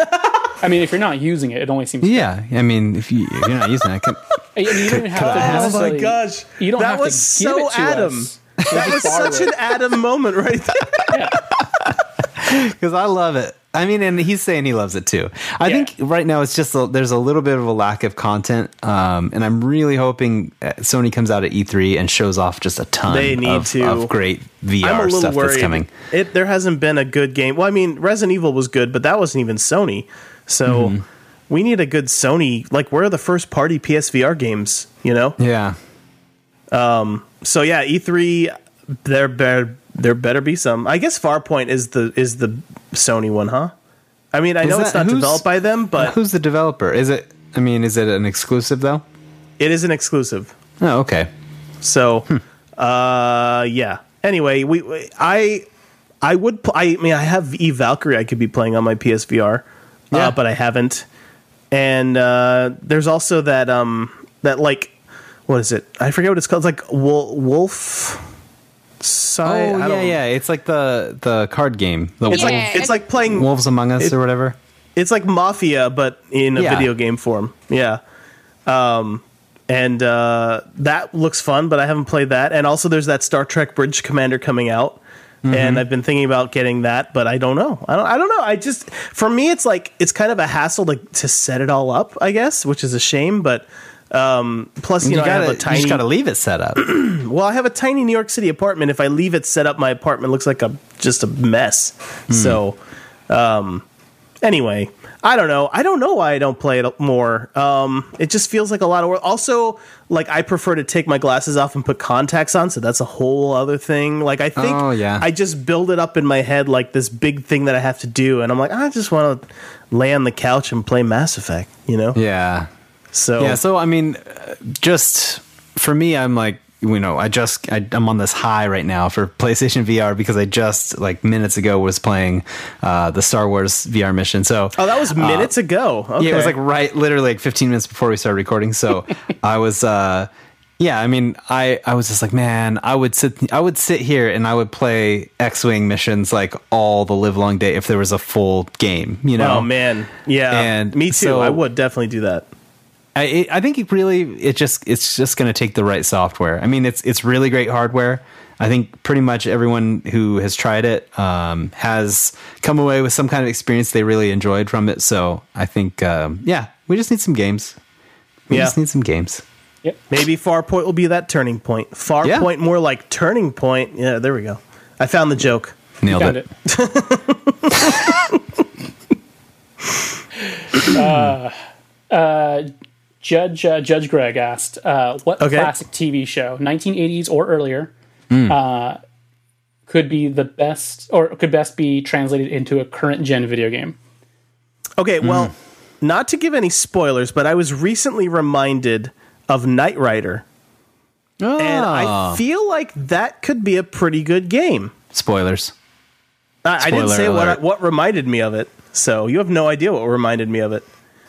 [SPEAKER 2] I mean, if you're not using it, it only seems.
[SPEAKER 1] Yeah. I mean, if, you, if you're not using it, I can.
[SPEAKER 2] I mean, you don't even have to.
[SPEAKER 3] Oh my
[SPEAKER 2] necessarily-
[SPEAKER 3] gosh,
[SPEAKER 2] You don't
[SPEAKER 3] that
[SPEAKER 2] have
[SPEAKER 3] was
[SPEAKER 2] to give
[SPEAKER 3] so
[SPEAKER 2] it to
[SPEAKER 3] Adam.
[SPEAKER 2] us. You
[SPEAKER 3] [laughs] That was
[SPEAKER 2] just borrow
[SPEAKER 3] such an
[SPEAKER 2] it.
[SPEAKER 3] Adam moment right there.
[SPEAKER 2] Yeah.
[SPEAKER 1] because I love it. I mean, and he's saying he loves it too. I
[SPEAKER 2] Yeah.
[SPEAKER 1] think right now it's just a, there's a little bit of a lack of content, um, and I'm really hoping uh, Sony comes out at E3 and shows off just a ton.
[SPEAKER 3] They need
[SPEAKER 1] of,
[SPEAKER 3] to.
[SPEAKER 1] of great VR stuff that's coming.
[SPEAKER 3] It there hasn't been a good game. Well, I mean, Resident Evil was good, but that wasn't even Sony. So
[SPEAKER 1] Mm-hmm.
[SPEAKER 3] we need a good Sony. Like, where are the first party PSVR games? You know.
[SPEAKER 1] Yeah,
[SPEAKER 3] So yeah, E3 there better there better be some. I guess Farpoint is the is the Sony one, huh? I mean, I
[SPEAKER 1] Is
[SPEAKER 3] know it's
[SPEAKER 1] that-
[SPEAKER 3] not
[SPEAKER 1] who's-
[SPEAKER 3] developed by them, but
[SPEAKER 1] who's the developer? Is it? I mean, is it an exclusive though?
[SPEAKER 3] it is an exclusive.
[SPEAKER 1] Oh, okay.
[SPEAKER 3] So, uh, yeah. Anyway, we, we- I I would pl- I mean I have E Valkyrie I could be playing on my PSVR,
[SPEAKER 1] Yeah.
[SPEAKER 3] uh, but I haven't. And uh, there's also that um that like what is it? I forget what it's called. It's like Wol- Wolf.
[SPEAKER 1] Oh,
[SPEAKER 3] Sigh, I
[SPEAKER 1] yeah,
[SPEAKER 3] don't-
[SPEAKER 1] yeah. It's like the the card game, the
[SPEAKER 3] It's
[SPEAKER 4] Yeah.
[SPEAKER 3] like it's like playing
[SPEAKER 1] Wolves Among Us
[SPEAKER 3] It-
[SPEAKER 1] or whatever.
[SPEAKER 3] it's like mafia but in a
[SPEAKER 1] Yeah.
[SPEAKER 3] video game form yeah um and uh that looks fun but i haven't played that and also there's that star trek bridge commander coming out
[SPEAKER 1] Mm-hmm.
[SPEAKER 3] and i've been thinking about getting that but i don't know I don't, I don't know i just for me it's like it's kind of a hassle to, to set it all up i guess which is a shame but um plus you,
[SPEAKER 1] You,
[SPEAKER 3] know i
[SPEAKER 1] gotta,
[SPEAKER 3] have a
[SPEAKER 1] you just
[SPEAKER 3] tiny
[SPEAKER 1] gotta leave it set
[SPEAKER 3] [clears throat]
[SPEAKER 1] up.
[SPEAKER 3] well i have a tiny new york city apartment if i leave it set up my apartment looks like a just a mess
[SPEAKER 1] Hmm.
[SPEAKER 3] so um anyway i don't know i don't know why i don't play it more um it just feels like a lot of work also like i prefer to take my glasses off and put contacts on so that's a whole other thing like i think
[SPEAKER 1] Oh, yeah.
[SPEAKER 3] i just build it up in my head like this big thing that i have to do and i'm like i just want to lay on the couch and play mass effect you know
[SPEAKER 1] yeah.
[SPEAKER 3] so
[SPEAKER 1] Yeah, so I mean, uh, just for me, I'm like, you know, I just I, I'm on this high right now for PlayStation VR because I just like minutes ago was playing uh, the Star Wars VR mission. So
[SPEAKER 3] oh that was minutes ago okay.
[SPEAKER 1] Uh, yeah, it was like right, literally like 15 minutes before we started recording.
[SPEAKER 3] [laughs]
[SPEAKER 1] So I was, uh, yeah, I mean, I, I was just like, man, I would sit, I would sit here and I would play X-wing missions like all the live long day if there was a full game, you know?
[SPEAKER 3] Oh man, yeah.
[SPEAKER 1] And
[SPEAKER 3] me too.
[SPEAKER 1] so-
[SPEAKER 3] I would definitely do that.
[SPEAKER 1] I it, I think it really it just it's just going to take the right software. I mean, it's it's really great hardware. I think pretty much everyone who has tried it um, has come away with some kind of experience they really enjoyed from it. So I think um, yeah, we just need some games. We
[SPEAKER 3] Yeah.
[SPEAKER 1] just need some games.
[SPEAKER 2] Yep.
[SPEAKER 3] Maybe Farpoint will be that turning point. Farpoint
[SPEAKER 1] Yeah.
[SPEAKER 3] point more like turning point. Yeah, there we go. I found the joke.
[SPEAKER 1] Nailed
[SPEAKER 2] Found
[SPEAKER 1] it.
[SPEAKER 2] it. Judge uh, Judge Greg asked, uh, "What
[SPEAKER 3] Okay.
[SPEAKER 2] classic TV show, 1980s or earlier, uh, could be the best, or could best be translated into a current gen video game?"
[SPEAKER 3] Okay,
[SPEAKER 1] Mm-hmm.
[SPEAKER 3] well, not to give any spoilers, but I was recently reminded of Knight Rider, and
[SPEAKER 1] Ah.
[SPEAKER 3] I feel like that could be a pretty good game.
[SPEAKER 1] Spoilers.
[SPEAKER 3] I, I didn't
[SPEAKER 1] Spoiler
[SPEAKER 3] say
[SPEAKER 1] alert.
[SPEAKER 3] what what reminded me of it, so you have no idea what reminded me of it.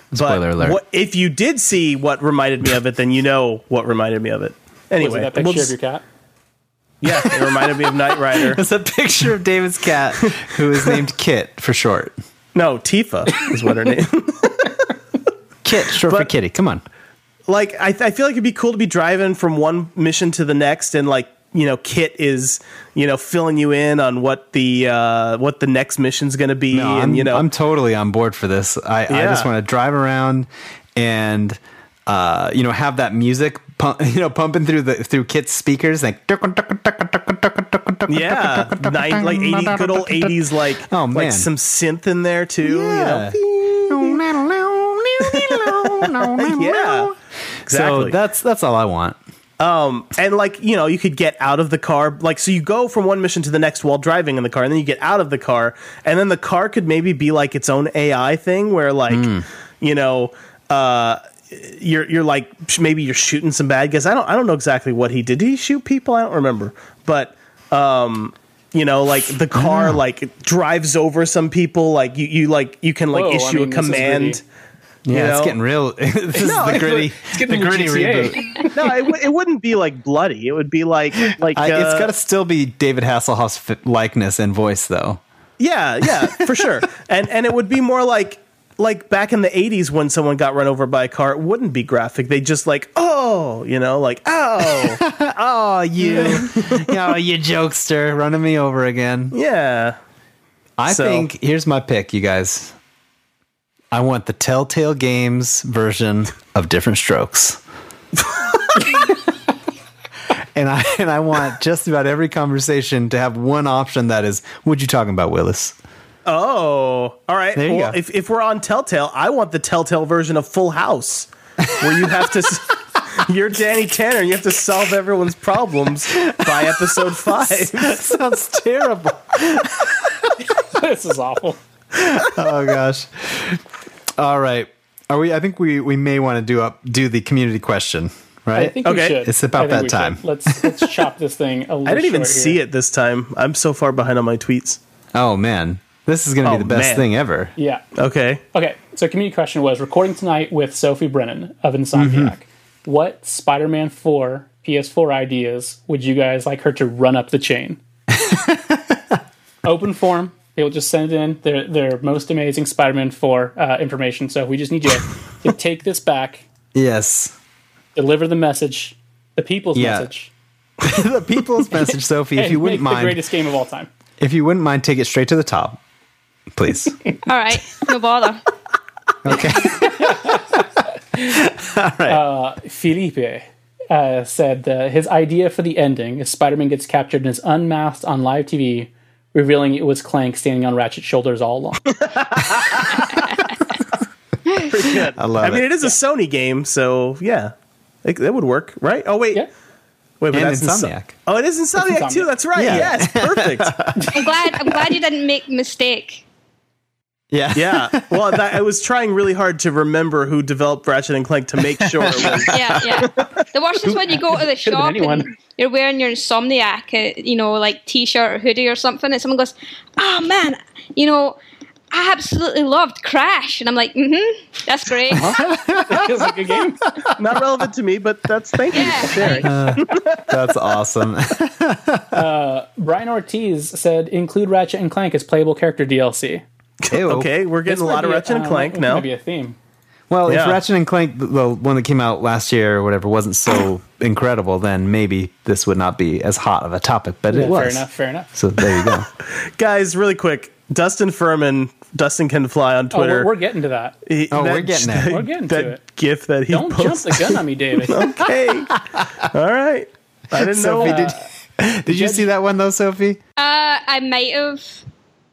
[SPEAKER 3] But
[SPEAKER 1] Spoiler alert.
[SPEAKER 3] What, if you did see what reminded me of it, then you know what reminded me of it.
[SPEAKER 2] Was
[SPEAKER 3] Anyway,
[SPEAKER 2] it that
[SPEAKER 3] we'll
[SPEAKER 2] picture
[SPEAKER 3] just-
[SPEAKER 2] of your cat? [laughs]
[SPEAKER 3] Yeah, it reminded me of Knight Rider.
[SPEAKER 1] [laughs] [laughs] It's a picture of David's cat, who is [laughs] named Kit for short.
[SPEAKER 3] No, Tifa is what her name. [laughs]
[SPEAKER 1] Kit, short for
[SPEAKER 3] But-
[SPEAKER 1] kitty. Come on.
[SPEAKER 3] like, I, I feel like it'd be cool to be driving from one mission to the next and like you know kit is you know filling you in on what the uh, what the next mission's going to be,
[SPEAKER 1] No,
[SPEAKER 3] and
[SPEAKER 1] I'm,
[SPEAKER 3] you know
[SPEAKER 1] I'm totally on board for this. I, I
[SPEAKER 3] Yeah.
[SPEAKER 1] just want to drive around and uh, you know have that music pump, [laughs] you know pumping through the through Kit's speakers like [laughs]
[SPEAKER 3] yeah, nine, like eighty good old eighties like
[SPEAKER 1] Oh, man.
[SPEAKER 3] like some synth in there too.
[SPEAKER 1] Yeah.
[SPEAKER 3] You know? yeah,
[SPEAKER 1] so
[SPEAKER 3] exactly.
[SPEAKER 1] that's that's all I want.
[SPEAKER 3] and like you know, you could get out of the car. Like so, you go from one mission to the next while driving in the car, and then you get out of the car, and then the car could maybe be like its own AI thing, where like
[SPEAKER 1] Hmm.
[SPEAKER 3] you know. uh you're you're like sh- maybe you're shooting some bad guys. I don't I don't know exactly what he did. Did he shoot people? I don't remember. But um, you know like the
[SPEAKER 1] [sighs]
[SPEAKER 3] car like drives over some people like you, you like you can like
[SPEAKER 2] Whoa, I
[SPEAKER 3] issue
[SPEAKER 2] mean,
[SPEAKER 3] a
[SPEAKER 2] this is
[SPEAKER 3] command
[SPEAKER 1] Yeah,
[SPEAKER 3] know?
[SPEAKER 1] it's getting real. [laughs] this is
[SPEAKER 3] No,
[SPEAKER 1] the
[SPEAKER 3] it's-
[SPEAKER 1] gritty,
[SPEAKER 2] it's getting
[SPEAKER 1] the gritty
[SPEAKER 2] GTA.
[SPEAKER 1] reboot.
[SPEAKER 3] no it, w- it wouldn't be like bloody it would be like
[SPEAKER 1] [laughs]
[SPEAKER 3] like
[SPEAKER 1] I,
[SPEAKER 3] uh,
[SPEAKER 1] it's got to still be David Hasselhoff's fi- likeness and voice, though.
[SPEAKER 3] yeah yeah
[SPEAKER 1] [laughs]
[SPEAKER 3] for sure and and it would be more like like back in the 80s when someone got run over by a car it wouldn't be graphic they just like oh you know like
[SPEAKER 1] [laughs]
[SPEAKER 3] oh
[SPEAKER 1] Oh, you, [laughs] oh, you jokester, running me over again.
[SPEAKER 3] yeah
[SPEAKER 1] I
[SPEAKER 3] So-
[SPEAKER 1] think here's my pick, you guys. I want the Telltale Games version of Different Strokes. [laughs] and I and I want just about every conversation to have one option that is, what you talking about, Willis?
[SPEAKER 3] oh all right
[SPEAKER 1] There you
[SPEAKER 3] well
[SPEAKER 1] go.
[SPEAKER 3] if if we're on telltale i want the telltale version of full house where you have to s- [laughs] You're Danny Tanner, and you have to solve everyone's problems by episode
[SPEAKER 1] [laughs]
[SPEAKER 3] five.
[SPEAKER 1] Sounds terrible.
[SPEAKER 2] this is awful.
[SPEAKER 1] oh gosh. All right. Are we I think we we may want to do up do the community question, right?
[SPEAKER 2] I think
[SPEAKER 3] Okay.
[SPEAKER 2] we should.
[SPEAKER 1] It's about
[SPEAKER 2] I think
[SPEAKER 1] that
[SPEAKER 2] we
[SPEAKER 1] time.
[SPEAKER 2] should. Let's
[SPEAKER 1] [laughs]
[SPEAKER 2] let's chop this thing. A little
[SPEAKER 3] I didn't even see it this time. I'm so far behind on my tweets.
[SPEAKER 1] oh man. This is gonna
[SPEAKER 3] Oh,
[SPEAKER 1] be the best
[SPEAKER 3] man.
[SPEAKER 1] thing ever.
[SPEAKER 2] Yeah.
[SPEAKER 3] Okay.
[SPEAKER 2] Okay. So community question was recording tonight with Sophie Brennan of Insomniac.
[SPEAKER 1] Mm-hmm.
[SPEAKER 2] What Spider-Man 4 PS4 ideas would you guys like her to run up
[SPEAKER 1] [laughs]
[SPEAKER 2] the chain? Open form. They will just send in their their most amazing Spider-Man 4 uh, information. So we just need you
[SPEAKER 1] [laughs]
[SPEAKER 2] to take this back,
[SPEAKER 1] Yes. [laughs]
[SPEAKER 2] deliver the message, the people's
[SPEAKER 1] Yeah.
[SPEAKER 2] message.
[SPEAKER 1] the people's message, Sophie, if
[SPEAKER 2] and
[SPEAKER 1] you wouldn't
[SPEAKER 2] make the
[SPEAKER 1] mind
[SPEAKER 2] greatest game of all time.
[SPEAKER 1] If you wouldn't mind, take it straight to the top,
[SPEAKER 3] [laughs]
[SPEAKER 1] please.
[SPEAKER 4] All right, no bother.
[SPEAKER 1] Okay.
[SPEAKER 2] Felipe uh, said uh, his idea for the ending is Spider Man gets captured and is unmasked on live TV, revealing it was Clank standing on Ratchet's shoulders all along. [laughs]
[SPEAKER 3] Pretty good. I
[SPEAKER 2] Uh,
[SPEAKER 1] love
[SPEAKER 3] I mean,
[SPEAKER 1] it.
[SPEAKER 3] it is a Sony game, so yeah, it, that would work, right? Oh wait,
[SPEAKER 2] yeah.
[SPEAKER 3] wait, but
[SPEAKER 1] And
[SPEAKER 3] that's Inso-
[SPEAKER 1] Insomniac.
[SPEAKER 3] oh, it is Insomniac,
[SPEAKER 2] Insomniac.
[SPEAKER 3] too. That's right.
[SPEAKER 1] Yeah. [laughs]
[SPEAKER 3] Yes, perfect.
[SPEAKER 4] I'm glad. I'm glad you didn't make mistake.
[SPEAKER 1] Yeah.
[SPEAKER 3] yeah. Well, that, I was trying really hard to remember who developed Ratchet and Clank to make sure. It
[SPEAKER 2] [laughs]
[SPEAKER 3] was,
[SPEAKER 4] Yeah, yeah. The worst is when you go to the
[SPEAKER 2] Could've
[SPEAKER 4] shop
[SPEAKER 2] been anyone.
[SPEAKER 4] and you're wearing your insomniac, uh, you know, like t-shirt or hoodie or something, and someone goes, "Oh man, you know." I absolutely loved Crash, and I'm like, mm-hmm, that's great.
[SPEAKER 3] Uh-huh.
[SPEAKER 2] It was a good game.
[SPEAKER 3] not relevant to me, but that's thank you
[SPEAKER 4] Yeah.
[SPEAKER 3] for sharing.
[SPEAKER 1] That's
[SPEAKER 3] [laughs]
[SPEAKER 1] awesome.
[SPEAKER 2] Brian Ortiz said include Ratchet and Clank as playable character DLC.
[SPEAKER 1] Ew.
[SPEAKER 3] Okay, we're getting
[SPEAKER 2] This
[SPEAKER 3] a
[SPEAKER 2] might
[SPEAKER 3] lot of
[SPEAKER 2] be
[SPEAKER 3] Ratchet and
[SPEAKER 2] uh,
[SPEAKER 3] Clank
[SPEAKER 2] this
[SPEAKER 3] now.
[SPEAKER 2] Might be a theme.
[SPEAKER 1] Well, if
[SPEAKER 3] Yeah.
[SPEAKER 1] Ratchet and Clank, the- the one that came out last year or whatever, wasn't
[SPEAKER 3] [coughs]
[SPEAKER 1] so incredible, then maybe this would not be as hot of a topic, but
[SPEAKER 2] Yeah,
[SPEAKER 1] it was.
[SPEAKER 2] fair enough. Fair enough.
[SPEAKER 1] So there you
[SPEAKER 3] [laughs]
[SPEAKER 1] go.
[SPEAKER 3] Guys, really quick, Dustin Furman, Dustin can fly on
[SPEAKER 2] Oh,
[SPEAKER 3] Twitter.
[SPEAKER 2] we're, we're getting to that.
[SPEAKER 3] He-
[SPEAKER 1] Oh, we're getting
[SPEAKER 3] [laughs]
[SPEAKER 1] there.
[SPEAKER 2] We're getting to
[SPEAKER 3] that
[SPEAKER 2] it.
[SPEAKER 3] GIF that he
[SPEAKER 2] Don't jump
[SPEAKER 3] posted.
[SPEAKER 2] the gun on me,
[SPEAKER 3] [laughs]
[SPEAKER 2] David.
[SPEAKER 3] okay, all right. I didn't know.
[SPEAKER 1] Sophie, did,
[SPEAKER 3] uh,
[SPEAKER 1] [laughs] did you see that one though, Sophie?
[SPEAKER 4] Uh, I might have.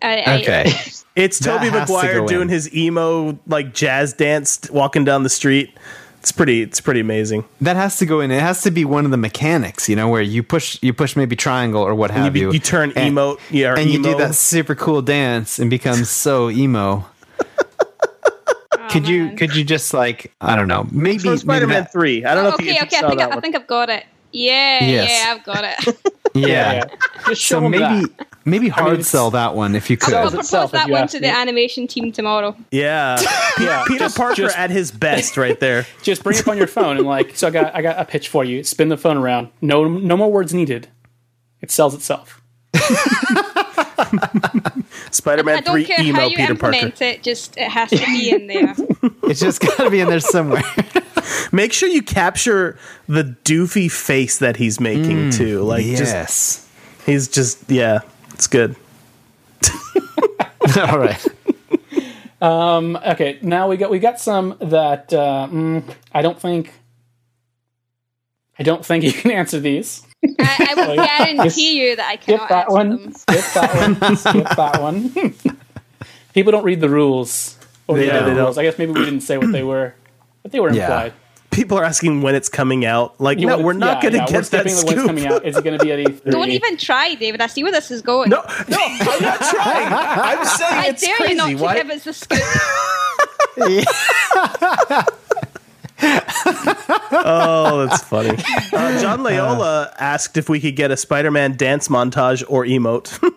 [SPEAKER 4] I, I-
[SPEAKER 1] Okay.
[SPEAKER 3] It's Toby
[SPEAKER 1] has to
[SPEAKER 3] Maguire
[SPEAKER 1] go
[SPEAKER 3] doing
[SPEAKER 1] in.
[SPEAKER 3] his emo like jazz dance t- walking down the street. It's pretty it's pretty amazing.
[SPEAKER 1] that has to go in. It has to be one of the mechanics, you know, where you push you push maybe triangle or what have
[SPEAKER 3] be-
[SPEAKER 1] you.
[SPEAKER 3] you turn
[SPEAKER 1] and-
[SPEAKER 3] emote- yeah, or
[SPEAKER 1] and you do
[SPEAKER 3] emo.
[SPEAKER 1] that super cool dance and become so emo. could you
[SPEAKER 4] man.
[SPEAKER 1] could you just like I don't know maybe,
[SPEAKER 3] For
[SPEAKER 1] maybe
[SPEAKER 3] Spider Man
[SPEAKER 1] that-
[SPEAKER 3] three. I don't know if
[SPEAKER 4] okay,
[SPEAKER 3] you
[SPEAKER 4] Oh, okay. I
[SPEAKER 3] saw
[SPEAKER 4] think
[SPEAKER 3] that
[SPEAKER 4] I, I
[SPEAKER 3] one.
[SPEAKER 4] think I've got it. Yeah,
[SPEAKER 1] Yes.
[SPEAKER 4] yeah, I've
[SPEAKER 3] [laughs]
[SPEAKER 4] got it.
[SPEAKER 1] yeah.
[SPEAKER 2] Yeah. yeah. Just show
[SPEAKER 1] so
[SPEAKER 2] him
[SPEAKER 1] maybe
[SPEAKER 2] that.
[SPEAKER 1] maybe hard
[SPEAKER 2] it's-
[SPEAKER 1] sell that one if you could [laughs]
[SPEAKER 2] Sells
[SPEAKER 4] I'll propose
[SPEAKER 2] itself if
[SPEAKER 4] that
[SPEAKER 2] you
[SPEAKER 4] one
[SPEAKER 2] ask
[SPEAKER 4] to
[SPEAKER 2] me.
[SPEAKER 4] the animation team tomorrow.
[SPEAKER 3] yeah.
[SPEAKER 1] [laughs]
[SPEAKER 3] Pe-
[SPEAKER 2] Yeah,
[SPEAKER 3] Peter
[SPEAKER 2] just-
[SPEAKER 3] Parker
[SPEAKER 2] just-
[SPEAKER 3] at his best right there.
[SPEAKER 2] Just bring it up on your phone and like. So I got I got a pitch for you. Spin the phone around. No no more words needed. It sells itself.
[SPEAKER 3] Spider
[SPEAKER 4] [laughs] I
[SPEAKER 3] Man
[SPEAKER 4] don't
[SPEAKER 3] three
[SPEAKER 4] care how
[SPEAKER 3] emo
[SPEAKER 4] you
[SPEAKER 3] Peter Parker. [laughs]
[SPEAKER 4] implement it; just it has to be in there.
[SPEAKER 1] it's just got to be in there somewhere
[SPEAKER 3] Make sure you capture the doofy face that he's making
[SPEAKER 1] Mm,
[SPEAKER 3] too. Like just
[SPEAKER 1] yes.
[SPEAKER 3] he's just yeah, it's good.
[SPEAKER 1] [laughs] All right.
[SPEAKER 2] Okay, now we got we got some that uh, mm, I don't think I don't think you can [laughs] answer these.
[SPEAKER 4] I, I will guarantee you that I
[SPEAKER 2] Skip
[SPEAKER 4] cannot
[SPEAKER 2] that
[SPEAKER 4] answer
[SPEAKER 2] one.
[SPEAKER 4] them.
[SPEAKER 2] [laughs] Skip that one. skip that one. [laughs] People don't read the rules or
[SPEAKER 3] Yeah,
[SPEAKER 2] yeah,
[SPEAKER 3] they
[SPEAKER 2] the
[SPEAKER 3] don't.
[SPEAKER 2] rules. I guess maybe we didn't say what they were, but they were
[SPEAKER 1] Yeah.
[SPEAKER 2] implied.
[SPEAKER 3] People are asking when it's coming out. Like
[SPEAKER 2] You
[SPEAKER 3] no,
[SPEAKER 2] wanna-
[SPEAKER 3] we're not
[SPEAKER 2] yeah,
[SPEAKER 3] going to
[SPEAKER 2] yeah, we're
[SPEAKER 3] get that
[SPEAKER 2] skipping the ones
[SPEAKER 3] scoop.
[SPEAKER 2] coming out. Is it going to be at E3?
[SPEAKER 4] [laughs] Don't even try, David. I see where this is going.
[SPEAKER 3] No, no, I'm not trying. I'm saying
[SPEAKER 4] I
[SPEAKER 3] it's
[SPEAKER 4] dare
[SPEAKER 3] crazy.
[SPEAKER 4] you not to
[SPEAKER 3] Why-
[SPEAKER 4] give us the scoop.
[SPEAKER 3] Oh, that's funny.
[SPEAKER 4] [laughs]
[SPEAKER 3] Uh, John Layola asked if we could get a Spider-Man dance montage or emote. [laughs]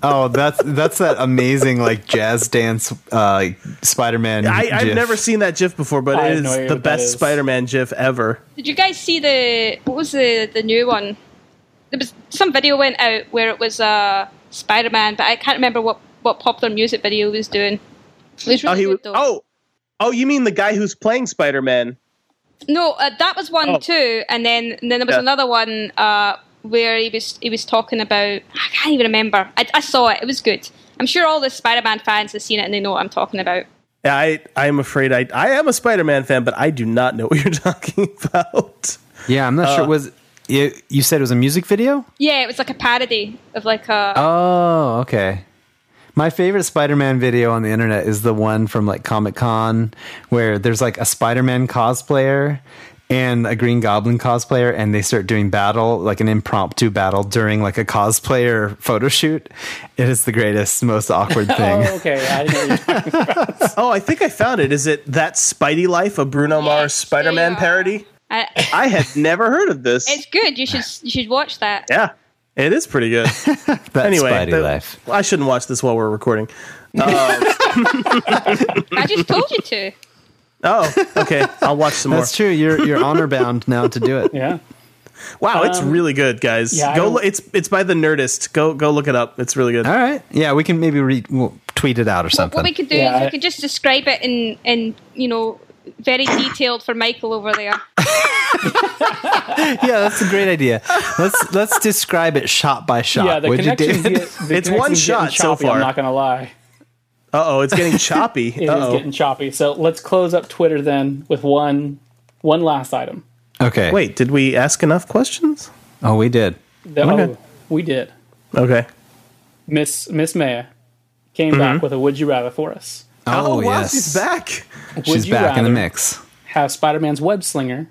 [SPEAKER 1] Oh, that's that's that amazing like jazz dance uh, Spider-Man.
[SPEAKER 3] I, I've
[SPEAKER 1] gif.
[SPEAKER 3] never seen that GIF before, but
[SPEAKER 2] I
[SPEAKER 3] it
[SPEAKER 2] have no
[SPEAKER 3] is
[SPEAKER 2] idea
[SPEAKER 3] the
[SPEAKER 2] what that
[SPEAKER 3] best
[SPEAKER 2] is.
[SPEAKER 3] Spider-Man GIF ever.
[SPEAKER 4] Did you guys see the what was the the new one? There was some video went out where it was uh, Spider Man, but I can't remember what what popular music video he was doing. It was
[SPEAKER 3] Oh,
[SPEAKER 4] really
[SPEAKER 3] he was,
[SPEAKER 4] good though.
[SPEAKER 3] oh, oh, you mean the guy who's playing Spider-Man?
[SPEAKER 4] no, uh, that was one
[SPEAKER 3] Oh.
[SPEAKER 4] too, and then and then there was
[SPEAKER 3] Yeah.
[SPEAKER 4] another one uh, where he was he was talking about I can't even remember. I, I saw it; it was good. I'm sure all the Spider Man fans have seen it and they know what I'm talking about.
[SPEAKER 3] Yeah, I, I'm afraid I, I am a Spider-Man fan, but I do not know what you're [laughs] talking about.
[SPEAKER 1] Yeah, I'm not sure.
[SPEAKER 3] Uh,
[SPEAKER 1] Was you, you said it was a music video?
[SPEAKER 4] Yeah, it was like a parody of like a.
[SPEAKER 1] Oh, okay. My favorite Spider-Man video on the internet is the one from like Comic Con where there's like a Spider-Man cosplayer and a Green Goblin cosplayer and they start doing battle, like an impromptu battle during like a cosplayer photo shoot. It is the greatest, most awkward thing.
[SPEAKER 2] [laughs] Oh, okay. I didn't know what you were
[SPEAKER 4] [laughs]
[SPEAKER 2] talking
[SPEAKER 3] Oh, I think I found it. Is it that Spidey Life, a Bruno Mars
[SPEAKER 4] they
[SPEAKER 3] Spider-Man
[SPEAKER 4] are.
[SPEAKER 3] parody?
[SPEAKER 4] I,
[SPEAKER 3] I had never heard of this.
[SPEAKER 4] it's good. You should you should watch that.
[SPEAKER 3] yeah, it is
[SPEAKER 1] [laughs]
[SPEAKER 3] pretty good.
[SPEAKER 1] That's
[SPEAKER 3] anyway,
[SPEAKER 1] Spidey
[SPEAKER 3] the-
[SPEAKER 1] life.
[SPEAKER 3] I shouldn't watch this while we're recording.
[SPEAKER 4] I just told you to.
[SPEAKER 3] Oh, okay. I'll watch some
[SPEAKER 1] [laughs]
[SPEAKER 3] more.
[SPEAKER 1] That's true. You're you're honor bound now to do
[SPEAKER 2] [laughs]
[SPEAKER 1] it.
[SPEAKER 2] Yeah.
[SPEAKER 3] Wow, it's
[SPEAKER 1] Um,
[SPEAKER 3] really good, guys.
[SPEAKER 2] yeah, I
[SPEAKER 3] go.
[SPEAKER 2] don't-
[SPEAKER 3] lo- It's it's by the Nerdist. Go go look it up. It's really good.
[SPEAKER 1] All right. Yeah, we can maybe re- we'll tweet it out or something.
[SPEAKER 4] What we could do
[SPEAKER 2] Yeah,
[SPEAKER 4] is we
[SPEAKER 2] I-
[SPEAKER 4] could just describe it in in you know very detailed for Michael over
[SPEAKER 3] [laughs]
[SPEAKER 4] there.
[SPEAKER 1] yeah, that's a great idea. Let's let's describe it shot by shot.
[SPEAKER 2] Yeah, the
[SPEAKER 1] would you,
[SPEAKER 2] connections.
[SPEAKER 1] David?
[SPEAKER 2] get- the
[SPEAKER 3] It's one
[SPEAKER 2] connection's getting
[SPEAKER 3] shot so
[SPEAKER 2] choppy,
[SPEAKER 3] far.
[SPEAKER 2] I'm not going to lie.
[SPEAKER 3] Uh oh,
[SPEAKER 1] [laughs]
[SPEAKER 3] it's getting choppy.
[SPEAKER 2] It is
[SPEAKER 3] Uh oh.
[SPEAKER 2] getting choppy. So let's close up Twitter then with one one last item.
[SPEAKER 1] [laughs] Okay.
[SPEAKER 3] Wait, did we ask enough questions?
[SPEAKER 1] Oh, we did.
[SPEAKER 2] That,
[SPEAKER 3] Okay.
[SPEAKER 2] oh, we did.
[SPEAKER 3] Okay.
[SPEAKER 2] Miss Miss Maya came
[SPEAKER 1] Mm-hmm.
[SPEAKER 2] back with a would you rather for us.
[SPEAKER 1] Oh,
[SPEAKER 3] wow,
[SPEAKER 1] yes.
[SPEAKER 3] she's back.
[SPEAKER 2] Would
[SPEAKER 1] She's
[SPEAKER 2] you
[SPEAKER 1] back in the
[SPEAKER 2] rather
[SPEAKER 1] mix.
[SPEAKER 2] Have Spider Man's web slinger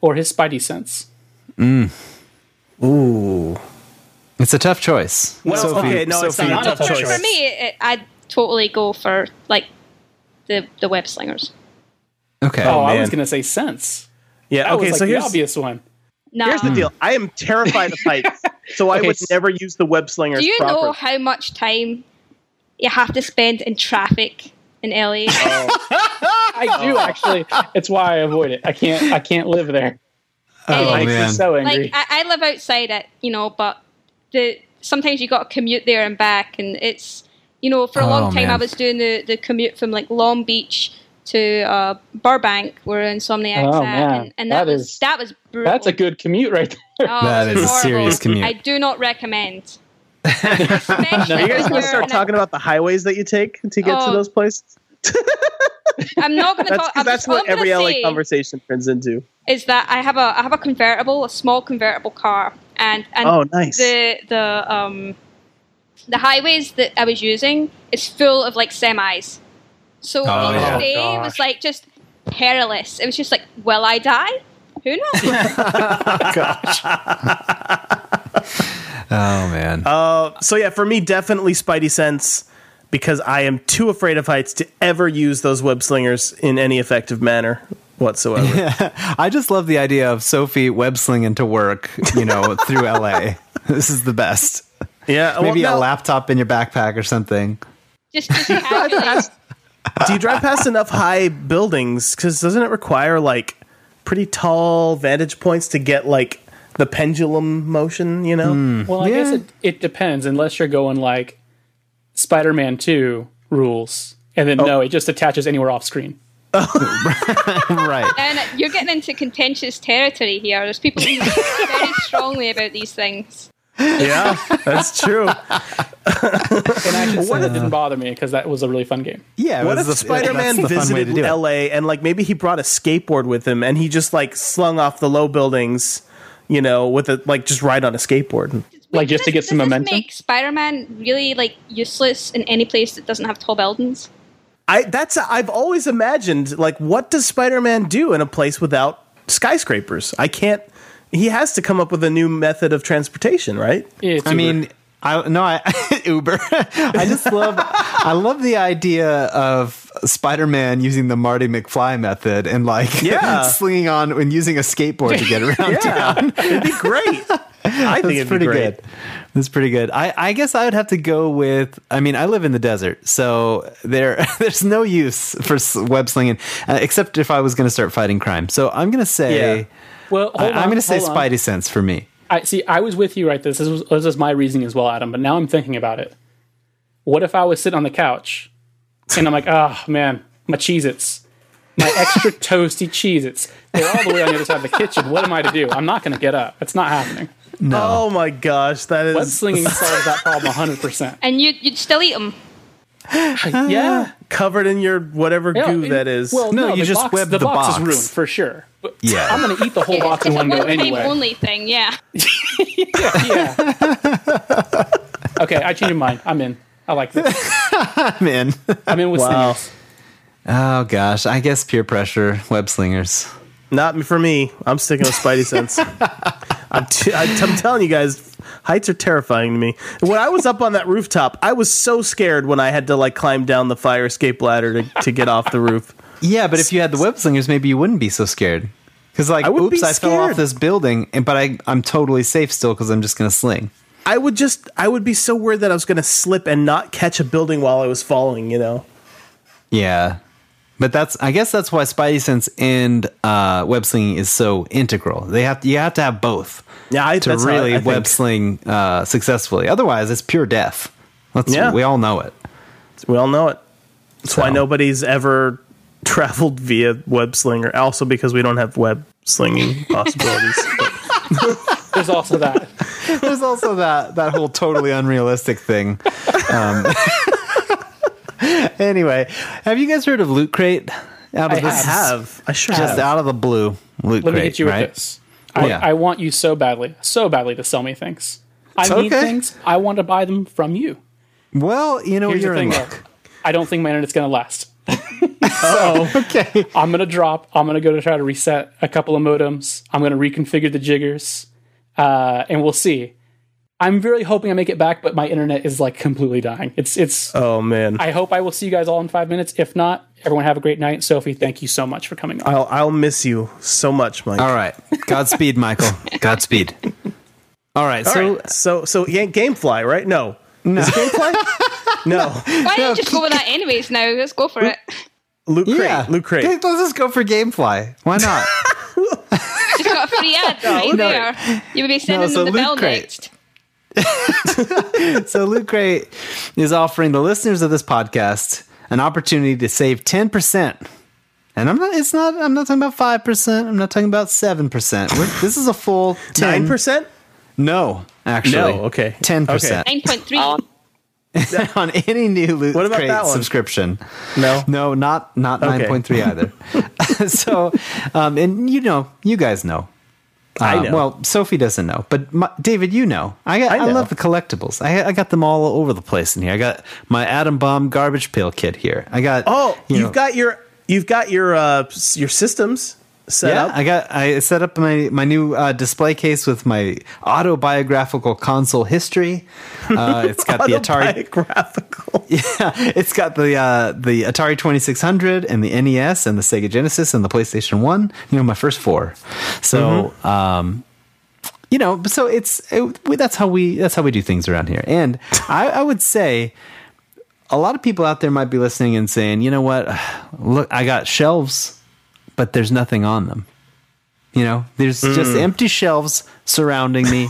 [SPEAKER 2] or his Spidey sense?
[SPEAKER 1] It's a tough choice.
[SPEAKER 3] Well, okay, no, it's
[SPEAKER 1] Sophie-
[SPEAKER 3] not a tough
[SPEAKER 4] For,
[SPEAKER 3] choice.
[SPEAKER 4] for me, it, I'd totally go for like the the web slingers.
[SPEAKER 1] Okay.
[SPEAKER 2] Oh, I
[SPEAKER 3] man.
[SPEAKER 2] was going to say sense.
[SPEAKER 3] Yeah.
[SPEAKER 2] That
[SPEAKER 3] Okay.
[SPEAKER 2] was like
[SPEAKER 3] so
[SPEAKER 2] the
[SPEAKER 3] here's
[SPEAKER 2] obvious one.
[SPEAKER 4] Now,
[SPEAKER 3] here's the deal. I am terrified of heights, so
[SPEAKER 1] [laughs]
[SPEAKER 3] I
[SPEAKER 2] Okay,
[SPEAKER 3] would
[SPEAKER 2] s-
[SPEAKER 3] never use the web slingers.
[SPEAKER 4] do you
[SPEAKER 3] properly.
[SPEAKER 4] know how much time you have to spend in traffic in LA?
[SPEAKER 2] I do actually. It's why I avoid it. I can't. I can't live there.
[SPEAKER 1] Oh,
[SPEAKER 4] Anyway,
[SPEAKER 2] Makes me
[SPEAKER 1] man.
[SPEAKER 2] so angry.
[SPEAKER 4] like I, I live outside it, you know, but the sometimes you got to commute there and back, and it's you know for a
[SPEAKER 1] Oh,
[SPEAKER 4] long time I
[SPEAKER 1] man.
[SPEAKER 4] was doing the, the commute from like Long Beach to uh, Burbank, where Insomniac
[SPEAKER 2] Oh,
[SPEAKER 4] at,
[SPEAKER 2] man.
[SPEAKER 4] and, and
[SPEAKER 2] That
[SPEAKER 4] that, was
[SPEAKER 2] is-
[SPEAKER 4] that was brutal.
[SPEAKER 2] That's a good commute right there. [laughs]
[SPEAKER 4] Oh,
[SPEAKER 1] That
[SPEAKER 4] it was
[SPEAKER 1] is a serious commute.
[SPEAKER 4] I do not recommend. Especially
[SPEAKER 3] Are you guys
[SPEAKER 4] when
[SPEAKER 3] going
[SPEAKER 4] you're
[SPEAKER 3] to start
[SPEAKER 4] in a-
[SPEAKER 3] talking about the highways that you take to get to
[SPEAKER 4] Oh,
[SPEAKER 3] those places?
[SPEAKER 4] I'm not going
[SPEAKER 3] [laughs]
[SPEAKER 4] to
[SPEAKER 3] That's
[SPEAKER 4] talk.
[SPEAKER 3] 'cause that's what every LA
[SPEAKER 4] say,
[SPEAKER 3] conversation turns into.
[SPEAKER 4] is that I have a I have a convertible, a small convertible car, and and
[SPEAKER 3] Oh, nice.
[SPEAKER 4] the the um the highways that I was using is full of like semis. So
[SPEAKER 1] Oh,
[SPEAKER 4] each
[SPEAKER 1] yeah.
[SPEAKER 4] day was like just perilous. It was just like, will I die?
[SPEAKER 2] [laughs]
[SPEAKER 4] Who knows?
[SPEAKER 1] oh man.
[SPEAKER 3] So yeah, for me, definitely Spidey Sense because I am too afraid of heights to ever use those web slingers in any effective manner whatsoever.
[SPEAKER 1] I just love the idea of Sophie web slinging to work. You
[SPEAKER 2] [laughs]
[SPEAKER 1] know, through LA. This is the best.
[SPEAKER 3] yeah, well,
[SPEAKER 1] Maybe
[SPEAKER 3] no.
[SPEAKER 1] a laptop in your backpack or something.
[SPEAKER 4] just just calculate.
[SPEAKER 3] Do you drive past enough high buildings? Because doesn't it require like pretty tall vantage points to get like the pendulum motion? You know,
[SPEAKER 2] Well, I guess
[SPEAKER 1] Yeah.
[SPEAKER 2] it, it depends, unless you're going
[SPEAKER 1] Oh.
[SPEAKER 2] like Spider Man 2 rules, and then no, it just attaches anywhere off screen. [laughs]
[SPEAKER 1] right.
[SPEAKER 4] And you're getting into contentious territory here. There's people who feel very strongly about these things.
[SPEAKER 3] Yeah, that's true.
[SPEAKER 2] And I should say that didn't bother me because that was a really fun game.
[SPEAKER 1] Yeah. it
[SPEAKER 3] What if
[SPEAKER 1] was the-
[SPEAKER 3] Spider-Man
[SPEAKER 1] that's the fun way to
[SPEAKER 3] visited
[SPEAKER 1] do it.
[SPEAKER 3] LA and like maybe he brought a skateboard with him and he just like slung off the low buildings, you know, with a like just ride on a skateboard.
[SPEAKER 2] Like just to get
[SPEAKER 4] Does-
[SPEAKER 2] some
[SPEAKER 4] does this
[SPEAKER 2] momentum.
[SPEAKER 4] Make Spider-Man really like useless in any place that doesn't have tall buildings.
[SPEAKER 3] I that's I've always imagined like what does Spider-Man do in a place without skyscrapers? I can't he has to come up with a new method of transportation, right?
[SPEAKER 2] It's
[SPEAKER 1] I
[SPEAKER 2] Uber.
[SPEAKER 1] mean, I no, I [laughs] Uber. I just love, I love the idea of Spider-Man using the Marty McFly method and like,
[SPEAKER 3] Yeah.
[SPEAKER 1] [laughs] slinging on and using a skateboard to
[SPEAKER 2] [laughs]
[SPEAKER 1] get around.
[SPEAKER 3] Yeah. it'd be great. I think
[SPEAKER 1] [laughs] That's
[SPEAKER 3] it'd
[SPEAKER 1] pretty
[SPEAKER 3] be great.
[SPEAKER 1] good. That's pretty good. I, I guess I would have to go with. I mean, I live in the desert, so there [laughs] there's no use for s- web slinging, uh, except if I was going to start fighting crime. So I'm going to say,
[SPEAKER 3] Yeah.
[SPEAKER 2] well,
[SPEAKER 1] I,
[SPEAKER 2] hold on,
[SPEAKER 1] am going to say
[SPEAKER 2] hold on.
[SPEAKER 1] Spidey sense for me. [laughs]
[SPEAKER 2] I see. I was with you right. This this was, this was my reasoning as well, Adam. But now I'm thinking about it. What if I was sitting on the couch and I'm like, [laughs] oh man, my Cheez-Its, my
[SPEAKER 4] [laughs]
[SPEAKER 2] extra toasty Cheez-Its. They're all the way on the other side of the kitchen. What am I to do? I'm not going to get up. It's not happening.
[SPEAKER 3] Oh my gosh, that
[SPEAKER 2] Web
[SPEAKER 3] is
[SPEAKER 1] [laughs]
[SPEAKER 2] slinging solves that problem 100. percent
[SPEAKER 4] And you'd you'd still eat them.
[SPEAKER 2] Yeah.
[SPEAKER 3] covered in your whatever
[SPEAKER 2] Yeah,
[SPEAKER 3] goo
[SPEAKER 2] it-
[SPEAKER 3] that is.
[SPEAKER 2] Well,
[SPEAKER 1] No,
[SPEAKER 2] no,
[SPEAKER 1] you
[SPEAKER 2] the
[SPEAKER 1] just
[SPEAKER 2] box,
[SPEAKER 1] web
[SPEAKER 2] the
[SPEAKER 1] the
[SPEAKER 2] box,
[SPEAKER 1] box.
[SPEAKER 2] is ruined for sure. But
[SPEAKER 1] Yeah.
[SPEAKER 2] I'm going to eat the whole box
[SPEAKER 4] It's a
[SPEAKER 2] in one
[SPEAKER 4] one
[SPEAKER 2] go
[SPEAKER 4] time
[SPEAKER 2] anyway.
[SPEAKER 4] only thing. Yeah.
[SPEAKER 2] yeah. Okay, I changed my mind. I'm in. I like this.
[SPEAKER 1] I'm
[SPEAKER 3] [laughs]
[SPEAKER 1] in.
[SPEAKER 2] I'm in with
[SPEAKER 3] Wow.
[SPEAKER 2] slingers.
[SPEAKER 1] oh gosh, I guess peer pressure, web slingers.
[SPEAKER 3] Not for me. I'm sticking with Spidey
[SPEAKER 1] [laughs]
[SPEAKER 3] sense. I'm, t- I, I'm telling you guys, heights are terrifying to me. When I was up on that rooftop, I was so scared when I had to like climb down the fire escape ladder to, to get off the roof.
[SPEAKER 1] Yeah, but if you had the web slingers, maybe you wouldn't be so scared. Because like,
[SPEAKER 3] I would be
[SPEAKER 1] oops, I fell off
[SPEAKER 3] scared.
[SPEAKER 1] this building, and but I I'm totally safe still because I'm just going to sling.
[SPEAKER 3] I would just, I would be so worried that I was going to slip and not catch a building while I was falling. You know,
[SPEAKER 1] Yeah. But that's I guess that's why Spidey Sense and uh, web slinging is so integral. They have you have to have both
[SPEAKER 3] Yeah, I-
[SPEAKER 1] to
[SPEAKER 3] that's how I
[SPEAKER 1] really
[SPEAKER 3] think.
[SPEAKER 1] web sling uh, successfully. Otherwise, it's pure death. That's,
[SPEAKER 3] Yeah.
[SPEAKER 1] we all know it. [laughs]
[SPEAKER 3] we all know it. That's why
[SPEAKER 1] So.
[SPEAKER 3] nobody's ever traveled via web slinger. Also, because we don't have web
[SPEAKER 1] [laughs]
[SPEAKER 3] slinging possibilities. But-
[SPEAKER 2] There's also that.
[SPEAKER 1] There's also that that whole totally unrealistic thing. Um, [laughs] anyway, have you guys heard of Loot Crate? Out of
[SPEAKER 2] I
[SPEAKER 1] this,
[SPEAKER 3] have I sure
[SPEAKER 1] just
[SPEAKER 3] have.
[SPEAKER 1] out of the blue, Loot
[SPEAKER 2] Let
[SPEAKER 1] Crate.
[SPEAKER 2] me hit you
[SPEAKER 1] right?
[SPEAKER 2] with this. I,
[SPEAKER 1] Yeah.
[SPEAKER 2] I want you so badly, so badly to sell me things. I need
[SPEAKER 1] okay.
[SPEAKER 2] things. I want to buy them from you.
[SPEAKER 1] Well, you know
[SPEAKER 2] Here's
[SPEAKER 1] Oh, you're
[SPEAKER 2] the
[SPEAKER 1] in
[SPEAKER 2] thing,
[SPEAKER 1] luck.
[SPEAKER 2] though. I don't think my internet's going to last. [laughs] so okay. I'm going to drop. I'm going to go to try to reset a couple of modems. I'm going to reconfigure the jiggers, uh, and we'll see. I'm really hoping I make it back, but my internet is like completely dying. It's it's.
[SPEAKER 3] Oh man.
[SPEAKER 2] I hope I will see you guys all in five minutes. If not, everyone have a great night. Sophie, thank you so much for coming on.
[SPEAKER 3] I'll, I'll miss you so much, Mike.
[SPEAKER 1] All right, Godspeed, [laughs] Michael. Godspeed. All right,
[SPEAKER 3] All
[SPEAKER 1] so
[SPEAKER 3] right. so so yeah, GameFly, right? No, no. Is
[SPEAKER 1] [laughs]
[SPEAKER 3] it GameFly? no,
[SPEAKER 4] Why don't you just go with that anyways? Now let's go for it.
[SPEAKER 3] Loot Crate.
[SPEAKER 1] Yeah,
[SPEAKER 3] Loot Crate.
[SPEAKER 1] Let's just go for GameFly. Why not?
[SPEAKER 3] [laughs]
[SPEAKER 4] Just got a free ad right there. You would be sending
[SPEAKER 1] so
[SPEAKER 4] them
[SPEAKER 1] Loot
[SPEAKER 4] the bell
[SPEAKER 1] Crate.
[SPEAKER 4] next.
[SPEAKER 1] so Loot Crate is offering the listeners of this podcast an opportunity to save ten percent. And I'm not. It's not. I'm not talking about five percent. I'm not talking about seven percent. This is a full
[SPEAKER 3] [laughs] Nine
[SPEAKER 1] ten
[SPEAKER 3] percent.
[SPEAKER 1] No, actually,
[SPEAKER 3] No, okay.
[SPEAKER 1] ten percent
[SPEAKER 4] Nine point three.
[SPEAKER 3] Um,
[SPEAKER 1] [laughs] on any new Loot
[SPEAKER 3] What about
[SPEAKER 1] Crate
[SPEAKER 3] that one?
[SPEAKER 1] subscription.
[SPEAKER 3] No.
[SPEAKER 1] No, not not
[SPEAKER 3] Okay.
[SPEAKER 1] nine point three
[SPEAKER 3] [laughs]
[SPEAKER 1] either. [laughs] so, um, and you know, you guys know.
[SPEAKER 3] I
[SPEAKER 1] Uh,
[SPEAKER 3] know.
[SPEAKER 1] Well, Sophie doesn't know, but my, David, you know. I got,
[SPEAKER 3] I
[SPEAKER 1] I,
[SPEAKER 3] know.
[SPEAKER 1] love the collectibles. I, I got them all over the place in here. I got my atom bomb garbage pail kit here. I got
[SPEAKER 3] Oh,
[SPEAKER 1] you
[SPEAKER 3] you have
[SPEAKER 1] know,
[SPEAKER 3] got your you've got your uh s- your systems set
[SPEAKER 1] yeah.
[SPEAKER 3] up.
[SPEAKER 1] I got I set up my my new uh, display case with my autobiographical console history. Uh, it's got the Atari
[SPEAKER 3] Autobiographical.
[SPEAKER 1] [laughs] it's got the uh, the Atari 2600 and the NES and the Sega Genesis and the PlayStation 1, you know, my first four. So, um you know, so it's it, we- that's how we that's how we do things around here. And I, I would say a lot of people out there might be listening and saying, "You know what? [sighs] Look, I got shelves, but there's nothing on them." You know, there's just empty shelves surrounding me,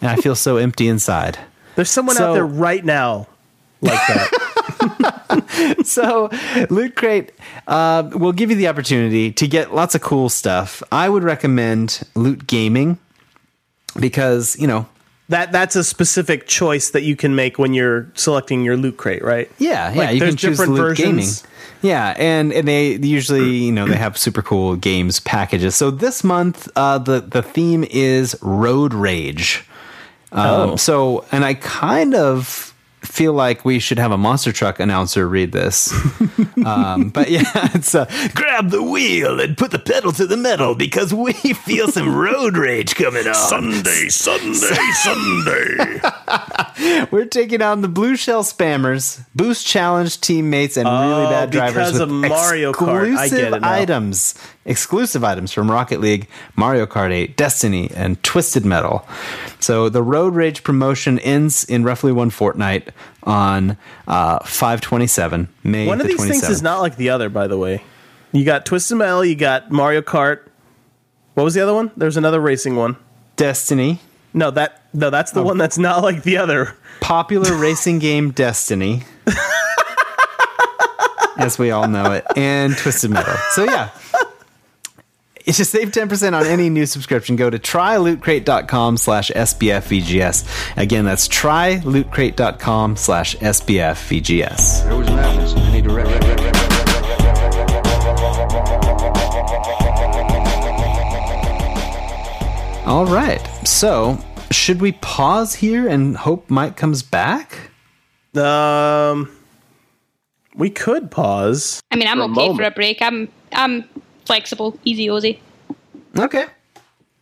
[SPEAKER 1] and I feel so empty inside.
[SPEAKER 3] There's someone out
[SPEAKER 1] So- [laughs]
[SPEAKER 3] there right now like that.
[SPEAKER 1] so loot crate uh, will give you the opportunity to get lots of cool stuff i would recommend loot gaming because you know
[SPEAKER 3] That that's a specific choice that you can make when you're selecting your loot crate, right?
[SPEAKER 1] yeah yeah
[SPEAKER 3] Like,
[SPEAKER 1] you
[SPEAKER 3] there's
[SPEAKER 1] can choose
[SPEAKER 3] different
[SPEAKER 1] loot
[SPEAKER 3] versions.
[SPEAKER 1] gaming yeah and, and they usually you know they have super cool games packages so this month uh, the the theme is road rage Um,
[SPEAKER 3] Oh.
[SPEAKER 1] So, and I kind of feel like we should have a monster truck announcer read this. um, [laughs] but yeah, it's uh, grab the wheel and put the pedal to the metal because we [laughs] feel some road rage coming on. Sunday, [laughs] Sunday, Sunday. [laughs] We're taking on the blue shell spammers, boost challenge teammates, and really
[SPEAKER 3] Oh,
[SPEAKER 1] bad drivers
[SPEAKER 3] because
[SPEAKER 1] with
[SPEAKER 3] of Mario Kart. I get
[SPEAKER 1] exclusive
[SPEAKER 3] it now.
[SPEAKER 1] items, exclusive items from Rocket League, Mario Kart 8, Destiny, and Twisted Metal. So the Road Rage promotion ends in roughly one fortnight on uh, 527 May.
[SPEAKER 3] One of
[SPEAKER 1] the
[SPEAKER 3] these things
[SPEAKER 1] 27th.
[SPEAKER 3] is not like the other, by the way. You got Twisted Metal, you got Mario Kart. What was the other one? There's another racing one.
[SPEAKER 1] Destiny,
[SPEAKER 3] No, that no, that's
[SPEAKER 1] Oh.
[SPEAKER 3] the one that's not like the other.
[SPEAKER 1] popular racing game Destiny. as we all know it, and Twisted Metal. So yeah. It's just save 10% on any new subscription. Go to trylootcrate.com slash SBFVGS. Again, that's trylootcrate.com slash SBFVGS.
[SPEAKER 6] There was madness in any direction.
[SPEAKER 1] All right. So, should we pause here and hope Mike comes back?
[SPEAKER 3] Um, we could pause.
[SPEAKER 4] I mean, I'm
[SPEAKER 3] For a
[SPEAKER 4] okay for a
[SPEAKER 3] moment.
[SPEAKER 4] break. I'm I'm flexible, easy, ozy.
[SPEAKER 1] Okay.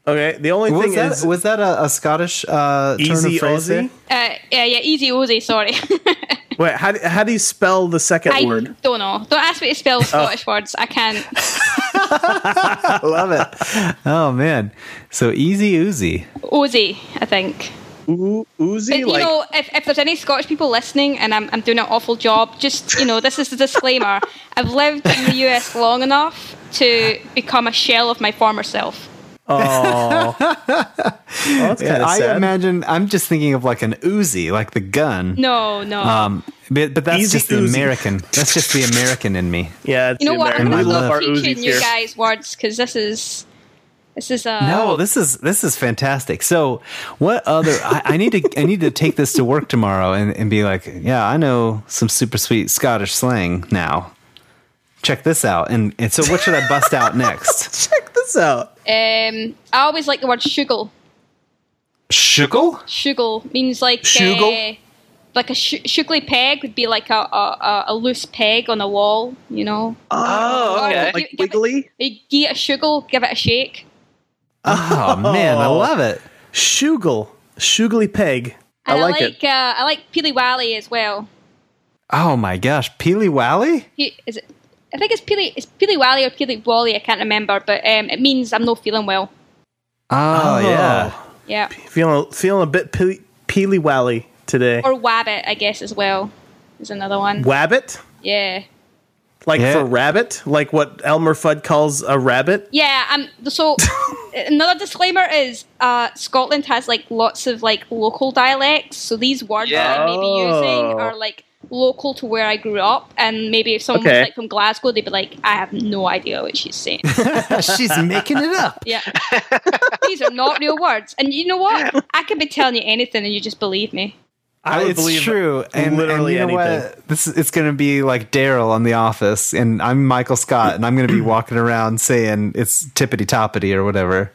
[SPEAKER 3] Okay. The only
[SPEAKER 1] Was
[SPEAKER 3] thing
[SPEAKER 1] that,
[SPEAKER 3] is
[SPEAKER 1] was that a, a Scottish uh, turn of
[SPEAKER 3] easy
[SPEAKER 1] phrase there?
[SPEAKER 3] Aussie.
[SPEAKER 4] Uh, yeah, yeah, easy, ozy. Sorry,
[SPEAKER 3] Wait, how do, how do you spell the second
[SPEAKER 4] [laughs] I
[SPEAKER 3] word?
[SPEAKER 4] don't know. Don't ask me to spell Scottish words. I can't.
[SPEAKER 1] Love it. [laughs] Oh, man. So, easy oozy.
[SPEAKER 4] Ozy, I think.
[SPEAKER 3] Ooh, Uzi,
[SPEAKER 4] you
[SPEAKER 3] like oh,
[SPEAKER 4] know, if, if there's any Scottish people listening and I'm, I'm doing an awful job, just, you know, this is
[SPEAKER 3] [laughs]
[SPEAKER 4] the disclaimer. I've lived in the US long enough to become a shell of my former self.
[SPEAKER 3] oh, that's kind of
[SPEAKER 1] I
[SPEAKER 3] sad.
[SPEAKER 1] imagine I'm just thinking of like an Uzi, like the gun.
[SPEAKER 4] No, no.
[SPEAKER 1] Um, but, but that's
[SPEAKER 3] Easy
[SPEAKER 1] just the
[SPEAKER 3] Uzi.
[SPEAKER 1] American. That's just the American in me.
[SPEAKER 3] yeah, it's
[SPEAKER 4] you know
[SPEAKER 3] the
[SPEAKER 4] what? I'm
[SPEAKER 3] American-
[SPEAKER 4] going
[SPEAKER 1] I
[SPEAKER 4] to
[SPEAKER 1] love
[SPEAKER 4] stop
[SPEAKER 3] our
[SPEAKER 4] teaching
[SPEAKER 3] Uzis
[SPEAKER 4] you
[SPEAKER 3] here.
[SPEAKER 4] guys words because this is. This is uh,
[SPEAKER 1] No, this is this is fantastic. So, what other? I, I need to I need to take this to work tomorrow and, and be like, yeah, I know some super sweet Scottish slang now. Check this out, and and so what should I bust out next?
[SPEAKER 3] [laughs] Check this out.
[SPEAKER 4] Um, I always like the word shugle.
[SPEAKER 1] Shugle?
[SPEAKER 4] Shugle means like.
[SPEAKER 3] Shugle?
[SPEAKER 4] Uh, like a sh- shugly peg would be like a, a, a- a loose peg on a wall, you know?
[SPEAKER 3] Oh,
[SPEAKER 4] okay.
[SPEAKER 3] like
[SPEAKER 4] Give it-
[SPEAKER 3] wiggly.
[SPEAKER 4] Uh, You get a shugle, give it a shake.
[SPEAKER 1] Oh man, I love it.
[SPEAKER 3] Shugle, shugly peg.
[SPEAKER 4] And
[SPEAKER 3] I like it.
[SPEAKER 4] Uh, I like Peely Wally as well.
[SPEAKER 1] Oh my gosh, Peely Wally.
[SPEAKER 4] He, is it? I think it's Peely. It's Peely Wally or Peely Wally. I can't remember, but um, it means I'm not feeling well.
[SPEAKER 1] Oh, yeah,
[SPEAKER 4] Yeah,
[SPEAKER 3] feeling feeling a bit pe- peely wally today.
[SPEAKER 4] or Wabbit, I guess as well is another one.
[SPEAKER 3] Wabbit,
[SPEAKER 4] yeah,
[SPEAKER 3] like
[SPEAKER 1] Yeah.
[SPEAKER 3] for rabbit, like what Elmer Fudd calls a rabbit.
[SPEAKER 4] yeah. Um. So another disclaimer is uh, Scotland has like lots of like local dialects. So these words that I may be using
[SPEAKER 3] Oh.
[SPEAKER 4] are like local to where I grew up, and maybe if someone
[SPEAKER 3] Okay.
[SPEAKER 4] was like from Glasgow, they'd be like, I have no idea what she's saying.
[SPEAKER 1] she's making it up.
[SPEAKER 5] [laughs]
[SPEAKER 4] Yeah. These are not real words. And you know what? I can be telling you anything and you just believe me.
[SPEAKER 3] I would
[SPEAKER 1] it's
[SPEAKER 3] believe
[SPEAKER 1] true. And,
[SPEAKER 3] literally
[SPEAKER 1] and you know
[SPEAKER 3] anything.
[SPEAKER 1] What? This is- it's going to be like Daryl on The Office, and I'm Michael Scott, and I'm going to be walking around saying it's tippity toppity or [laughs] whatever.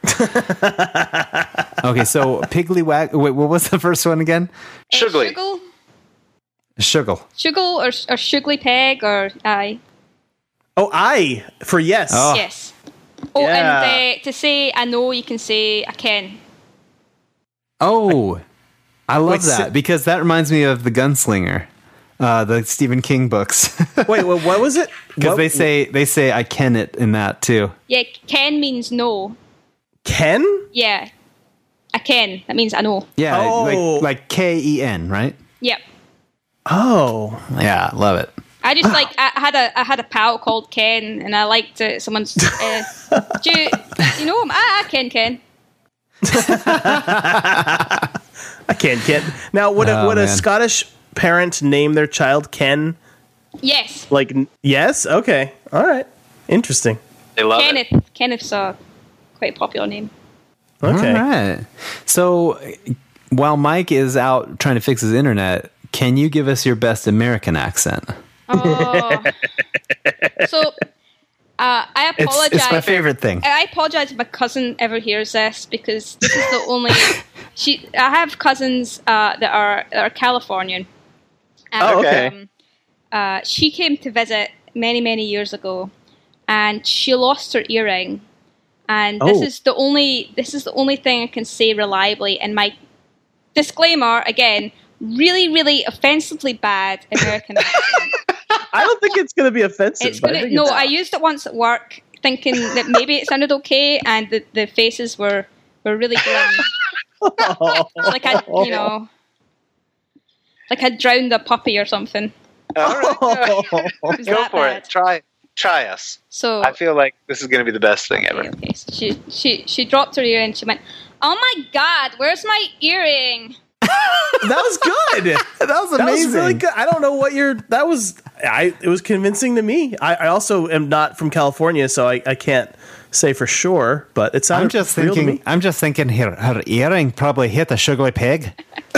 [SPEAKER 1] okay, so Piggly Wag. Wait, what was the first one again?
[SPEAKER 4] Eh,
[SPEAKER 7] Shugly.
[SPEAKER 4] Shugle?
[SPEAKER 1] Shugle.
[SPEAKER 4] Shugle or, or Shugly Peg or I.
[SPEAKER 3] Oh, I for yes.
[SPEAKER 5] Ah.
[SPEAKER 1] Oh.
[SPEAKER 4] Yes. Oh,
[SPEAKER 3] Yeah.
[SPEAKER 4] and uh, to say I know, you can say I can.
[SPEAKER 1] Oh, I, love
[SPEAKER 3] Wait,
[SPEAKER 1] that
[SPEAKER 3] si-
[SPEAKER 1] because that reminds me of The Gunslinger, uh, the Stephen King books. [laughs]
[SPEAKER 3] Wait, wait, what was it?
[SPEAKER 1] Because
[SPEAKER 3] What-
[SPEAKER 1] they say they say I ken it in that too.
[SPEAKER 4] Yeah, can means no.
[SPEAKER 3] Ken.
[SPEAKER 4] Yeah. I can. That means I know.
[SPEAKER 1] Yeah,
[SPEAKER 3] Oh.
[SPEAKER 1] like like K E N, right?
[SPEAKER 4] Yep.
[SPEAKER 3] Oh,
[SPEAKER 1] Yeah, love it.
[SPEAKER 4] I
[SPEAKER 5] Ah.
[SPEAKER 4] just like I had a I had a pal called Ken, and I liked it.
[SPEAKER 5] [laughs]
[SPEAKER 4] Someone's, uh, do you, you know him? Ah, ah, Ken, Ken.
[SPEAKER 3] I can't get now. Would a
[SPEAKER 1] Oh,
[SPEAKER 3] would a
[SPEAKER 1] man.
[SPEAKER 3] Scottish parent name their child Ken?
[SPEAKER 4] Yes,
[SPEAKER 3] Like, n- yes? Okay. All right. Interesting.
[SPEAKER 5] They love it.
[SPEAKER 4] Kenneth. Kenneth's a quite popular name.
[SPEAKER 3] Okay.
[SPEAKER 1] All right. So uh, while Mike is out trying to fix his internet, can you give us your best American accent? [laughs]
[SPEAKER 4] Oh. so, uh, I
[SPEAKER 1] It's,
[SPEAKER 4] apologize.
[SPEAKER 1] it's my favorite thing.
[SPEAKER 4] I apologize if my cousin ever hears this because this is the
[SPEAKER 1] [laughs]
[SPEAKER 4] only. she, I have cousins uh, that are that are Californian. And,
[SPEAKER 3] Oh, okay.
[SPEAKER 4] Um, uh, she came to visit many many years ago, and she lost her earring. And this
[SPEAKER 3] Oh.
[SPEAKER 4] is the only this is the only thing I can say reliably. And my disclaimer again, really really offensively bad American accent.
[SPEAKER 3] I don't think it's going to be offensive.
[SPEAKER 4] It's gonna,
[SPEAKER 3] think
[SPEAKER 4] no,
[SPEAKER 3] it's-
[SPEAKER 4] I used it once at work, thinking that maybe it sounded okay, and the, the faces were were really grim.
[SPEAKER 5] [laughs]
[SPEAKER 4] like I, you know, like I drowned a puppy or
[SPEAKER 5] [laughs]
[SPEAKER 4] something.
[SPEAKER 5] All right.
[SPEAKER 4] It was
[SPEAKER 5] Go
[SPEAKER 4] that
[SPEAKER 5] for
[SPEAKER 4] bad.
[SPEAKER 5] it. Try try us.
[SPEAKER 4] So
[SPEAKER 5] I feel like this is going to be the best thing ever.
[SPEAKER 4] okay, okay. So she she she dropped her ear and she went, "Oh my god, where's my earring?"
[SPEAKER 3] that was good.
[SPEAKER 4] [laughs]
[SPEAKER 1] that was
[SPEAKER 3] That
[SPEAKER 1] amazing.
[SPEAKER 3] was really good. I don't know what you're. That was. I. It was convincing to me. I, I also am not from California, so I, I can't say for sure. But it sounded.
[SPEAKER 1] I'm just
[SPEAKER 3] real to
[SPEAKER 1] thinking.
[SPEAKER 3] me.
[SPEAKER 1] I'm just thinking. Her, her earring probably hit a sugary pig. [laughs]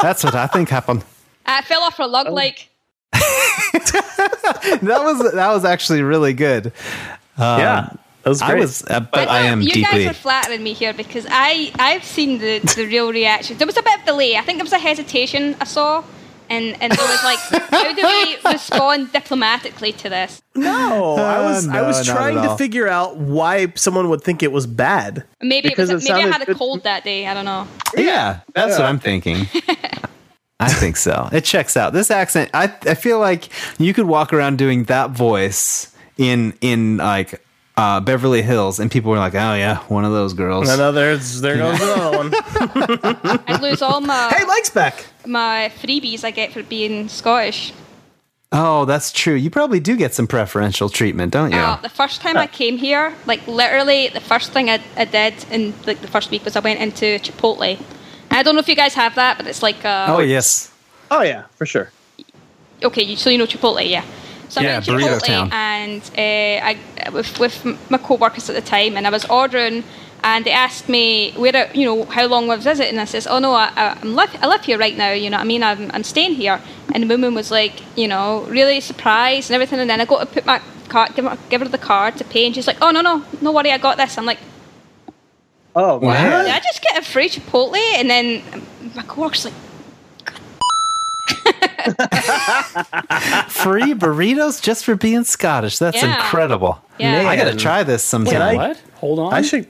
[SPEAKER 1] That's what I think happened.
[SPEAKER 4] I Uh, fell off her lug
[SPEAKER 5] Oh.
[SPEAKER 4] like.
[SPEAKER 1] That was that was actually really good.
[SPEAKER 3] yeah, that was great.
[SPEAKER 1] um, I was, uh, but I
[SPEAKER 4] thought
[SPEAKER 1] am
[SPEAKER 4] you
[SPEAKER 1] deeply.
[SPEAKER 4] guys are flattering me here because I I've seen the, the real reaction. There was a bit of delay. I think there was a hesitation I saw, and and there was like, how do
[SPEAKER 1] [laughs]
[SPEAKER 4] we respond diplomatically to this?
[SPEAKER 3] no, I was.
[SPEAKER 1] Uh,
[SPEAKER 3] I was
[SPEAKER 1] no, not
[SPEAKER 3] trying
[SPEAKER 1] at
[SPEAKER 3] to
[SPEAKER 1] all.
[SPEAKER 3] figure out why someone would think it was bad.
[SPEAKER 4] Maybe it was,
[SPEAKER 3] Because it
[SPEAKER 4] maybe I
[SPEAKER 3] sounded
[SPEAKER 4] had a
[SPEAKER 3] good-
[SPEAKER 4] cold that day. I don't know.
[SPEAKER 1] Yeah, that's what I'm thinking. [laughs] I think so. It checks out. This accent, I I feel like you could walk around doing that voice in in like uh, Beverly Hills, and people were like, "Oh yeah, one of those girls."
[SPEAKER 3] Another. There goes another one.
[SPEAKER 4] I'd lose all my
[SPEAKER 3] Hey, Mike's back.
[SPEAKER 4] my freebies I get for being Scottish.
[SPEAKER 1] Oh, that's true. You probably do get some preferential treatment, don't you?
[SPEAKER 4] Uh,
[SPEAKER 3] Oh,
[SPEAKER 4] the first time I came here, like literally, the first thing I, I did in like the first week was I went into Chipotle. And I don't know if you guys have that, but it's like uh,
[SPEAKER 1] oh yes.
[SPEAKER 3] [laughs] Oh yeah, for sure.
[SPEAKER 4] okay, you, so you know Chipotle, yeah. So
[SPEAKER 1] Yeah,
[SPEAKER 4] I went to
[SPEAKER 1] Burrito
[SPEAKER 4] Chipotle
[SPEAKER 1] Town.
[SPEAKER 4] and uh, I with, with my co-workers at the time, and I was ordering, and they asked me where I- you know how long was it, and I says, oh no, I, I- I'm live, I live here right now, you know what I mean, I'm, I'm staying here, and the woman was like, you know, really surprised and everything, and then I go to put my card, give her, give her the card to pay, and she's like, oh no no, no worry, I got this. I'm like,
[SPEAKER 3] Oh wow.
[SPEAKER 4] did I just get a free Chipotle? And then my co-worker's like,
[SPEAKER 3] [laughs]
[SPEAKER 1] Free burritos just for being Scottish. That's
[SPEAKER 4] Yeah.
[SPEAKER 1] incredible.
[SPEAKER 4] Yeah.
[SPEAKER 1] I gotta try this sometime.
[SPEAKER 3] I-
[SPEAKER 2] What? Hold on.
[SPEAKER 3] I should.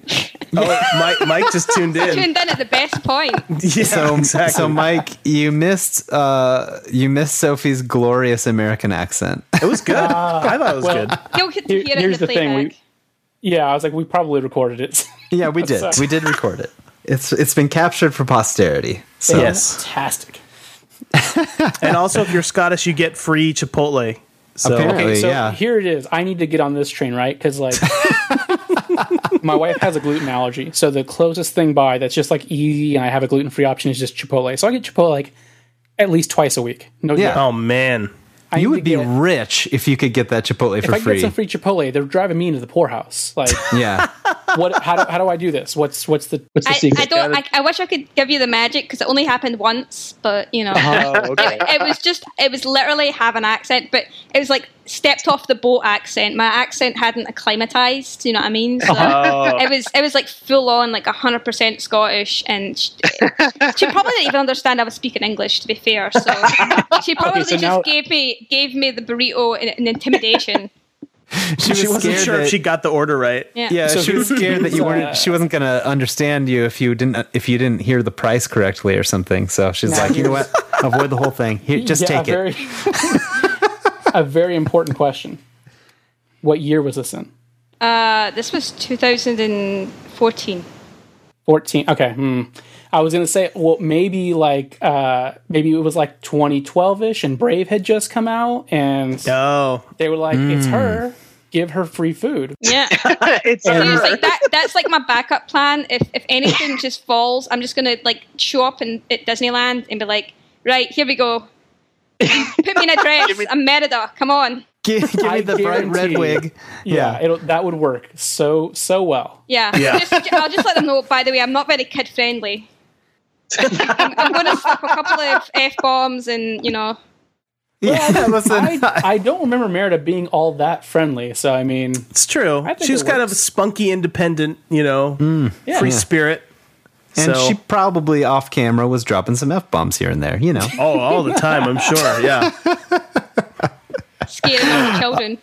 [SPEAKER 3] Oh, Mike. Mike just [laughs] tuned in.
[SPEAKER 4] tuned in at the best point.
[SPEAKER 3] Yeah,
[SPEAKER 1] so,
[SPEAKER 3] [laughs] exactly.
[SPEAKER 1] so Mike, you missed uh, you missed Sophie's glorious American accent.
[SPEAKER 3] it was good.
[SPEAKER 1] Ah.
[SPEAKER 3] I thought it was
[SPEAKER 2] well,
[SPEAKER 3] good.
[SPEAKER 4] You'll get to
[SPEAKER 2] Here-
[SPEAKER 4] hear it in
[SPEAKER 2] here's
[SPEAKER 4] the,
[SPEAKER 2] the thing, we-
[SPEAKER 4] playback.
[SPEAKER 2] [laughs] yeah, I was like, we probably recorded it.
[SPEAKER 1] Yeah,
[SPEAKER 2] [laughs]
[SPEAKER 1] we did.
[SPEAKER 2] Sorry.
[SPEAKER 1] We did record it. It's it's been captured for posterity. So
[SPEAKER 3] Yes.
[SPEAKER 2] Fantastic.
[SPEAKER 3] and also if you're Scottish, you get free Chipotle. So
[SPEAKER 1] Apparently.
[SPEAKER 2] Okay, so
[SPEAKER 1] yeah.
[SPEAKER 2] here it is. I need to get on this train, right? Because like, my wife has a gluten allergy, so the closest thing by that's just like easy, and I have a gluten free option is just Chipotle. So I get Chipotle like at least twice a week. No,
[SPEAKER 1] Yeah.
[SPEAKER 2] joke.
[SPEAKER 3] oh man,
[SPEAKER 2] I need
[SPEAKER 1] you
[SPEAKER 2] to
[SPEAKER 1] would be
[SPEAKER 2] get-
[SPEAKER 1] rich if you could get that Chipotle
[SPEAKER 2] If
[SPEAKER 1] for
[SPEAKER 2] I could get
[SPEAKER 1] free.
[SPEAKER 2] some free Chipotle, they're driving me into the poorhouse. Like,
[SPEAKER 1] [laughs]
[SPEAKER 2] [laughs]
[SPEAKER 1] yeah.
[SPEAKER 2] what? How do, how do I do this? What's what's the what's the
[SPEAKER 4] I,
[SPEAKER 2] secret?
[SPEAKER 4] I don't. I, I wish I could give you the magic because it only happened once, but you know,
[SPEAKER 2] Uh-huh. Oh,
[SPEAKER 4] it, it was just. It was literally have an accent, but it was like stepped off the boat accent. My accent hadn't acclimatized. You know what I mean? So
[SPEAKER 2] Uh-huh.
[SPEAKER 4] it was. It was like full on, like hundred percent Scottish, and she, she probably didn't even understand I was speaking English. To be fair, so she probably
[SPEAKER 2] so
[SPEAKER 4] just
[SPEAKER 2] now-
[SPEAKER 4] gave me gave me the burrito in, in
[SPEAKER 2] [laughs]
[SPEAKER 4] intimidation.
[SPEAKER 1] She,
[SPEAKER 3] she wasn't sure
[SPEAKER 1] that,
[SPEAKER 3] if she got the order right.
[SPEAKER 4] Yeah.
[SPEAKER 1] Yeah,
[SPEAKER 2] So [laughs]
[SPEAKER 1] she was
[SPEAKER 2] who-
[SPEAKER 1] scared that you
[SPEAKER 2] who's,
[SPEAKER 1] weren't
[SPEAKER 2] uh,
[SPEAKER 1] she wasn't going to understand you if you didn't uh, if you didn't hear the price correctly or something. So she's like, "You know
[SPEAKER 2] [laughs]
[SPEAKER 1] what? Avoid the whole thing. Here, just
[SPEAKER 2] Yeah,
[SPEAKER 1] take
[SPEAKER 2] a
[SPEAKER 1] it."
[SPEAKER 2] very, [laughs] a very important question. What year was this in?
[SPEAKER 4] Uh, this was 2014.
[SPEAKER 2] 14 okay hmm. i was gonna say well maybe like uh maybe it was like 2012ish and brave had just come out and
[SPEAKER 3] Oh,
[SPEAKER 1] Hmm.
[SPEAKER 2] they were like it's her give her free food.
[SPEAKER 4] Yeah.
[SPEAKER 2] [laughs]
[SPEAKER 3] it's
[SPEAKER 4] So
[SPEAKER 3] her.
[SPEAKER 4] it's like that. That's like my backup plan. If if anything just falls, I'm just gonna like show up in at Disneyland and be like, right, here
[SPEAKER 3] [laughs]
[SPEAKER 4] we go. Put me in a dress. I'm Merida. Come on.
[SPEAKER 1] Give, give me
[SPEAKER 2] I
[SPEAKER 1] the bright red
[SPEAKER 2] guarantee-
[SPEAKER 1] wig.
[SPEAKER 2] Yeah,
[SPEAKER 1] Yeah.
[SPEAKER 2] it'll, that would work so so well.
[SPEAKER 4] Yeah.
[SPEAKER 3] Yeah.
[SPEAKER 4] Just, I'll just let them know. By the way, I'm not very kid friendly. I'm, I'm going to slip a couple of f bombs and you know.
[SPEAKER 1] [laughs] Yeah, [laughs] listen.
[SPEAKER 2] [laughs] I, I don't remember Merida being all that friendly. So I mean,
[SPEAKER 3] It's true.
[SPEAKER 2] I think
[SPEAKER 3] She's
[SPEAKER 2] it
[SPEAKER 3] kind of
[SPEAKER 2] works.
[SPEAKER 3] spunky, independent, you know,
[SPEAKER 2] yeah.
[SPEAKER 3] free spirit.
[SPEAKER 1] and
[SPEAKER 3] so-
[SPEAKER 1] she probably off camera was dropping some F bombs here and there, you know.
[SPEAKER 3] Oh, [laughs] all the time, I'm sure. Yeah.
[SPEAKER 4] scaring all the children.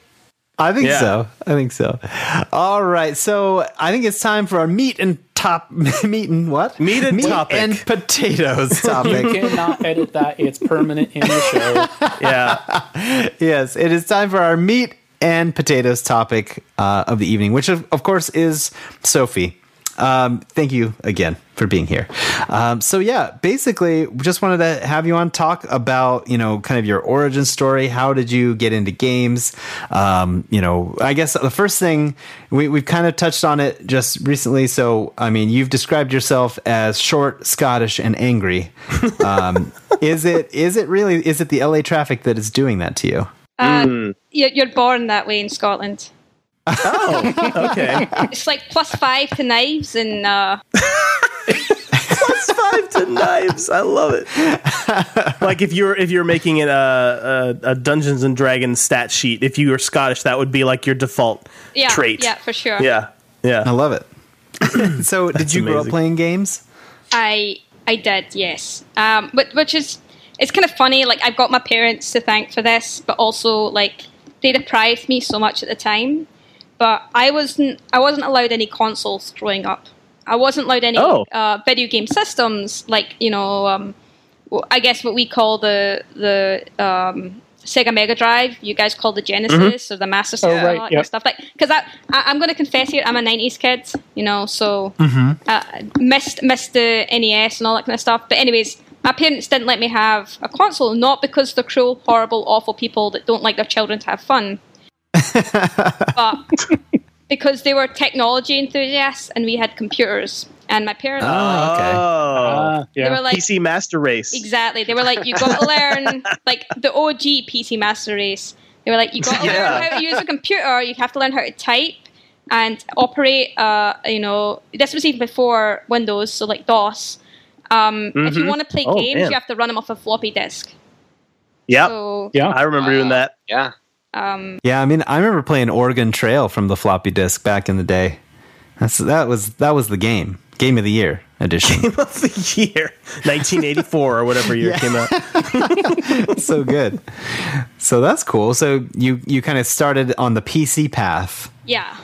[SPEAKER 1] I think
[SPEAKER 3] Yeah.
[SPEAKER 1] so. I think so. All right. So I think it's time for our meat and top [laughs] meat and what?
[SPEAKER 3] Meat and topic.
[SPEAKER 1] and
[SPEAKER 3] [laughs]
[SPEAKER 1] potatoes
[SPEAKER 2] You
[SPEAKER 1] topic.
[SPEAKER 2] cannot edit that. It's permanent in the
[SPEAKER 1] [laughs]
[SPEAKER 2] show.
[SPEAKER 3] Yeah.
[SPEAKER 1] yes, it is time for our meat and potatoes topic uh, of the evening, which of, of course is Sophie. Um, thank you again for being here. Um, so yeah, basically, we just wanted to have you on talk about you know kind of your origin story. How did you get into games? Um, you know, I guess the first thing we, we've kind of touched on it just recently. So I mean, you've described yourself as short, Scottish, and angry. Um, is it is it really is it the LA traffic that is doing that to you?
[SPEAKER 4] Uh, you're, you're born that way in Scotland.
[SPEAKER 3] [laughs] Okay.
[SPEAKER 4] It's like plus five to knives and uh,
[SPEAKER 3] Plus five to knives. I love it. Like if you're if you're making it a, a, a Dungeons and Dragons stat sheet, if you were Scottish, that would be like your default
[SPEAKER 4] yeah,
[SPEAKER 3] trait.
[SPEAKER 4] yeah, for sure.
[SPEAKER 3] Yeah.
[SPEAKER 1] I
[SPEAKER 3] Yeah.
[SPEAKER 1] love it.
[SPEAKER 3] [coughs]
[SPEAKER 1] so, did you grow up
[SPEAKER 3] amazing.
[SPEAKER 1] playing games?
[SPEAKER 4] I I did, yes. Um, but which is it's kind of funny. Like I've got my parents to thank for this, but also like they deprived me so much at the time. But I wasn't I wasn't allowed any consoles growing up. I wasn't allowed any
[SPEAKER 3] Oh.
[SPEAKER 4] uh, video game systems, like you know, um, w- I guess what we call the the um, Sega Mega Drive. You guys call the Genesis or the Master System,
[SPEAKER 2] Mm-hmm. Oh, right,
[SPEAKER 4] all that kind
[SPEAKER 2] yep.
[SPEAKER 4] of stuff. Like because I, I I'm going to confess here, I'm a '90s kid, you know, so
[SPEAKER 2] Mm-hmm.
[SPEAKER 4] uh, missed missed the NES and all that kind of stuff. But anyways, my parents didn't let me have a console, not because they're cruel, horrible, awful people that don't like their children to have
[SPEAKER 2] [laughs]
[SPEAKER 4] fun, but because they were technology enthusiasts and we had computers. And my parents,
[SPEAKER 3] Oh.
[SPEAKER 2] Uh,
[SPEAKER 4] they were
[SPEAKER 2] yeah.
[SPEAKER 4] like,
[SPEAKER 3] PC Master Race.
[SPEAKER 4] exactly, they were like, you got to
[SPEAKER 3] [laughs]
[SPEAKER 4] learn like the OG PC Master Race. They were like, you got to learn how to use a computer. You have to learn how to type and operate. Uh, you know, this was even before Windows, so like DOS. Um, If you want to play
[SPEAKER 3] Oh,
[SPEAKER 4] games,
[SPEAKER 3] man.
[SPEAKER 4] you have to run them off a floppy disk.
[SPEAKER 3] Yep.
[SPEAKER 4] So
[SPEAKER 2] Yeah.
[SPEAKER 3] I remember doing that.
[SPEAKER 5] Yeah.
[SPEAKER 4] um,
[SPEAKER 1] Yeah, I mean, I remember playing Oregon Trail from the floppy disk back in the day. That's that was that was the game, game of the year edition.
[SPEAKER 3] of [laughs] the year 1984 or whatever year it came
[SPEAKER 1] [laughs]
[SPEAKER 3] out
[SPEAKER 1] so good. So that's cool. So you you kind of started on the PC path.
[SPEAKER 4] yeah.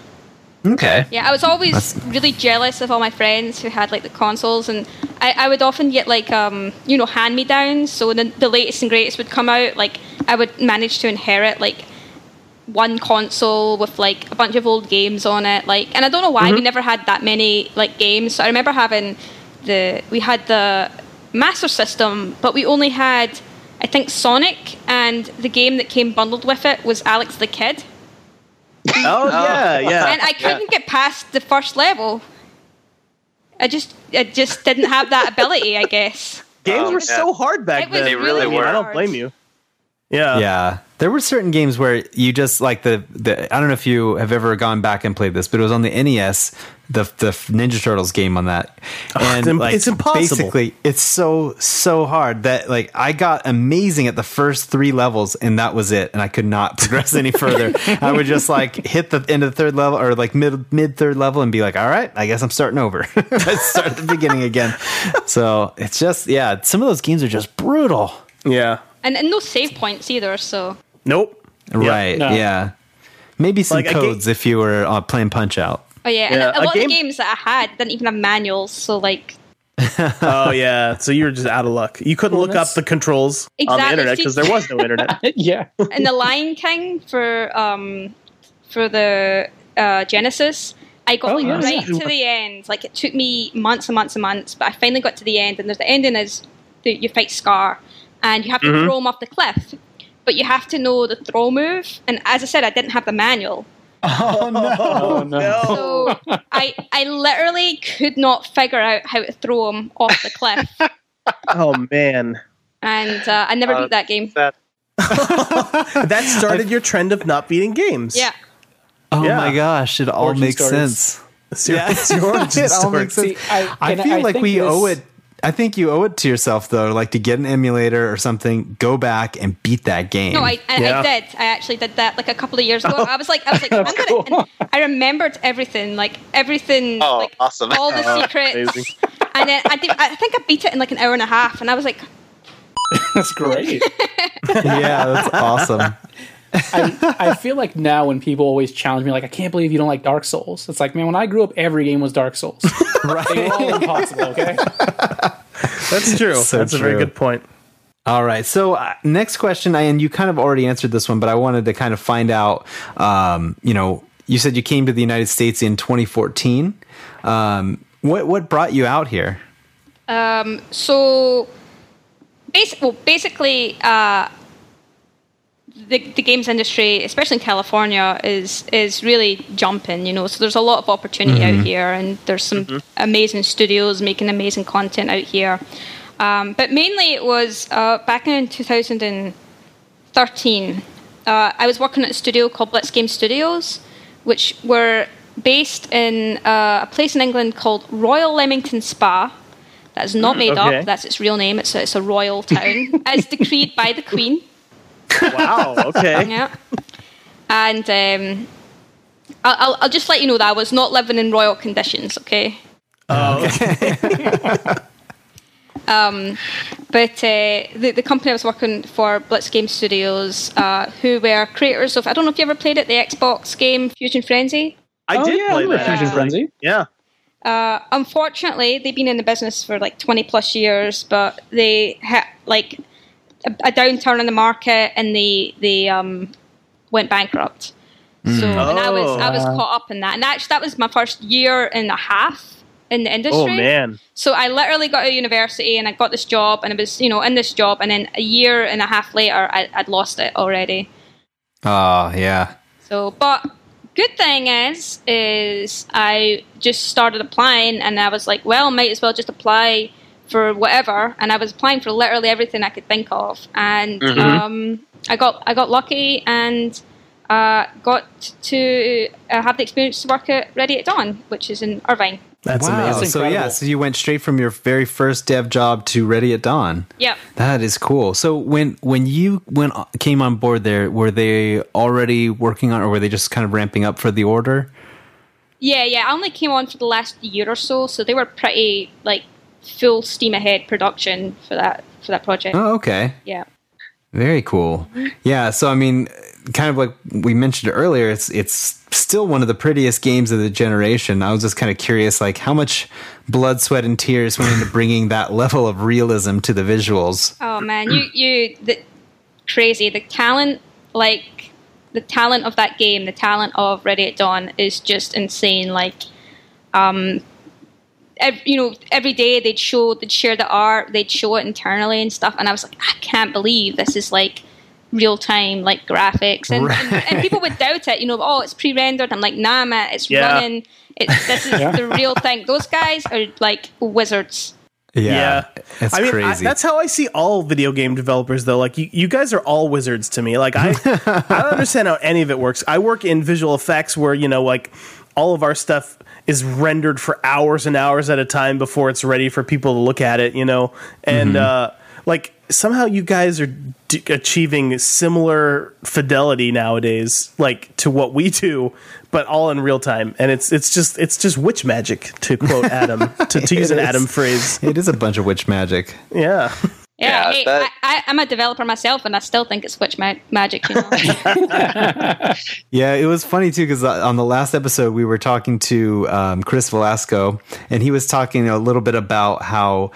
[SPEAKER 1] Okay.
[SPEAKER 4] Yeah, I was always
[SPEAKER 1] That's-
[SPEAKER 4] really jealous of all my friends who had like the consoles, and I, I would often get like um, you know hand me downs. So when the, the latest and greatest would come out, like I would manage to inherit like one console with like a bunch of old games on it. Like, and I don't know why we never had that many like games. So I remember having the we had the Master System, but we only had I think Sonic, and the game that came bundled with it was Alex the Kid
[SPEAKER 3] oh yeah yeah
[SPEAKER 4] and um, I couldn't get past the first level. I just, I just didn't have that ability. I guess.
[SPEAKER 3] games
[SPEAKER 5] Oh,
[SPEAKER 3] were
[SPEAKER 5] yeah.
[SPEAKER 3] so hard back
[SPEAKER 4] It was
[SPEAKER 3] then
[SPEAKER 5] They really
[SPEAKER 4] really
[SPEAKER 5] were.
[SPEAKER 3] i
[SPEAKER 4] hard.
[SPEAKER 3] don't blame you yeah
[SPEAKER 1] Yeah. There were certain games where you just like the, the I don't know if you have ever gone back and played this, but it was on the NES, the the Ninja Turtles game on that. And
[SPEAKER 3] it's im- it's impossible.
[SPEAKER 1] Basically, it's so so hard that like I got amazing at the first 3 levels and that was it and I could not [laughs] progress any further. I would just like hit the end of the third level or like mid mid third level and be like, "All right, I guess I'm starting over." [laughs] Let's start at the beginning again. So, it's just yeah, some of those games are just brutal.
[SPEAKER 3] yeah
[SPEAKER 4] And, and no save points either. So
[SPEAKER 3] nope
[SPEAKER 1] Right.
[SPEAKER 2] No.
[SPEAKER 1] Yeah. Maybe some
[SPEAKER 3] Like, I get-
[SPEAKER 1] codes if you were uh, playing Punch Out.
[SPEAKER 4] oh yeah, and
[SPEAKER 3] Yeah,
[SPEAKER 4] a,
[SPEAKER 3] a
[SPEAKER 4] lot
[SPEAKER 3] game-
[SPEAKER 4] of the games that I had didn't even have manuals. So like
[SPEAKER 3] [laughs] oh yeah so you were just out of luck you couldn't look up
[SPEAKER 2] that's-
[SPEAKER 3] the controls on
[SPEAKER 4] Exactly.
[SPEAKER 3] the internet because there was no internet
[SPEAKER 2] [laughs] yeah.
[SPEAKER 4] in the Lion King for um for the uh, Genesis. I got
[SPEAKER 2] Oh,
[SPEAKER 4] like
[SPEAKER 2] yeah.
[SPEAKER 4] right
[SPEAKER 3] Yeah.
[SPEAKER 4] to the end. Like it took me months and months and months, but I finally got to the end. And there's the ending is that you fight Scar, and you have to
[SPEAKER 2] Mm-hmm.
[SPEAKER 4] throw him off the cliff. But you have to know the throw move. And as I said, I didn't have the manual,
[SPEAKER 1] Oh no!
[SPEAKER 2] Oh, no. [laughs]
[SPEAKER 4] So I I literally could not figure out how to throw him off
[SPEAKER 2] [laughs]
[SPEAKER 4] the cliff,
[SPEAKER 3] Oh man,
[SPEAKER 4] and uh, I never
[SPEAKER 5] Uh,
[SPEAKER 4] beat that game.
[SPEAKER 5] That
[SPEAKER 3] that started your trend of not beating games.
[SPEAKER 4] Yeah,
[SPEAKER 1] Oh
[SPEAKER 3] Yeah.
[SPEAKER 1] my gosh! It all
[SPEAKER 2] Origin
[SPEAKER 1] makes
[SPEAKER 2] stories.
[SPEAKER 1] sense.
[SPEAKER 3] It's your, it's your origin
[SPEAKER 1] it all
[SPEAKER 3] story.
[SPEAKER 1] makes sense.
[SPEAKER 2] See, I-
[SPEAKER 1] I
[SPEAKER 2] and
[SPEAKER 1] feel
[SPEAKER 2] I
[SPEAKER 1] like
[SPEAKER 2] think
[SPEAKER 1] we
[SPEAKER 2] this-
[SPEAKER 1] owe it. I think you owe it to yourself though, like to get an emulator or something, go back and beat that game.
[SPEAKER 4] no, I I,
[SPEAKER 3] Yeah.
[SPEAKER 4] I did. I actually did that like a couple of years ago. I was like, I
[SPEAKER 3] [laughs]
[SPEAKER 4] was like, I'm gonna.
[SPEAKER 2] cool.
[SPEAKER 4] and I remembered everything, like everything,
[SPEAKER 5] Oh,
[SPEAKER 4] like
[SPEAKER 5] awesome.
[SPEAKER 4] all the
[SPEAKER 5] Oh,
[SPEAKER 4] secrets.
[SPEAKER 3] [laughs] amazing.
[SPEAKER 4] And then I, did, I think I beat it in like an hour and a half, and I was like,
[SPEAKER 2] That's great.
[SPEAKER 1] [laughs] yeah, that's awesome.
[SPEAKER 2] I, I feel like now when people always challenge me, like, I can't believe you don't like Dark Souls. It's like, man, when I grew up, every game was Dark
[SPEAKER 3] [laughs]
[SPEAKER 2] Souls. They were all impossible, okay?
[SPEAKER 3] That's true.
[SPEAKER 1] So
[SPEAKER 3] That's a very
[SPEAKER 1] true.
[SPEAKER 3] good point.
[SPEAKER 1] All right. So uh, next question, I, and you kind of already answered this one, but I wanted to kind of find out. Um, you know, you said you came to the United States in 2014. Um, what what brought you out here?
[SPEAKER 4] Um, so, basic, well, basically, uh, the, the games industry, especially in California, is is really jumping. You know, so there's a lot of opportunity out here, and there's some amazing studios making amazing content out here. Um, but mainly, it was uh, back in 2013. Uh, I was working at a studio called Blitz Game Studios, which were based in uh, a place in England called Royal Leamington Spa. That's not made
[SPEAKER 3] okay.
[SPEAKER 4] up. That's its real name. It's a, it's a royal town,
[SPEAKER 3] [laughs]
[SPEAKER 4] as decreed by the Queen.
[SPEAKER 3] Wow. Okay.
[SPEAKER 4] Yeah. And um, I'll, I'll, I'll just let you know that I was not living in royal conditions, okay?
[SPEAKER 3] Oh,
[SPEAKER 4] [laughs] Um, But uh, the, the company I was working for, Blitz Game Studios, uh, who were creators of, I don't know if you ever played it, the Xbox game Fusion Frenzy.
[SPEAKER 3] [laughs] I
[SPEAKER 2] Oh,
[SPEAKER 3] did
[SPEAKER 2] yeah, I
[SPEAKER 3] play
[SPEAKER 2] remember
[SPEAKER 3] that.
[SPEAKER 2] Fusion
[SPEAKER 3] actually.
[SPEAKER 2] Frenzy.
[SPEAKER 3] Yeah.
[SPEAKER 4] Uh, unfortunately, they've been in the business for like 20 plus years, but they had like a, a downturn in the market and they, they um, went bankrupt.
[SPEAKER 3] Hmm.
[SPEAKER 4] So and I was I was
[SPEAKER 2] Oh.
[SPEAKER 4] caught up in that, and actually that was my first year and a half in the industry.
[SPEAKER 3] Oh man.
[SPEAKER 4] So I literally got out of university and I got this job, and I was you know in this job, and then a year and a half later, I, I'd lost it already.
[SPEAKER 1] Oh yeah.
[SPEAKER 4] So, but good thing is, is I just started applying, and I was like, well, might as well just apply for whatever. And I was applying for literally everything I could think of, and um, I got I got lucky and uh, got to uh, have the experience to work at Ready at Dawn, which is in Irvine.
[SPEAKER 3] That's
[SPEAKER 1] wow.
[SPEAKER 3] amazing.
[SPEAKER 1] So
[SPEAKER 2] incredible.
[SPEAKER 1] yeah, so you went straight from your very first dev job to Ready at Dawn.
[SPEAKER 4] Yeah.
[SPEAKER 1] That is cool. So when when you went came on board there, were they already working on, or were they just kind of ramping up for the order?
[SPEAKER 4] Yeah, yeah. I only came on for the last year or so, so they were pretty like full steam ahead production for that for that project.
[SPEAKER 1] Oh, okay.
[SPEAKER 4] Yeah.
[SPEAKER 1] Very cool. Yeah. So I mean, kind of like we mentioned earlier, it's it's still one of the prettiest games of the generation. I was just kind of curious, like how much blood, sweat, and tears went into bringing that [laughs] level of realism to the visuals.
[SPEAKER 4] Oh man, you you the crazy the talent like the talent of that game, the talent of Ready at Dawn is just insane. Like, um, ev- you know, every day they'd show, they'd share the art, they'd show it internally and stuff, and I was like, I can't believe this is like real time like graphics, and, and, and people would doubt it. You know, oh, it's pre rendered. I'm like, nah, man, it's
[SPEAKER 3] Yeah.
[SPEAKER 4] running. It's this is the real thing. Those guys are like wizards.
[SPEAKER 1] Yeah, it's
[SPEAKER 3] I mean, I-
[SPEAKER 1] crazy.
[SPEAKER 3] that's how I see all video game developers, though. Like, you, you guys are all wizards to me. Like, I, I don't understand how any of it works. I work in visual effects where, you know, like, all of our stuff is rendered for hours and hours at a time before it's ready for people to look at it, you know? And,
[SPEAKER 1] Mm-hmm.
[SPEAKER 3] uh, like, somehow you guys are d- achieving similar fidelity nowadays, like, to what we do. But all in real time, and it's it's just it's just witch magic to
[SPEAKER 1] [laughs]
[SPEAKER 3] quote Adam to, to use an
[SPEAKER 1] is.
[SPEAKER 3] Adam phrase.
[SPEAKER 1] it is a bunch of witch magic.
[SPEAKER 3] Yeah.
[SPEAKER 4] Yeah,
[SPEAKER 5] Yeah,
[SPEAKER 4] hey,
[SPEAKER 5] that-
[SPEAKER 4] I, I, I'm a developer myself, and I still think it's Switch ma- magic. You know,
[SPEAKER 1] Yeah, it was funny too because on the last episode we were talking to um, Chris Velasco, and he was talking a little bit about how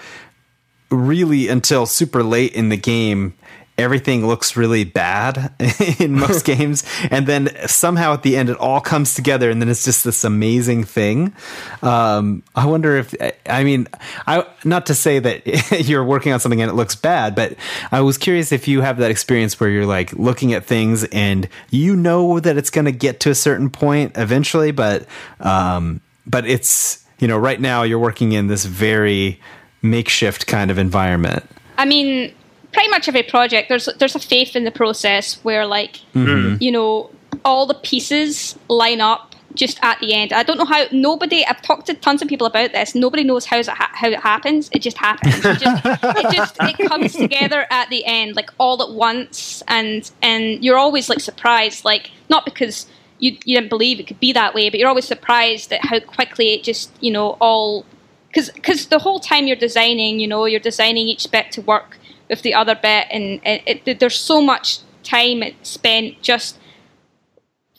[SPEAKER 1] really until super late in the game everything looks really bad [laughs] in most games, and then somehow at the end it all comes together, and then it's just this amazing thing. Um, I wonder if I mean, I not to say that [laughs] you're working on something and it looks bad, but I was curious if you have that experience where you're like looking at things and you know that it's going to get to a certain point eventually, but um, but it's you know right now you're working in this very makeshift kind of environment.
[SPEAKER 4] I mean, pretty much every project there's there's a faith in the process where like you know all the pieces line up just at the end. I don't know how nobody. I've talked to tons of people about this. Nobody knows how it ha- how it happens. It just happens. It just, it just it comes together at the end, like all at once, and and you're always like surprised, like not because you you didn't believe it could be that way, but you're always surprised at how quickly it just you know all because because the whole time you're designing, you know, you're designing each bit to work with the other bit, and it, it, there's so much time spent just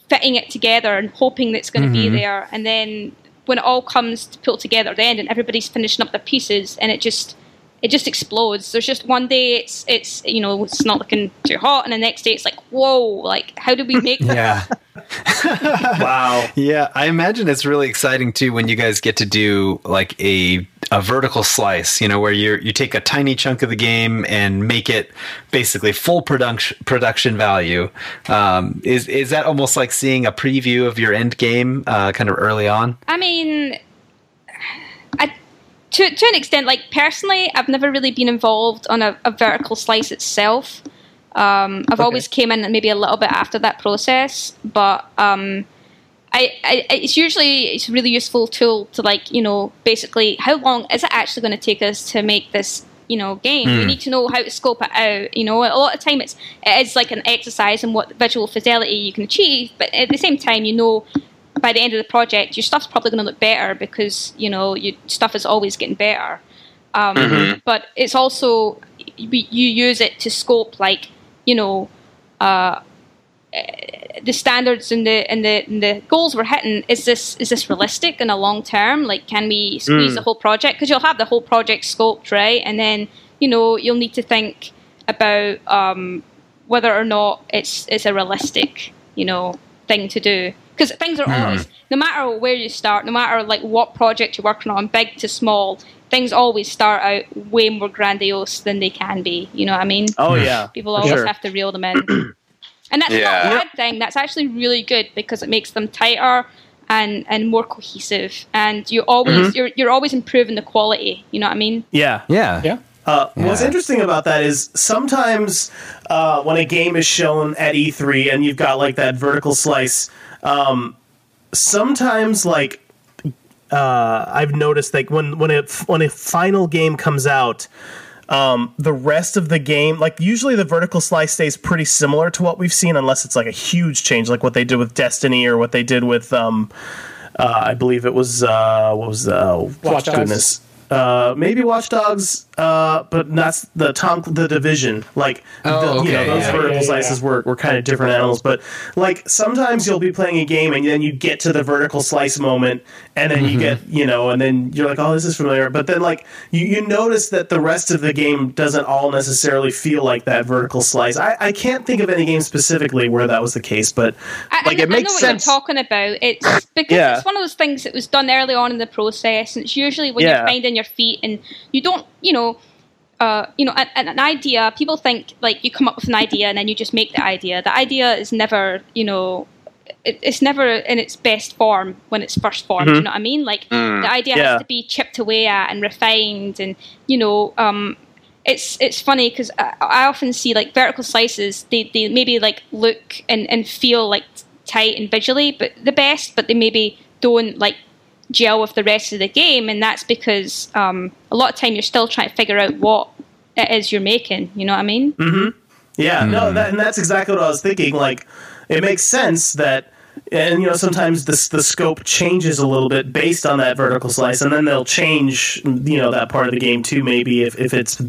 [SPEAKER 4] fitting it together and hoping that it's going to be there. And then when it all comes to pull together at the end and everybody's finishing up their pieces and it just it just explodes. There's just one day it's it's you know it's not looking too hot and the next day it's like whoa like how did we make that?
[SPEAKER 1] Yeah.
[SPEAKER 3] Wow.
[SPEAKER 1] Yeah, I imagine it's really exciting too when you guys get to do like a a vertical slice, you know, where you you take a tiny chunk of the game and make it basically full production production value. Um, is is that almost like seeing a preview of your end game, uh, kind of early on?
[SPEAKER 4] I mean, I, to to an extent, like personally, I've never really been involved on a, a vertical slice itself. Um, I've always came in maybe a little bit after that process, but um, I, I it's usually it's a really useful tool to like you know basically how long is it actually going to take us to make this you know game? We need to know how to scope it out. You know, a lot of time it's it is like an exercise in what visual fidelity you can achieve, but at the same time you know by the end of the project your stuff's probably going to look better because you know your stuff is always getting better. Um, But it's also you you use it to scope like you know the standards and the and the and the goals we're hitting is this is this realistic in the long term like can we squeeze the whole project because you'll have the whole project scoped right and then you know you'll need to think about um, whether or not it's it's a realistic you know thing to do because things are always no matter where you start no matter like what project you're working on big to small things always start out way more grandiose than they can be you know what i mean
[SPEAKER 3] Oh yeah.
[SPEAKER 4] People always
[SPEAKER 3] Sure.
[SPEAKER 4] have to reel them
[SPEAKER 3] [clears throat]
[SPEAKER 4] in. And that's not
[SPEAKER 5] Yeah.
[SPEAKER 4] a bad thing. That's actually really good because it makes them tighter and, and more cohesive. And you always
[SPEAKER 3] Mm-hmm.
[SPEAKER 4] you're you're always improving the quality. You know what I mean?
[SPEAKER 3] Yeah.
[SPEAKER 1] Yeah,
[SPEAKER 2] Yeah.
[SPEAKER 3] Uh, What's
[SPEAKER 1] Yeah.
[SPEAKER 3] interesting about that is sometimes uh, when a game is shown at E3 and you've got like that vertical slice, um, sometimes like uh, I've noticed like when when a when a final game comes out, um, the rest of the game like usually the vertical slice stays pretty similar to what we've seen unless it's like a huge change like what they did with Destiny or what they did with um, uh, I believe it was uh, what was uh, Watch,
[SPEAKER 2] Watch Dogs.
[SPEAKER 3] Goodness. Uh, maybe Watch Dogs, uh, but not the Tom the Division. Like the, you know,
[SPEAKER 1] Oh, okay,
[SPEAKER 3] those
[SPEAKER 1] yeah.
[SPEAKER 3] vertical
[SPEAKER 2] Yeah, yeah,
[SPEAKER 3] slices were, were kind of different animals. But like sometimes you'll be playing a game and then you get to the vertical slice moment, and then you get you know, and then you're like, oh, this is familiar. But then like you, you notice that the rest of the game doesn't all necessarily feel like that vertical slice. I, I can't think of any game specifically where that was the case, but
[SPEAKER 4] I,
[SPEAKER 3] like
[SPEAKER 4] I,
[SPEAKER 3] it
[SPEAKER 4] kn- I
[SPEAKER 3] makes
[SPEAKER 4] know
[SPEAKER 3] sense.
[SPEAKER 4] what you're talking about. It's because
[SPEAKER 3] Yeah.
[SPEAKER 4] it's one of those things that was done early on in the process, and it's usually when
[SPEAKER 3] Yeah.
[SPEAKER 4] you're finding your feet and you don't, you know, uh, you know, an, an an idea. People think like you come up with an idea and then you just make the idea. The idea is never, you know. It, it's never in its best form when it's first formed. You know what I mean? Like the idea
[SPEAKER 3] Mm-hmm. Yeah.
[SPEAKER 4] has to be chipped away at and refined, and you know, um, it's it's funny because I, I often see like vertical slices. They they maybe like look and and feel like tight and visually, but the best. But they maybe don't like gel with the rest of the game, and that's because um, a lot of time you're still trying to figure out what it is you're making. You know what I mean?
[SPEAKER 3] Mm. Yeah, no, that, and that's exactly what I was thinking. Like, it makes sense that, and you know, sometimes the the scope changes a little bit based on that vertical slice, and then they'll change, you know, that part of the game too. Maybe if if it's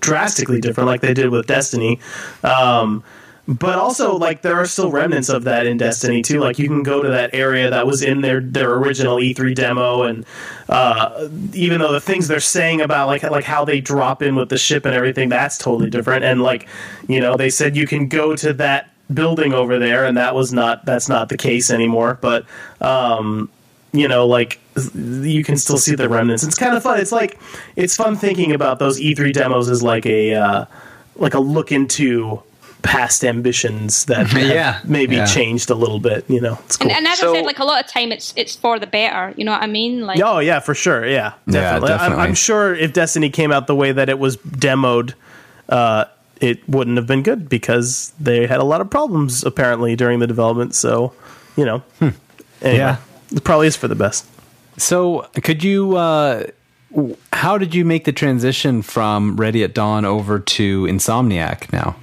[SPEAKER 3] drastically different, like they did with Destiny. Um, But also, like there are still remnants of that in Destiny too. Like you can go to that area that was in their their original E3 demo, and uh, even though the things they're saying about like like how they drop in with the ship and everything, that's totally different. And like you know, they said you can go to that building over there, and that was not that's not the case anymore. But um, you know, like you can still see the remnants. It's kind of fun. It's like it's fun thinking about those E3 demos as like a uh, like a look into past ambitions that
[SPEAKER 1] [laughs]
[SPEAKER 3] have
[SPEAKER 1] Yeah.
[SPEAKER 3] maybe
[SPEAKER 1] Yeah.
[SPEAKER 3] changed a little bit. You know, it's cool.
[SPEAKER 4] And, and as I
[SPEAKER 5] So-
[SPEAKER 4] said, like a lot of time, it's it's for the better. You know what I mean? Like,
[SPEAKER 3] Oh yeah, for sure. Yeah,
[SPEAKER 1] Yeah,
[SPEAKER 3] definitely. I'm,
[SPEAKER 1] definitely.
[SPEAKER 3] I'm sure if Destiny came out the way that it was demoed, uh, it wouldn't have been good because they had a lot of problems apparently during the development. So, you know, anyway,
[SPEAKER 1] Hmm. Yeah.
[SPEAKER 3] it probably is for the best.
[SPEAKER 1] So, could you? Uh, w- how did you make the transition from Ready at Dawn over to Insomniac now?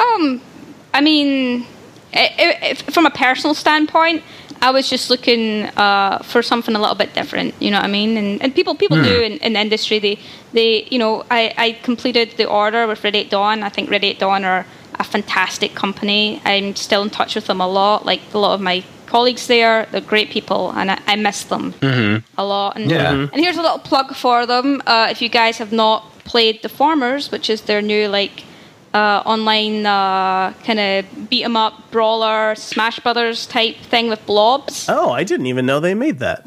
[SPEAKER 4] I mean, eh, i i if, from a personal standpoint, I was just looking uh, for something a little bit different. You know what I mean? And, and people people do in, in the industry. They they you know I, I completed the order with Red Eight Dawn. I think Red Eight Dawn are a fantastic company. I'm still in touch with them a lot. Like a lot of my colleagues there, they're great people, and I, I miss them a lot. And,
[SPEAKER 1] Yeah. Mhm.
[SPEAKER 4] and here's a little plug for them. Uh, if you guys have not played The Farmers, which is their new like uh, online uh, kind of beat 'em up brawler Smash Brothers type thing with blobs,
[SPEAKER 3] Oh, I didn't even know they made that.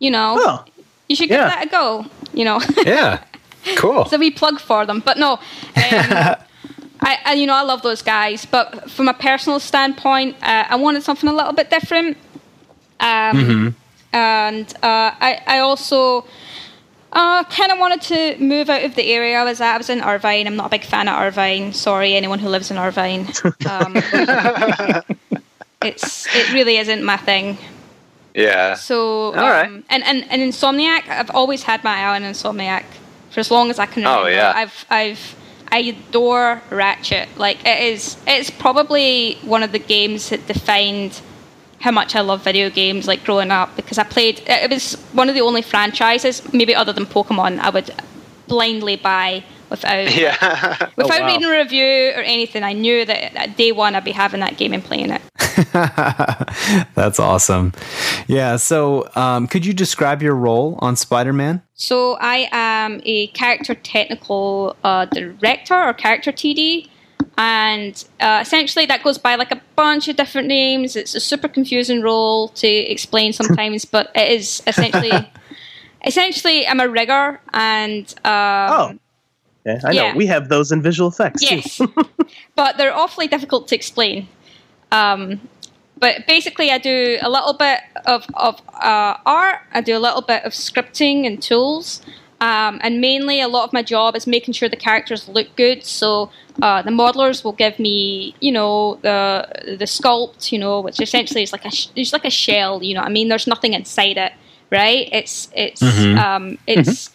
[SPEAKER 4] you know,
[SPEAKER 3] Oh,
[SPEAKER 4] you should give
[SPEAKER 3] yeah.
[SPEAKER 4] that a go. You know, [laughs]
[SPEAKER 1] Yeah, cool.
[SPEAKER 4] it's a wee plug for them. But no, um, I, I you know I love those guys. But from a personal standpoint, uh, I wanted something a little bit different. Um, And uh, I, I also uh, kind of wanted to move out of the area I was at. I was in Irvine. I'm not a big fan of Irvine. Sorry, anyone who lives in Irvine. Um, it's it really isn't my thing.
[SPEAKER 5] Yeah.
[SPEAKER 4] So, um,
[SPEAKER 5] right.
[SPEAKER 4] and, and and Insomniac, I've always had my eye on Insomniac for as long as I can
[SPEAKER 5] Oh,
[SPEAKER 4] remember.
[SPEAKER 5] yeah.
[SPEAKER 4] I've I've I adore Ratchet. Like it is, it's probably one of the games that defined how much I love video games. Like growing up, because I played. It was one of the only franchises, maybe other than Pokemon, I would blindly buy without
[SPEAKER 5] [laughs] yeah.
[SPEAKER 4] without
[SPEAKER 2] wow.
[SPEAKER 4] reading a review or anything. I knew that at day one I'd be having that game and playing it.
[SPEAKER 1] That's awesome. Yeah. So, um, could you describe your role on Spider Man?
[SPEAKER 4] So I am a character technical uh, director or character TD, and uh, essentially that goes by like a bunch of different names. It's a super confusing role to explain sometimes, but it is essentially, essentially I'm a rigger, and
[SPEAKER 3] oh,
[SPEAKER 4] um,
[SPEAKER 3] yeah, I
[SPEAKER 4] yeah.
[SPEAKER 3] know we have those in visual effects. too.
[SPEAKER 4] yes, but they're awfully difficult to explain. Um, but basically, I do a little bit of, of uh, art, I do a little bit of scripting and tools. Um, and mainly, a lot of my job is making sure the characters look good. So uh, the modelers will give me, you know, the the sculpt, you know, which essentially is like a sh- it's like a shell. You know, what I mean, there's nothing inside it, right? It's it's um, it's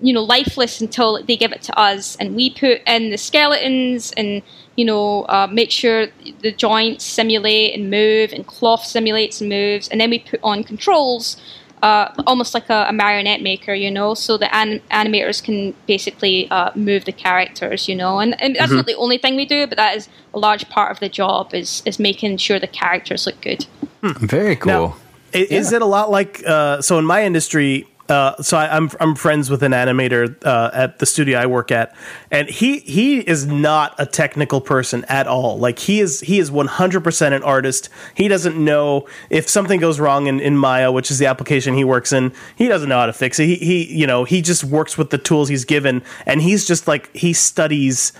[SPEAKER 4] you know lifeless until they give it to us, and we put in the skeletons and you know, uh, make sure the joints simulate and move, and cloth simulates and moves, and then we put on controls, uh, almost like a, a marionette maker, you know, so the anim- animators can basically uh, move the characters, you know, and, and that's not the only thing we do, but that is a large part of the job is is making sure the characters look good.
[SPEAKER 1] Very cool.
[SPEAKER 3] Now, i- Is it a lot like uh, so in my industry? Uh, so I, I'm I'm friends with an animator uh, at the studio I work at, and he he is not a technical person at all. Like he is he is 100 percent an artist. He doesn't know if something goes wrong in, in Maya, which is the application he works in. He doesn't know how to fix it. He he you know he just works with the tools he's given, and he's just like he studies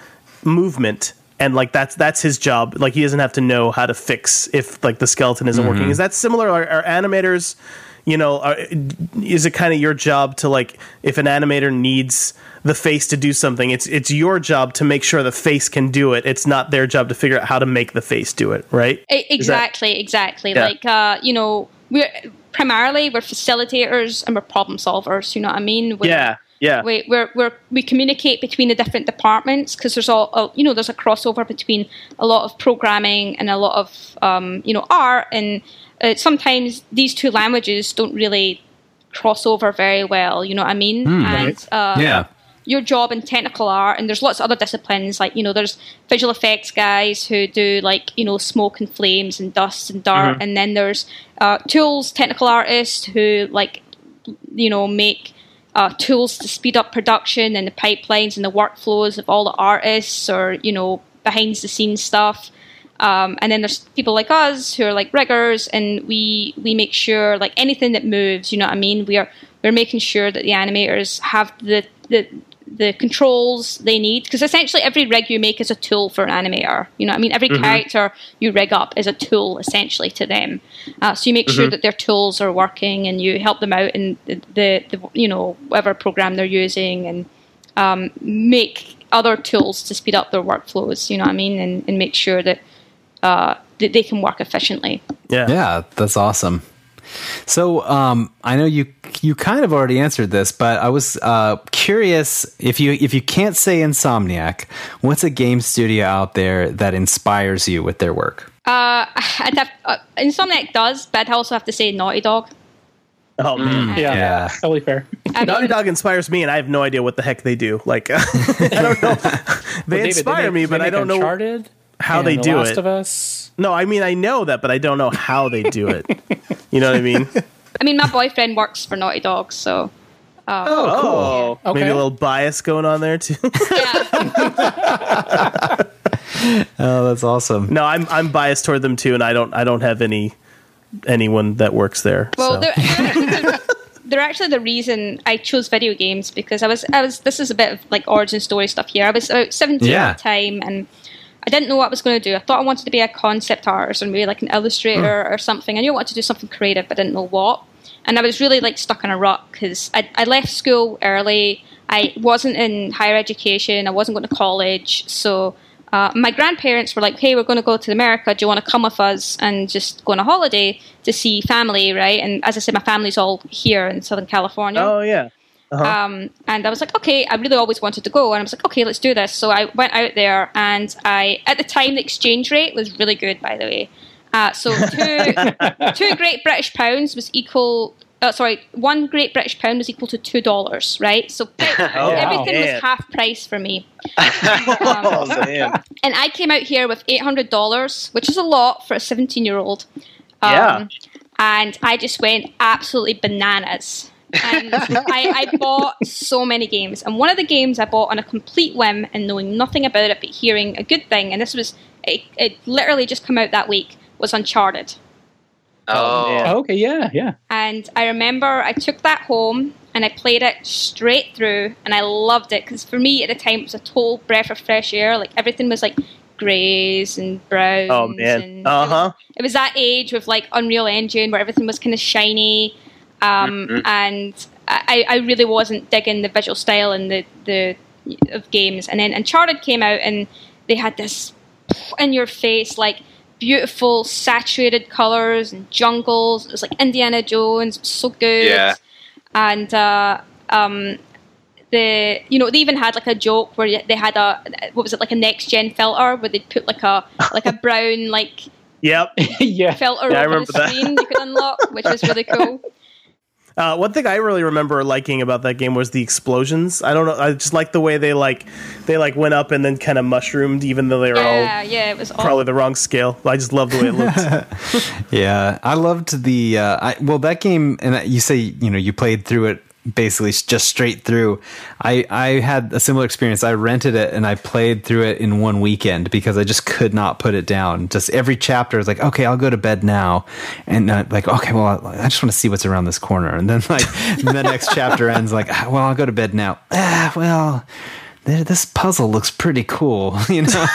[SPEAKER 3] movement and like that's that's his job like he doesn't have to know how to fix if like the skeleton isn't
[SPEAKER 2] Mm-hmm.
[SPEAKER 3] working is that similar are, are animators you know are, is it kind of your job to like if an animator needs the face to do something it's it's your job to make sure the face can do it it's not their job to figure out how to make the face do it right
[SPEAKER 4] E-
[SPEAKER 3] that-
[SPEAKER 4] Exactly, exactly.
[SPEAKER 3] Yeah.
[SPEAKER 4] Like uh, you know, we're primarily we're facilitators and we're problem solvers. You know what I mean? We're-
[SPEAKER 3] yeah yeah
[SPEAKER 4] we we're, we're, we communicate between the different departments because there's all a, you know there's a crossover between a lot of programming and a lot of um, you know art and uh, sometimes these two
[SPEAKER 3] Hmm.
[SPEAKER 4] languages don't really cross over very well you know what i mean and uh,
[SPEAKER 1] yeah.
[SPEAKER 4] your job in technical art, and there's lots of other disciplines like you know there's visual effects guys who do like you know smoke and flames and dust and dirt, and then there's uh, tools technical artists who like you know make uh, tools to speed up production and the pipelines and the workflows of all the artists or you know behind the scenes stuff um, and then there's people like us who are like riggers and we we make sure like anything that moves you know what i mean we are we're making sure that the animators have the the the controls they need because essentially every rig you make is a tool for an animator you know what i mean every character you rig up is a tool essentially to them uh, so you make sure that their tools are working and you help them out in the, the, the you know whatever program they're using and um, make other tools to speed up their workflows you know what i mean and, and make sure that uh, that they can work efficiently
[SPEAKER 3] Yeah.
[SPEAKER 1] Yeah, that's awesome. So um, I know you you kind of already answered this, but I was uh, curious if you if you can't say Insomniac, what's a game studio out there that inspires you with their work?
[SPEAKER 4] uh, I'd have, uh, Insomniac does but i'd also have to say naughty dog
[SPEAKER 3] Oh man.
[SPEAKER 2] Yeah,
[SPEAKER 1] Yeah.
[SPEAKER 2] totally fair.
[SPEAKER 4] I
[SPEAKER 3] Naughty
[SPEAKER 4] mean,
[SPEAKER 3] Dog inspires me, and I have no idea what the heck they do. Like, [laughs] I don't
[SPEAKER 2] [laughs]
[SPEAKER 3] know. They
[SPEAKER 2] David,
[SPEAKER 3] inspire
[SPEAKER 2] make-
[SPEAKER 3] me, but
[SPEAKER 2] they
[SPEAKER 3] I
[SPEAKER 2] make
[SPEAKER 3] don't know
[SPEAKER 2] Uncharted
[SPEAKER 3] how they
[SPEAKER 2] and The
[SPEAKER 3] do
[SPEAKER 2] Last
[SPEAKER 3] it.
[SPEAKER 2] of Us.
[SPEAKER 3] No, I mean I know that, but I don't know how they do it. you know what I [laughs] mean?
[SPEAKER 4] I mean my boyfriend works for naughty dog so
[SPEAKER 3] Oh,
[SPEAKER 2] Okay.
[SPEAKER 3] maybe a little bias going on there too. [laughs]
[SPEAKER 4] yeah
[SPEAKER 1] Oh, that's awesome.
[SPEAKER 3] no, I'm I'm biased toward them too, and I don't I don't have any anyone that works there.
[SPEAKER 4] well
[SPEAKER 3] so.
[SPEAKER 4] they're,
[SPEAKER 3] [laughs]
[SPEAKER 4] they're, actually the, they're actually the reason i chose video games because i was i was this is a bit of like origin story stuff here i was about 17
[SPEAKER 1] Yeah.
[SPEAKER 4] at the time and I didn't know what I was going to do. I thought I wanted to be a concept artist and maybe like an illustrator or something. I knew I wanted to do something creative, but I didn't know what. And I was really like stuck in a rut because I, I left school early. I wasn't in higher education. I wasn't going to college. So uh, my grandparents were like, "Hey, we're going to go to America. Do you want to come with us and just go on a holiday to see family?" Right? And as I said, my family's all here in Southern California.
[SPEAKER 3] oh yeah.
[SPEAKER 4] Um, and I was like, okay, I really always wanted to go, and I was like, okay, let's do this. So I went out there, and I at the time the exchange rate was really good, by the way. Uh, so two two Great British pounds was equal. Uh, sorry, one Great British pound was equal to two dollars, right? So everything
[SPEAKER 3] man.
[SPEAKER 4] was half price for me. Um,
[SPEAKER 3] Oh man.
[SPEAKER 4] And I came out here with eight hundred dollars, which is a lot for a seventeen-year-old. Um,
[SPEAKER 3] Yeah.
[SPEAKER 4] And I just went absolutely bananas. And I, I bought so many games. And one of the games I bought on a complete whim and knowing nothing about it, but hearing a good thing, and this was it, it literally just come out that week was Uncharted.
[SPEAKER 5] Oh,
[SPEAKER 3] man.
[SPEAKER 2] Oh, okay, yeah, yeah. [laughs]
[SPEAKER 4] And I remember I took that home and I played it straight through and I loved it because for me at the time it was a total breath of fresh air. Like everything was like grays and browns.
[SPEAKER 3] Oh man.
[SPEAKER 4] and-
[SPEAKER 3] Uh huh.
[SPEAKER 4] it was that age with like Unreal Engine where everything was kind of shiny, um,
[SPEAKER 3] Mm-hmm.
[SPEAKER 4] and I, I really wasn't digging the visual style and the the of games. And then Uncharted came out, and they had this in your face like beautiful saturated colors and jungles. It was like Indiana Jones. It was so good
[SPEAKER 5] Yeah.
[SPEAKER 4] and uh, um, the you know they even had like a joke where they had a what was it like a next gen filter where they'd put like a like a brown like
[SPEAKER 3] Yep.
[SPEAKER 2] yeah.
[SPEAKER 4] filter
[SPEAKER 3] Yeah, I
[SPEAKER 4] over
[SPEAKER 3] remember
[SPEAKER 4] the
[SPEAKER 3] that.
[SPEAKER 4] screen you could unlock, which was
[SPEAKER 3] [laughs]
[SPEAKER 4] really cool.
[SPEAKER 3] Uh, one thing I really remember liking about that game was the explosions. I don't know. I just like the way they like they like went up and then kind of mushroomed, even though they were
[SPEAKER 4] Yeah, yeah, it was
[SPEAKER 3] all
[SPEAKER 4] all
[SPEAKER 3] probably the wrong scale. I just love the way it looked.
[SPEAKER 1] Yeah, I loved the. Uh, I, well, that game, and you say you know you played through it basically s- just straight through. I I had a similar experience. I rented it and I played through it in one weekend because I just could not put it down. Just every chapter is like, okay, I'll go to bed now, and uh, like, okay, well, I, I just want to see what's around this corner, and then like [laughs] the next chapter ends like, ah, well, I'll go to bed now. Ah, well. th- This puzzle looks pretty cool, [laughs] you know.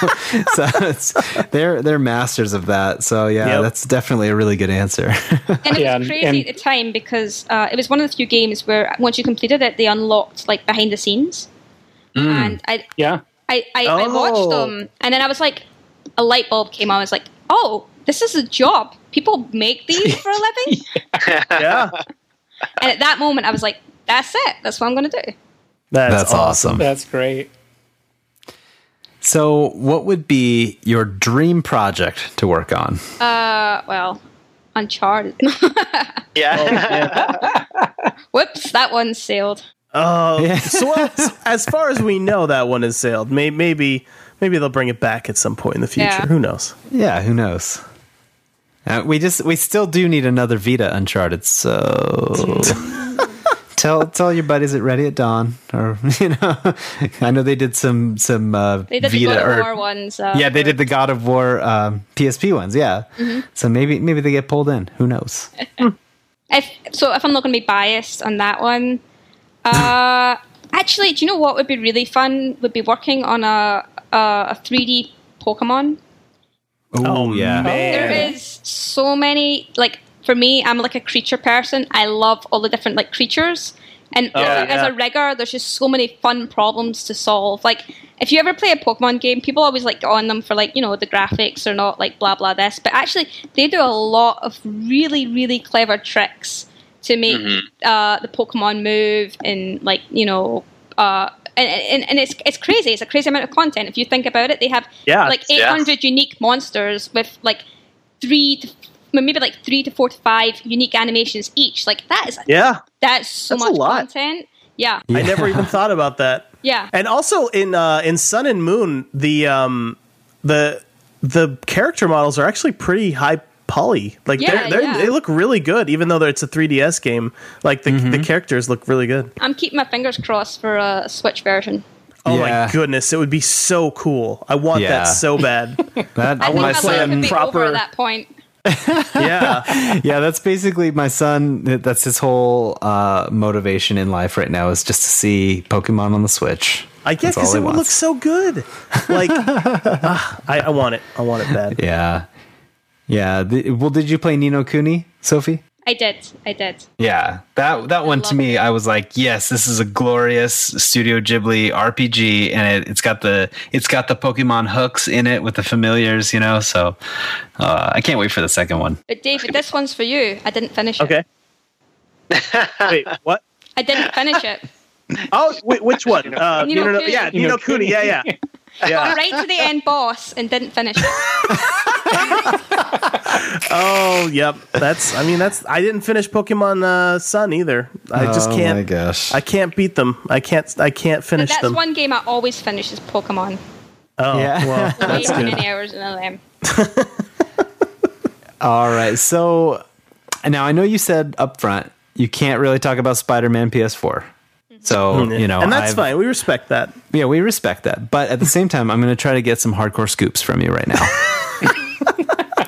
[SPEAKER 1] so it's, they're they're masters of that. So yeah,
[SPEAKER 3] Yep.
[SPEAKER 1] that's definitely a really good answer. [laughs]
[SPEAKER 4] and it
[SPEAKER 2] Yeah, and-
[SPEAKER 4] was crazy
[SPEAKER 2] and-
[SPEAKER 4] at the time because uh, it was one of the few games where once you completed it, they unlocked like behind the scenes, and I
[SPEAKER 2] Yeah.
[SPEAKER 4] I, I, I
[SPEAKER 3] Oh.
[SPEAKER 4] watched them, and then I was like, a light bulb came on. I was like, oh, this is a job. People make these
[SPEAKER 3] [laughs]
[SPEAKER 4] for a living.
[SPEAKER 3] yeah,
[SPEAKER 4] And at that moment, I was like, that's it. That's what I'm going to do.
[SPEAKER 3] that's,
[SPEAKER 1] That's
[SPEAKER 3] awesome.
[SPEAKER 1] awesome.
[SPEAKER 2] That's great.
[SPEAKER 1] So, what would be your dream project to work on?
[SPEAKER 4] Uh, well, Uncharted. [laughs]
[SPEAKER 5] yeah.
[SPEAKER 3] Oh,
[SPEAKER 4] Whoops, that one sailed.
[SPEAKER 3] [laughs] so uh, as far as we know, that one has sailed. May- Maybe maybe they'll bring it back at some point in the future.
[SPEAKER 4] Yeah.
[SPEAKER 3] Who knows?
[SPEAKER 1] [laughs] Yeah, who knows? Uh, we just we still do need another Vita Uncharted, so
[SPEAKER 3] [laughs]
[SPEAKER 1] tell tell your buddies at Ready at Dawn, or [laughs] you know, I know they did some some uh,
[SPEAKER 4] They did
[SPEAKER 1] Vita
[SPEAKER 4] the God of
[SPEAKER 1] or
[SPEAKER 4] War ones. Uh,
[SPEAKER 1] yeah, they did the God of War um, PSP ones, yeah. So maybe maybe they get pulled in. Who knows?
[SPEAKER 4] If, so if I'm not going to be biased on that one,
[SPEAKER 3] [laughs]
[SPEAKER 4] uh, actually, do you know what would be really fun? Would be working on a a, a 3D Pokemon.
[SPEAKER 1] Ooh,
[SPEAKER 3] Oh, man.
[SPEAKER 4] There is so many. Like for me, I'm like a creature person. I love all the different like creatures. And as, a, as
[SPEAKER 3] Oh, yeah.
[SPEAKER 4] a rigger, there's just so many fun problems to solve. Like if you ever play a Pokemon game, people always like on them for like you know the graphics are not like blah blah this, but actually they do a lot of really really clever tricks to make
[SPEAKER 3] Mm-hmm.
[SPEAKER 4] uh, the Pokemon move and like you know. Uh, and, and, and it's it's crazy. It's a crazy amount of content. If you think about it, they have
[SPEAKER 3] Yeah,
[SPEAKER 4] like
[SPEAKER 5] yeah.
[SPEAKER 4] 800 unique monsters with like three to well, maybe like three to four to five unique animations each. Like that is
[SPEAKER 3] Yeah,
[SPEAKER 4] that's so
[SPEAKER 3] That's a
[SPEAKER 4] much
[SPEAKER 3] lot.
[SPEAKER 4] content. Yeah,
[SPEAKER 3] I never even thought about that.
[SPEAKER 4] yeah.
[SPEAKER 3] And also in uh, in Sun and Moon, the um, the the character models are actually pretty high poly. Like
[SPEAKER 4] Yeah,
[SPEAKER 3] they're, they're,
[SPEAKER 4] yeah.
[SPEAKER 3] they look really good, even though it's a 3DS game. Like the, the
[SPEAKER 1] Mm-hmm.
[SPEAKER 3] characters look really good.
[SPEAKER 4] I'm keeping my fingers crossed for a Switch version.
[SPEAKER 3] Oh
[SPEAKER 1] Yeah.
[SPEAKER 3] my goodness, it would be so cool. I want
[SPEAKER 1] Yeah.
[SPEAKER 3] that
[SPEAKER 1] [laughs]
[SPEAKER 3] so bad.
[SPEAKER 1] That,
[SPEAKER 4] I think
[SPEAKER 3] wanna
[SPEAKER 4] my
[SPEAKER 3] play
[SPEAKER 4] life
[SPEAKER 3] them
[SPEAKER 4] could be over
[SPEAKER 3] proper-
[SPEAKER 4] at that point.
[SPEAKER 3] yeah.
[SPEAKER 1] yeah, that's basically my son. that- That's his whole uh, motivation in life right now is just to see Pokemon on the Switch.
[SPEAKER 3] I guess
[SPEAKER 1] That's all
[SPEAKER 3] because
[SPEAKER 1] he
[SPEAKER 3] it would look
[SPEAKER 1] wants.
[SPEAKER 3] so good.
[SPEAKER 1] [laughs]
[SPEAKER 3] Like ah, I, I want it. I want it bad.
[SPEAKER 1] Yeah, yeah. Th- well, did you play Nino Cooney, Sophie?
[SPEAKER 4] I did, I did.
[SPEAKER 1] Yeah, that that one to
[SPEAKER 4] love
[SPEAKER 1] me, I was like, yes, this is a glorious Studio Ghibli RPG, and it, it's got the it's got the Pokemon hooks in it with the familiars, you know. So uh, I can't wait for the second one.
[SPEAKER 4] But David, this one's for you. I didn't finish it.
[SPEAKER 3] Okay. [laughs] Wait, what?
[SPEAKER 4] I didn't finish it.
[SPEAKER 3] Oh, wait, which one? Uh,
[SPEAKER 4] Ni no
[SPEAKER 3] Ni no-
[SPEAKER 4] Kuni.
[SPEAKER 3] yeah,
[SPEAKER 4] Ni
[SPEAKER 3] Nino Kuni. Yeah, [laughs] yeah.
[SPEAKER 4] Got right to the end boss and didn't finish it.
[SPEAKER 3] Oh, yep. That's. I mean, that's. I didn't finish Pokemon uh, Sun either. I just
[SPEAKER 1] Oh
[SPEAKER 3] can't.
[SPEAKER 1] gosh!
[SPEAKER 3] I can't beat them. I can't. I can't finish
[SPEAKER 4] That's
[SPEAKER 3] them.
[SPEAKER 4] one game I always finish is Pokemon.
[SPEAKER 3] Oh,
[SPEAKER 1] Yeah.
[SPEAKER 3] well,
[SPEAKER 4] Way
[SPEAKER 3] that's
[SPEAKER 4] too
[SPEAKER 3] good.
[SPEAKER 4] many hours in them.
[SPEAKER 1] All right, so now I know you said up front you can't really talk about Spider-Man PS4. So [laughs] you know,
[SPEAKER 3] Mm-hmm. and that's
[SPEAKER 1] I've-
[SPEAKER 3] fine. We respect that.
[SPEAKER 1] Yeah, we respect that. But at the same time, I'm going to try to get some hardcore scoops from you right now.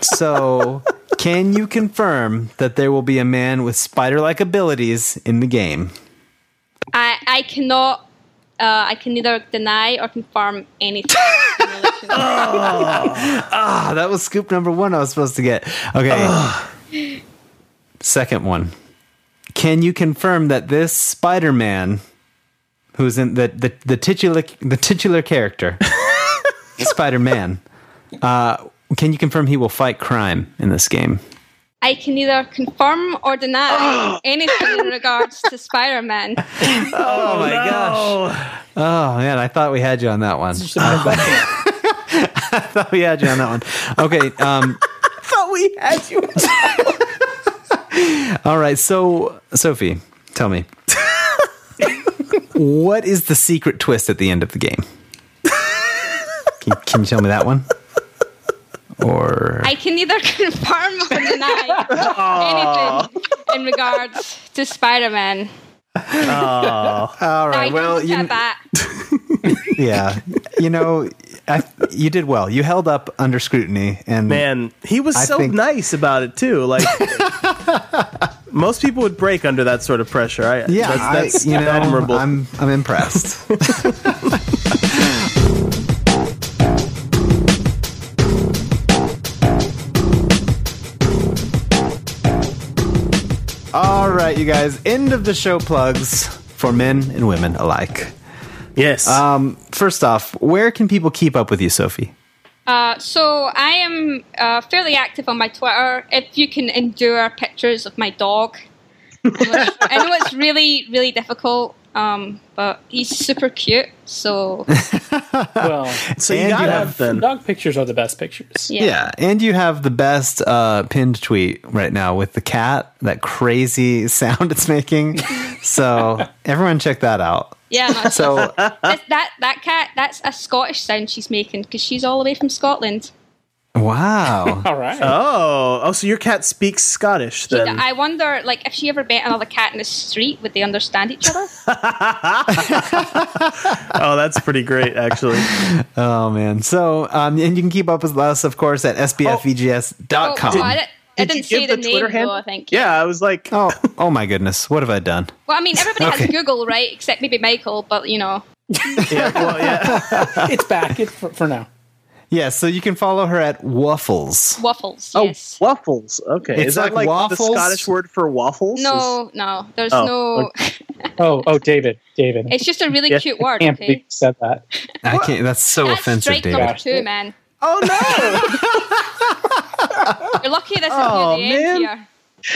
[SPEAKER 1] so, can you confirm that there will be a man with spider like abilities in the game?
[SPEAKER 4] I, I cannot. Uh, I can neither deny or confirm
[SPEAKER 3] [laughs]
[SPEAKER 4] anything. in relation to that.
[SPEAKER 1] Ah, that was scoop number one I was supposed to get. Okay. Second one. Can you confirm that this Spider Man, who's in the, the, the, titular, the titular character, Spider Man, uh, can you confirm he will fight crime in this game?
[SPEAKER 4] I can neither confirm or
[SPEAKER 1] [gasps]
[SPEAKER 4] deny anything in regards to Spider-Man.
[SPEAKER 1] Oh my
[SPEAKER 3] gosh.
[SPEAKER 1] Oh man, I thought we had you on that one.
[SPEAKER 2] Just a
[SPEAKER 3] Oh.
[SPEAKER 2] matter of fact,
[SPEAKER 1] thought [laughs] we had you on that one. Okay. Um,
[SPEAKER 3] [laughs] I thought we had you.
[SPEAKER 1] [laughs] all right. So, Sophie, tell
[SPEAKER 3] [laughs]
[SPEAKER 1] me, what is the secret twist at the end of the game? Can, can you tell me that one? Or
[SPEAKER 4] I can neither [laughs] confirm or
[SPEAKER 1] [laughs]
[SPEAKER 4] deny anything in regards to Spider-Man.
[SPEAKER 1] all
[SPEAKER 4] I
[SPEAKER 1] right. Well,
[SPEAKER 4] don't have
[SPEAKER 1] you,
[SPEAKER 4] that.
[SPEAKER 1] yeah. You know, I, you did well. You held up under scrutiny, and
[SPEAKER 3] Man, he was
[SPEAKER 1] I
[SPEAKER 3] so
[SPEAKER 1] think-
[SPEAKER 3] nice about it too.
[SPEAKER 1] [laughs]
[SPEAKER 3] Like most people would break under that sort of pressure. I,
[SPEAKER 1] yeah,
[SPEAKER 3] that's,
[SPEAKER 1] I-
[SPEAKER 3] that's
[SPEAKER 1] you know,
[SPEAKER 3] admirable.
[SPEAKER 1] I'm I'm impressed.
[SPEAKER 3] [laughs]
[SPEAKER 1] All right, you guys. End of the show plugs for men and women alike.
[SPEAKER 3] yes.
[SPEAKER 1] Um, first off, where can people keep up with you, Sophie?
[SPEAKER 4] Uh, so I am uh, fairly active on my Twitter. If you can endure pictures of my dog, I know
[SPEAKER 1] [laughs]
[SPEAKER 4] it's- I know it's really, really difficult, um, but he's super cute.
[SPEAKER 1] [laughs]
[SPEAKER 4] So
[SPEAKER 2] well,
[SPEAKER 3] so you
[SPEAKER 1] and
[SPEAKER 3] got
[SPEAKER 1] you
[SPEAKER 3] to
[SPEAKER 1] have-
[SPEAKER 3] have then.
[SPEAKER 2] dog pictures are the best pictures.
[SPEAKER 4] yeah.
[SPEAKER 1] and you have the best [laughs] uh, pinned tweet right now with the cat, that crazy sound it's making. So everyone check that out.
[SPEAKER 4] Yeah, no, it's-
[SPEAKER 1] So
[SPEAKER 4] that's- that that cat that's a Scottish sound she's making because she's all the way from Scotland.
[SPEAKER 1] wow.
[SPEAKER 3] Uh,
[SPEAKER 2] All right.
[SPEAKER 3] Oh, oh, so your cat speaks Scottish
[SPEAKER 4] She-
[SPEAKER 3] then?
[SPEAKER 4] I wonder, like, if she ever met another cat in the street, would they understand
[SPEAKER 3] [laughs]
[SPEAKER 4] each other?
[SPEAKER 3] oh, that's pretty great,
[SPEAKER 4] [laughs]
[SPEAKER 3] actually.
[SPEAKER 1] [laughs] Oh man. So um, and you can keep up with us, of course, at
[SPEAKER 4] Oh,
[SPEAKER 1] sbfvgs.com.
[SPEAKER 4] well, I, didn't- I
[SPEAKER 3] Did you
[SPEAKER 4] didn't say
[SPEAKER 3] give
[SPEAKER 4] the,
[SPEAKER 3] the
[SPEAKER 4] name
[SPEAKER 3] Twitter
[SPEAKER 4] though.
[SPEAKER 3] handle?
[SPEAKER 4] I think.
[SPEAKER 3] Yeah, I was like,
[SPEAKER 1] oh, oh my goodness. What have I done?
[SPEAKER 4] Well, I mean, everybody
[SPEAKER 1] Okay.
[SPEAKER 4] has Google, right? Except maybe Michael, but you know.
[SPEAKER 3] yeah, well, yeah.
[SPEAKER 2] it's back it's for, for now.
[SPEAKER 1] Yeah, so you can follow her at Waffles.
[SPEAKER 4] Waffles.
[SPEAKER 3] [laughs] Oh,
[SPEAKER 4] yes.
[SPEAKER 3] waffles. Okay,
[SPEAKER 1] It's
[SPEAKER 3] is that
[SPEAKER 1] like
[SPEAKER 3] like
[SPEAKER 1] waffles?
[SPEAKER 3] the Scottish word for waffles?
[SPEAKER 4] No, no. There's
[SPEAKER 3] Oh,
[SPEAKER 4] no.
[SPEAKER 2] Oh, oh, David, David. I
[SPEAKER 4] [laughs] It's just a really
[SPEAKER 3] Yeah.
[SPEAKER 4] cute word.
[SPEAKER 2] can't believe you
[SPEAKER 4] Okay.
[SPEAKER 2] said that.
[SPEAKER 1] I can't, that's so
[SPEAKER 4] That's
[SPEAKER 1] offensive,
[SPEAKER 4] strike
[SPEAKER 1] David.
[SPEAKER 4] number two, man.
[SPEAKER 3] Oh
[SPEAKER 4] [laughs]
[SPEAKER 3] no!
[SPEAKER 4] You're lucky this is
[SPEAKER 3] Oh,
[SPEAKER 4] near the end
[SPEAKER 3] man.
[SPEAKER 4] here. [laughs]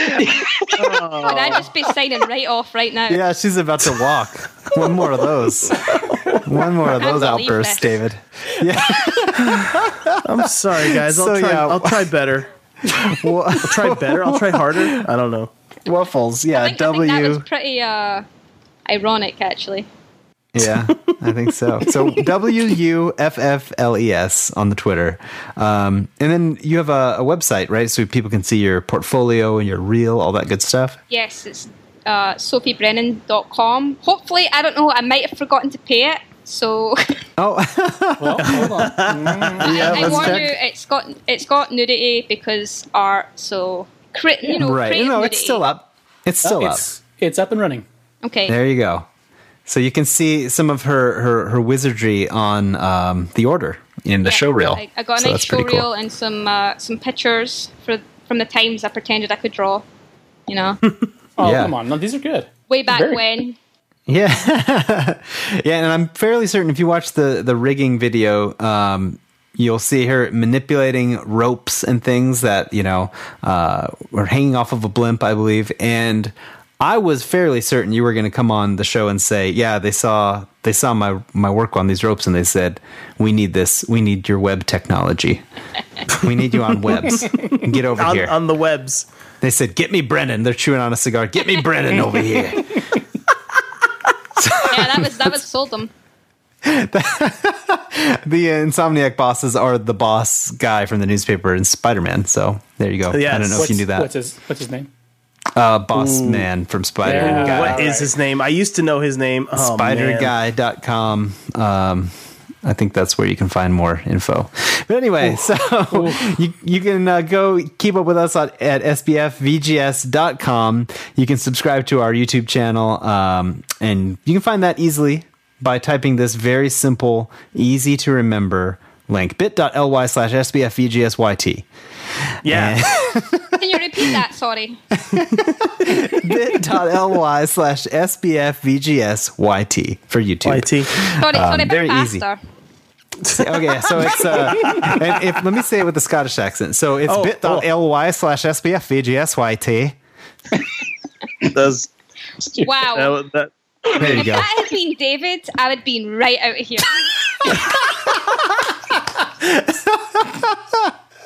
[SPEAKER 4] Would I just be signing right off right now?
[SPEAKER 1] Yeah, she's about to
[SPEAKER 4] [laughs]
[SPEAKER 1] walk. One more of those. One more of those
[SPEAKER 4] Unbelievable.
[SPEAKER 1] outbursts, David.
[SPEAKER 3] I'm sorry, guys. I'll
[SPEAKER 1] So,
[SPEAKER 3] try.
[SPEAKER 1] yeah.
[SPEAKER 3] I'll try better.
[SPEAKER 4] [laughs]
[SPEAKER 1] Wa-
[SPEAKER 3] Try better. I'll try [laughs] harder. I don't know.
[SPEAKER 1] Waffles, yeah,
[SPEAKER 4] I think, I think
[SPEAKER 1] W.
[SPEAKER 4] that was pretty uh, ironic, actually.
[SPEAKER 1] Yeah, I think so.
[SPEAKER 4] [laughs]
[SPEAKER 1] So W U F F L E S on the Twitter, um, and then you have a, a website, right? So people can see your portfolio and your reel, all that good stuff.
[SPEAKER 4] Yes, it's uh, sophiebrennan.com. Hopefully, I don't know, I might have forgotten to pay it. So
[SPEAKER 1] Oh,
[SPEAKER 2] Well, hold on.
[SPEAKER 1] [laughs] yeah,
[SPEAKER 4] [laughs] I
[SPEAKER 1] let's
[SPEAKER 4] warn
[SPEAKER 1] check.
[SPEAKER 4] you, it's got it's got nudity because art. So crit, you know,
[SPEAKER 1] right?
[SPEAKER 4] creative
[SPEAKER 1] No, it's
[SPEAKER 4] nudity.
[SPEAKER 1] still up. It's still up.
[SPEAKER 2] Oh, it's it's up and running.
[SPEAKER 4] Okay,
[SPEAKER 1] There you go. So you can see some of her her, her wizardry on um, the order in the
[SPEAKER 4] Yeah,
[SPEAKER 1] show reel.
[SPEAKER 4] I, I got a
[SPEAKER 1] So
[SPEAKER 4] nice
[SPEAKER 1] that's pretty
[SPEAKER 4] show
[SPEAKER 1] cool.
[SPEAKER 4] reel and some uh, some pictures for from the times I pretended I could draw. You
[SPEAKER 1] [laughs]
[SPEAKER 4] know,
[SPEAKER 2] Oh,
[SPEAKER 1] Yeah.
[SPEAKER 2] come on. No, these are good.
[SPEAKER 4] way back
[SPEAKER 2] Very-
[SPEAKER 4] when.
[SPEAKER 1] Yeah, yeah, and I'm fairly certain if you watch the the rigging video, um, you'll see her manipulating ropes and things that you know uh, were hanging off of a blimp, I believe. And I was fairly certain you were going to come on the show and say, "Yeah, they saw they saw my my work on these ropes, and they said we need this, we need your web technology." We need you on webs. Get over
[SPEAKER 3] [laughs] On,
[SPEAKER 1] here.
[SPEAKER 3] on the webs.
[SPEAKER 1] They said, "Get me Brennan." They're chewing on a cigar. Get me Brennan over here.
[SPEAKER 4] Yeah, that
[SPEAKER 1] [laughs]
[SPEAKER 4] was that was seldom.
[SPEAKER 1] the uh, insomniac bosses are the boss guy from the newspaper and spider-man so there you go i
[SPEAKER 3] Yes.
[SPEAKER 1] don't know
[SPEAKER 2] What's,
[SPEAKER 1] if you knew
[SPEAKER 2] What's
[SPEAKER 1] that
[SPEAKER 2] his What's his name?
[SPEAKER 1] uh, boss man from spider
[SPEAKER 2] Yeah.
[SPEAKER 1] guy
[SPEAKER 3] What is
[SPEAKER 2] Alright.
[SPEAKER 3] his name? I used to know his name. Oh, man.
[SPEAKER 1] spiderguy.com um I think that's where you can find more info. But anyway, so [laughs] you, you can uh, go keep up with us on, at sbfvgs.com. You can subscribe to our YouTube channel, um, and you can find that easily by typing this very simple, easy to remember link bit.ly slash sbfvgsyt.
[SPEAKER 3] Yeah.
[SPEAKER 4] Can you repeat that? Sorry.
[SPEAKER 1] bit.ly slash sbfvgsyt for YouTube.
[SPEAKER 3] YT.
[SPEAKER 4] Sorry, sorry, a bit
[SPEAKER 1] Um, very
[SPEAKER 4] faster.
[SPEAKER 1] easy. okay, so it's
[SPEAKER 3] [laughs]
[SPEAKER 1] uh, and if, let me say it with a Scottish accent. So it's
[SPEAKER 3] Oh,
[SPEAKER 1] bit.ly slash sbfvgsyt.
[SPEAKER 3] That's-
[SPEAKER 1] [laughs]
[SPEAKER 4] Wow.
[SPEAKER 3] that- uh, that-
[SPEAKER 1] There you
[SPEAKER 3] [laughs]
[SPEAKER 4] if
[SPEAKER 1] go.
[SPEAKER 4] that had been David, I would have been right out of here.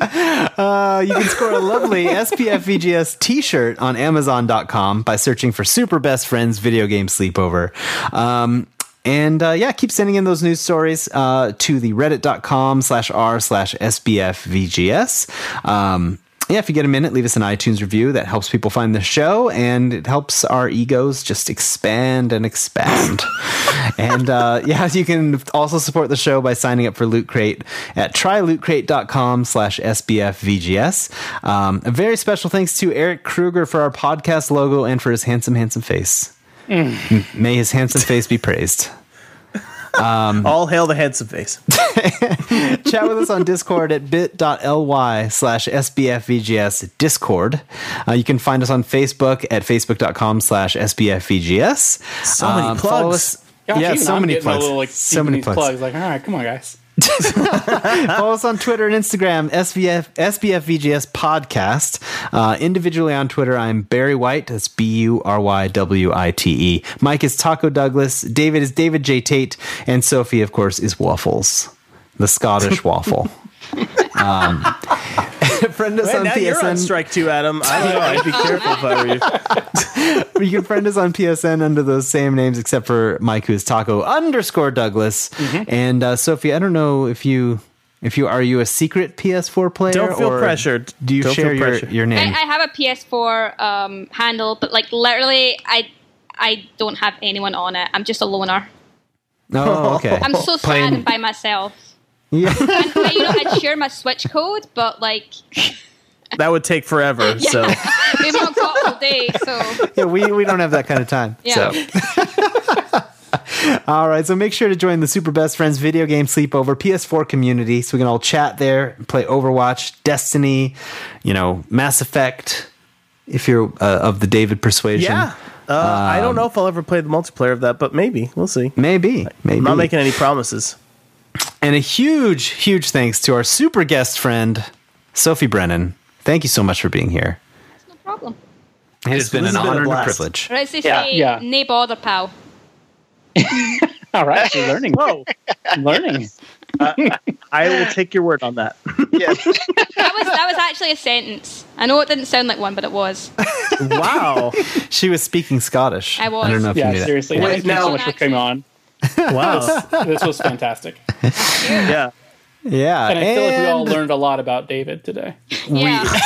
[SPEAKER 1] Uh, you can score a lovely SPFVGS t-shirt on Amazon.com by searching for Super Best Friends Video Game Sleepover. Um, and uh, yeah, keep sending in those news stories uh, to the reddit.com slash r slash SBFVGS. Um, yeah, if you get a minute, leave us an iTunes review. That helps people find the show and it helps our egos just expand and expand. and uh, yeah, you can also support the show by signing up for Loot Crate at trylootcrate.com slash SBFVGS. Um, a very special thanks to Eric Kruger for our podcast logo and for his handsome, handsome face. M- May his handsome face be praised.
[SPEAKER 3] all hail the handsome face.
[SPEAKER 1] chat with us on discord at bit.ly slash sbfvgs discord uh, you can find us on facebook at facebook.com slash sbfvgs
[SPEAKER 3] So many
[SPEAKER 1] Um, follow
[SPEAKER 3] plugs.
[SPEAKER 1] us-
[SPEAKER 2] Gosh,
[SPEAKER 1] yeah,
[SPEAKER 2] even
[SPEAKER 1] so
[SPEAKER 2] I'm
[SPEAKER 1] many
[SPEAKER 2] getting a
[SPEAKER 1] plugs.
[SPEAKER 2] Little, like,
[SPEAKER 1] so many
[SPEAKER 2] these plugs.
[SPEAKER 1] plugs.
[SPEAKER 2] Like, all right, come on, guys.
[SPEAKER 1] Follow us on Twitter and Instagram, SBF, SBFVGS Podcast. Uh, individually on Twitter, I'm Barry White. That's B U R Y W I T E. Mike is Taco Douglas. David is David J. Tate. And Sophie,
[SPEAKER 3] [laughs]
[SPEAKER 1] of course, is Waffles, the Scottish waffle. Um, [laughs] friend us
[SPEAKER 3] Hey,
[SPEAKER 1] on
[SPEAKER 3] now you're on
[SPEAKER 1] PSN.
[SPEAKER 3] strike too, Adam. I don't know.
[SPEAKER 4] [laughs]
[SPEAKER 3] I'd be careful if I were you.
[SPEAKER 1] you can friend us on PSN under those same names, except for Mike, who's Taco underscore Douglas.
[SPEAKER 3] Mm-hmm.
[SPEAKER 1] And uh, Sophie, I don't know if you if you are you a secret PS4 player?
[SPEAKER 3] Don't feel
[SPEAKER 1] or
[SPEAKER 3] pressured.
[SPEAKER 1] Do you
[SPEAKER 3] Don't feel
[SPEAKER 1] share your,
[SPEAKER 3] pressured.
[SPEAKER 1] your
[SPEAKER 4] I,
[SPEAKER 1] name?
[SPEAKER 4] I have a PS4 um, handle, but like literally, I I don't have anyone on it. I'm just a loner.
[SPEAKER 1] oh, okay.
[SPEAKER 4] I'm so sad
[SPEAKER 1] Playing-
[SPEAKER 4] and by myself.
[SPEAKER 1] yeah.
[SPEAKER 4] And, you know, I'd share my Switch code, but like
[SPEAKER 3] That would take forever.
[SPEAKER 1] [laughs]
[SPEAKER 4] [laughs]
[SPEAKER 3] So
[SPEAKER 4] maybe on got all day. So
[SPEAKER 1] yeah, we we don't have that kind of time.
[SPEAKER 4] Yeah.
[SPEAKER 1] So. all right, so make sure to join the Super Best Friends video game sleepover PS4 community so we can all chat there, play Overwatch, Destiny, you know, Mass Effect. If you're uh, of the David persuasion,
[SPEAKER 3] yeah, uh, I don't know if I'll ever play the multiplayer of that, but maybe we'll see.
[SPEAKER 1] maybe, maybe.
[SPEAKER 3] I'm not making any promises.
[SPEAKER 1] And a huge, huge thanks to our super guest friend, Sophie Brennan. Thank you so much for being here.
[SPEAKER 4] no problem.
[SPEAKER 1] It's been
[SPEAKER 3] this
[SPEAKER 1] an
[SPEAKER 3] has been a
[SPEAKER 1] honor and a
[SPEAKER 3] blast.
[SPEAKER 1] privilege.
[SPEAKER 4] Or as they
[SPEAKER 2] Yeah.
[SPEAKER 4] say,
[SPEAKER 2] Yeah.
[SPEAKER 4] nay bother, pal.
[SPEAKER 2] All right, you're
[SPEAKER 1] [laughs]
[SPEAKER 2] learning.
[SPEAKER 3] Whoa,
[SPEAKER 2] I'm learning.
[SPEAKER 3] I will take your word on that.
[SPEAKER 5] Yes.
[SPEAKER 4] That was that was actually a sentence. I know it didn't sound like one, but it was.
[SPEAKER 3] Wow,
[SPEAKER 1] She was speaking Scottish.
[SPEAKER 4] I was.
[SPEAKER 1] I don't know if
[SPEAKER 2] Yeah,
[SPEAKER 1] you knew
[SPEAKER 2] seriously.
[SPEAKER 1] that.
[SPEAKER 2] Thank you so
[SPEAKER 4] now-
[SPEAKER 2] much for coming on.
[SPEAKER 3] wow,
[SPEAKER 2] This was fantastic,
[SPEAKER 3] yeah.
[SPEAKER 1] Yeah.
[SPEAKER 2] and I feel like we all
[SPEAKER 1] and-
[SPEAKER 2] learned a lot about David today.
[SPEAKER 1] [laughs]
[SPEAKER 4] Yeah.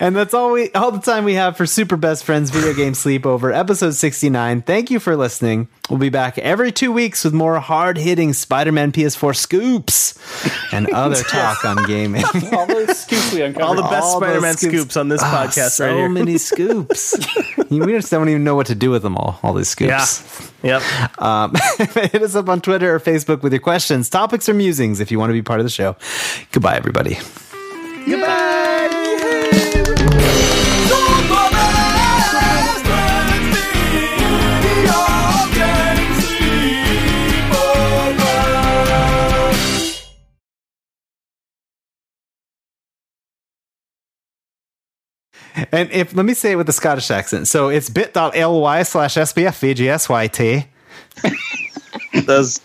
[SPEAKER 1] And that's all we all the time we have for Super Best Friends Video Game Sleepover, episode 69. Thank you for listening. We'll be back every two weeks with more hard hitting Spider-Man PS4 scoops and
[SPEAKER 3] [laughs]
[SPEAKER 1] other talk on gaming.
[SPEAKER 2] All those scoops we uncovered.
[SPEAKER 3] All the best
[SPEAKER 1] All those
[SPEAKER 3] Spider-Man scoops.
[SPEAKER 1] scoops.
[SPEAKER 3] on this
[SPEAKER 1] Ah,
[SPEAKER 3] podcast
[SPEAKER 1] so
[SPEAKER 3] right here.
[SPEAKER 1] many
[SPEAKER 3] [laughs]
[SPEAKER 1] scoops. we just don't even know what to do with them all, all these
[SPEAKER 3] yeah,
[SPEAKER 1] scoops. [laughs]
[SPEAKER 3] yep.
[SPEAKER 1] Hit us up on Twitter or Facebook with your questions, topics, or musings if you want to be part of the show. Goodbye, everybody. And if let me say it with a Scottish accent. So it's bit.ly slash SBFVGSYT.
[SPEAKER 3] That was,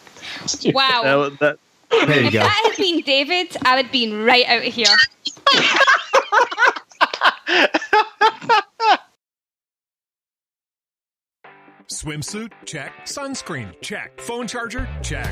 [SPEAKER 4] Wow.
[SPEAKER 3] that, was- that,
[SPEAKER 1] There you
[SPEAKER 4] if [laughs]
[SPEAKER 1] go.
[SPEAKER 4] that had been David, I would have been right out of here.
[SPEAKER 6] Swimsuit? Check. Sunscreen? Check. Phone charger? Check.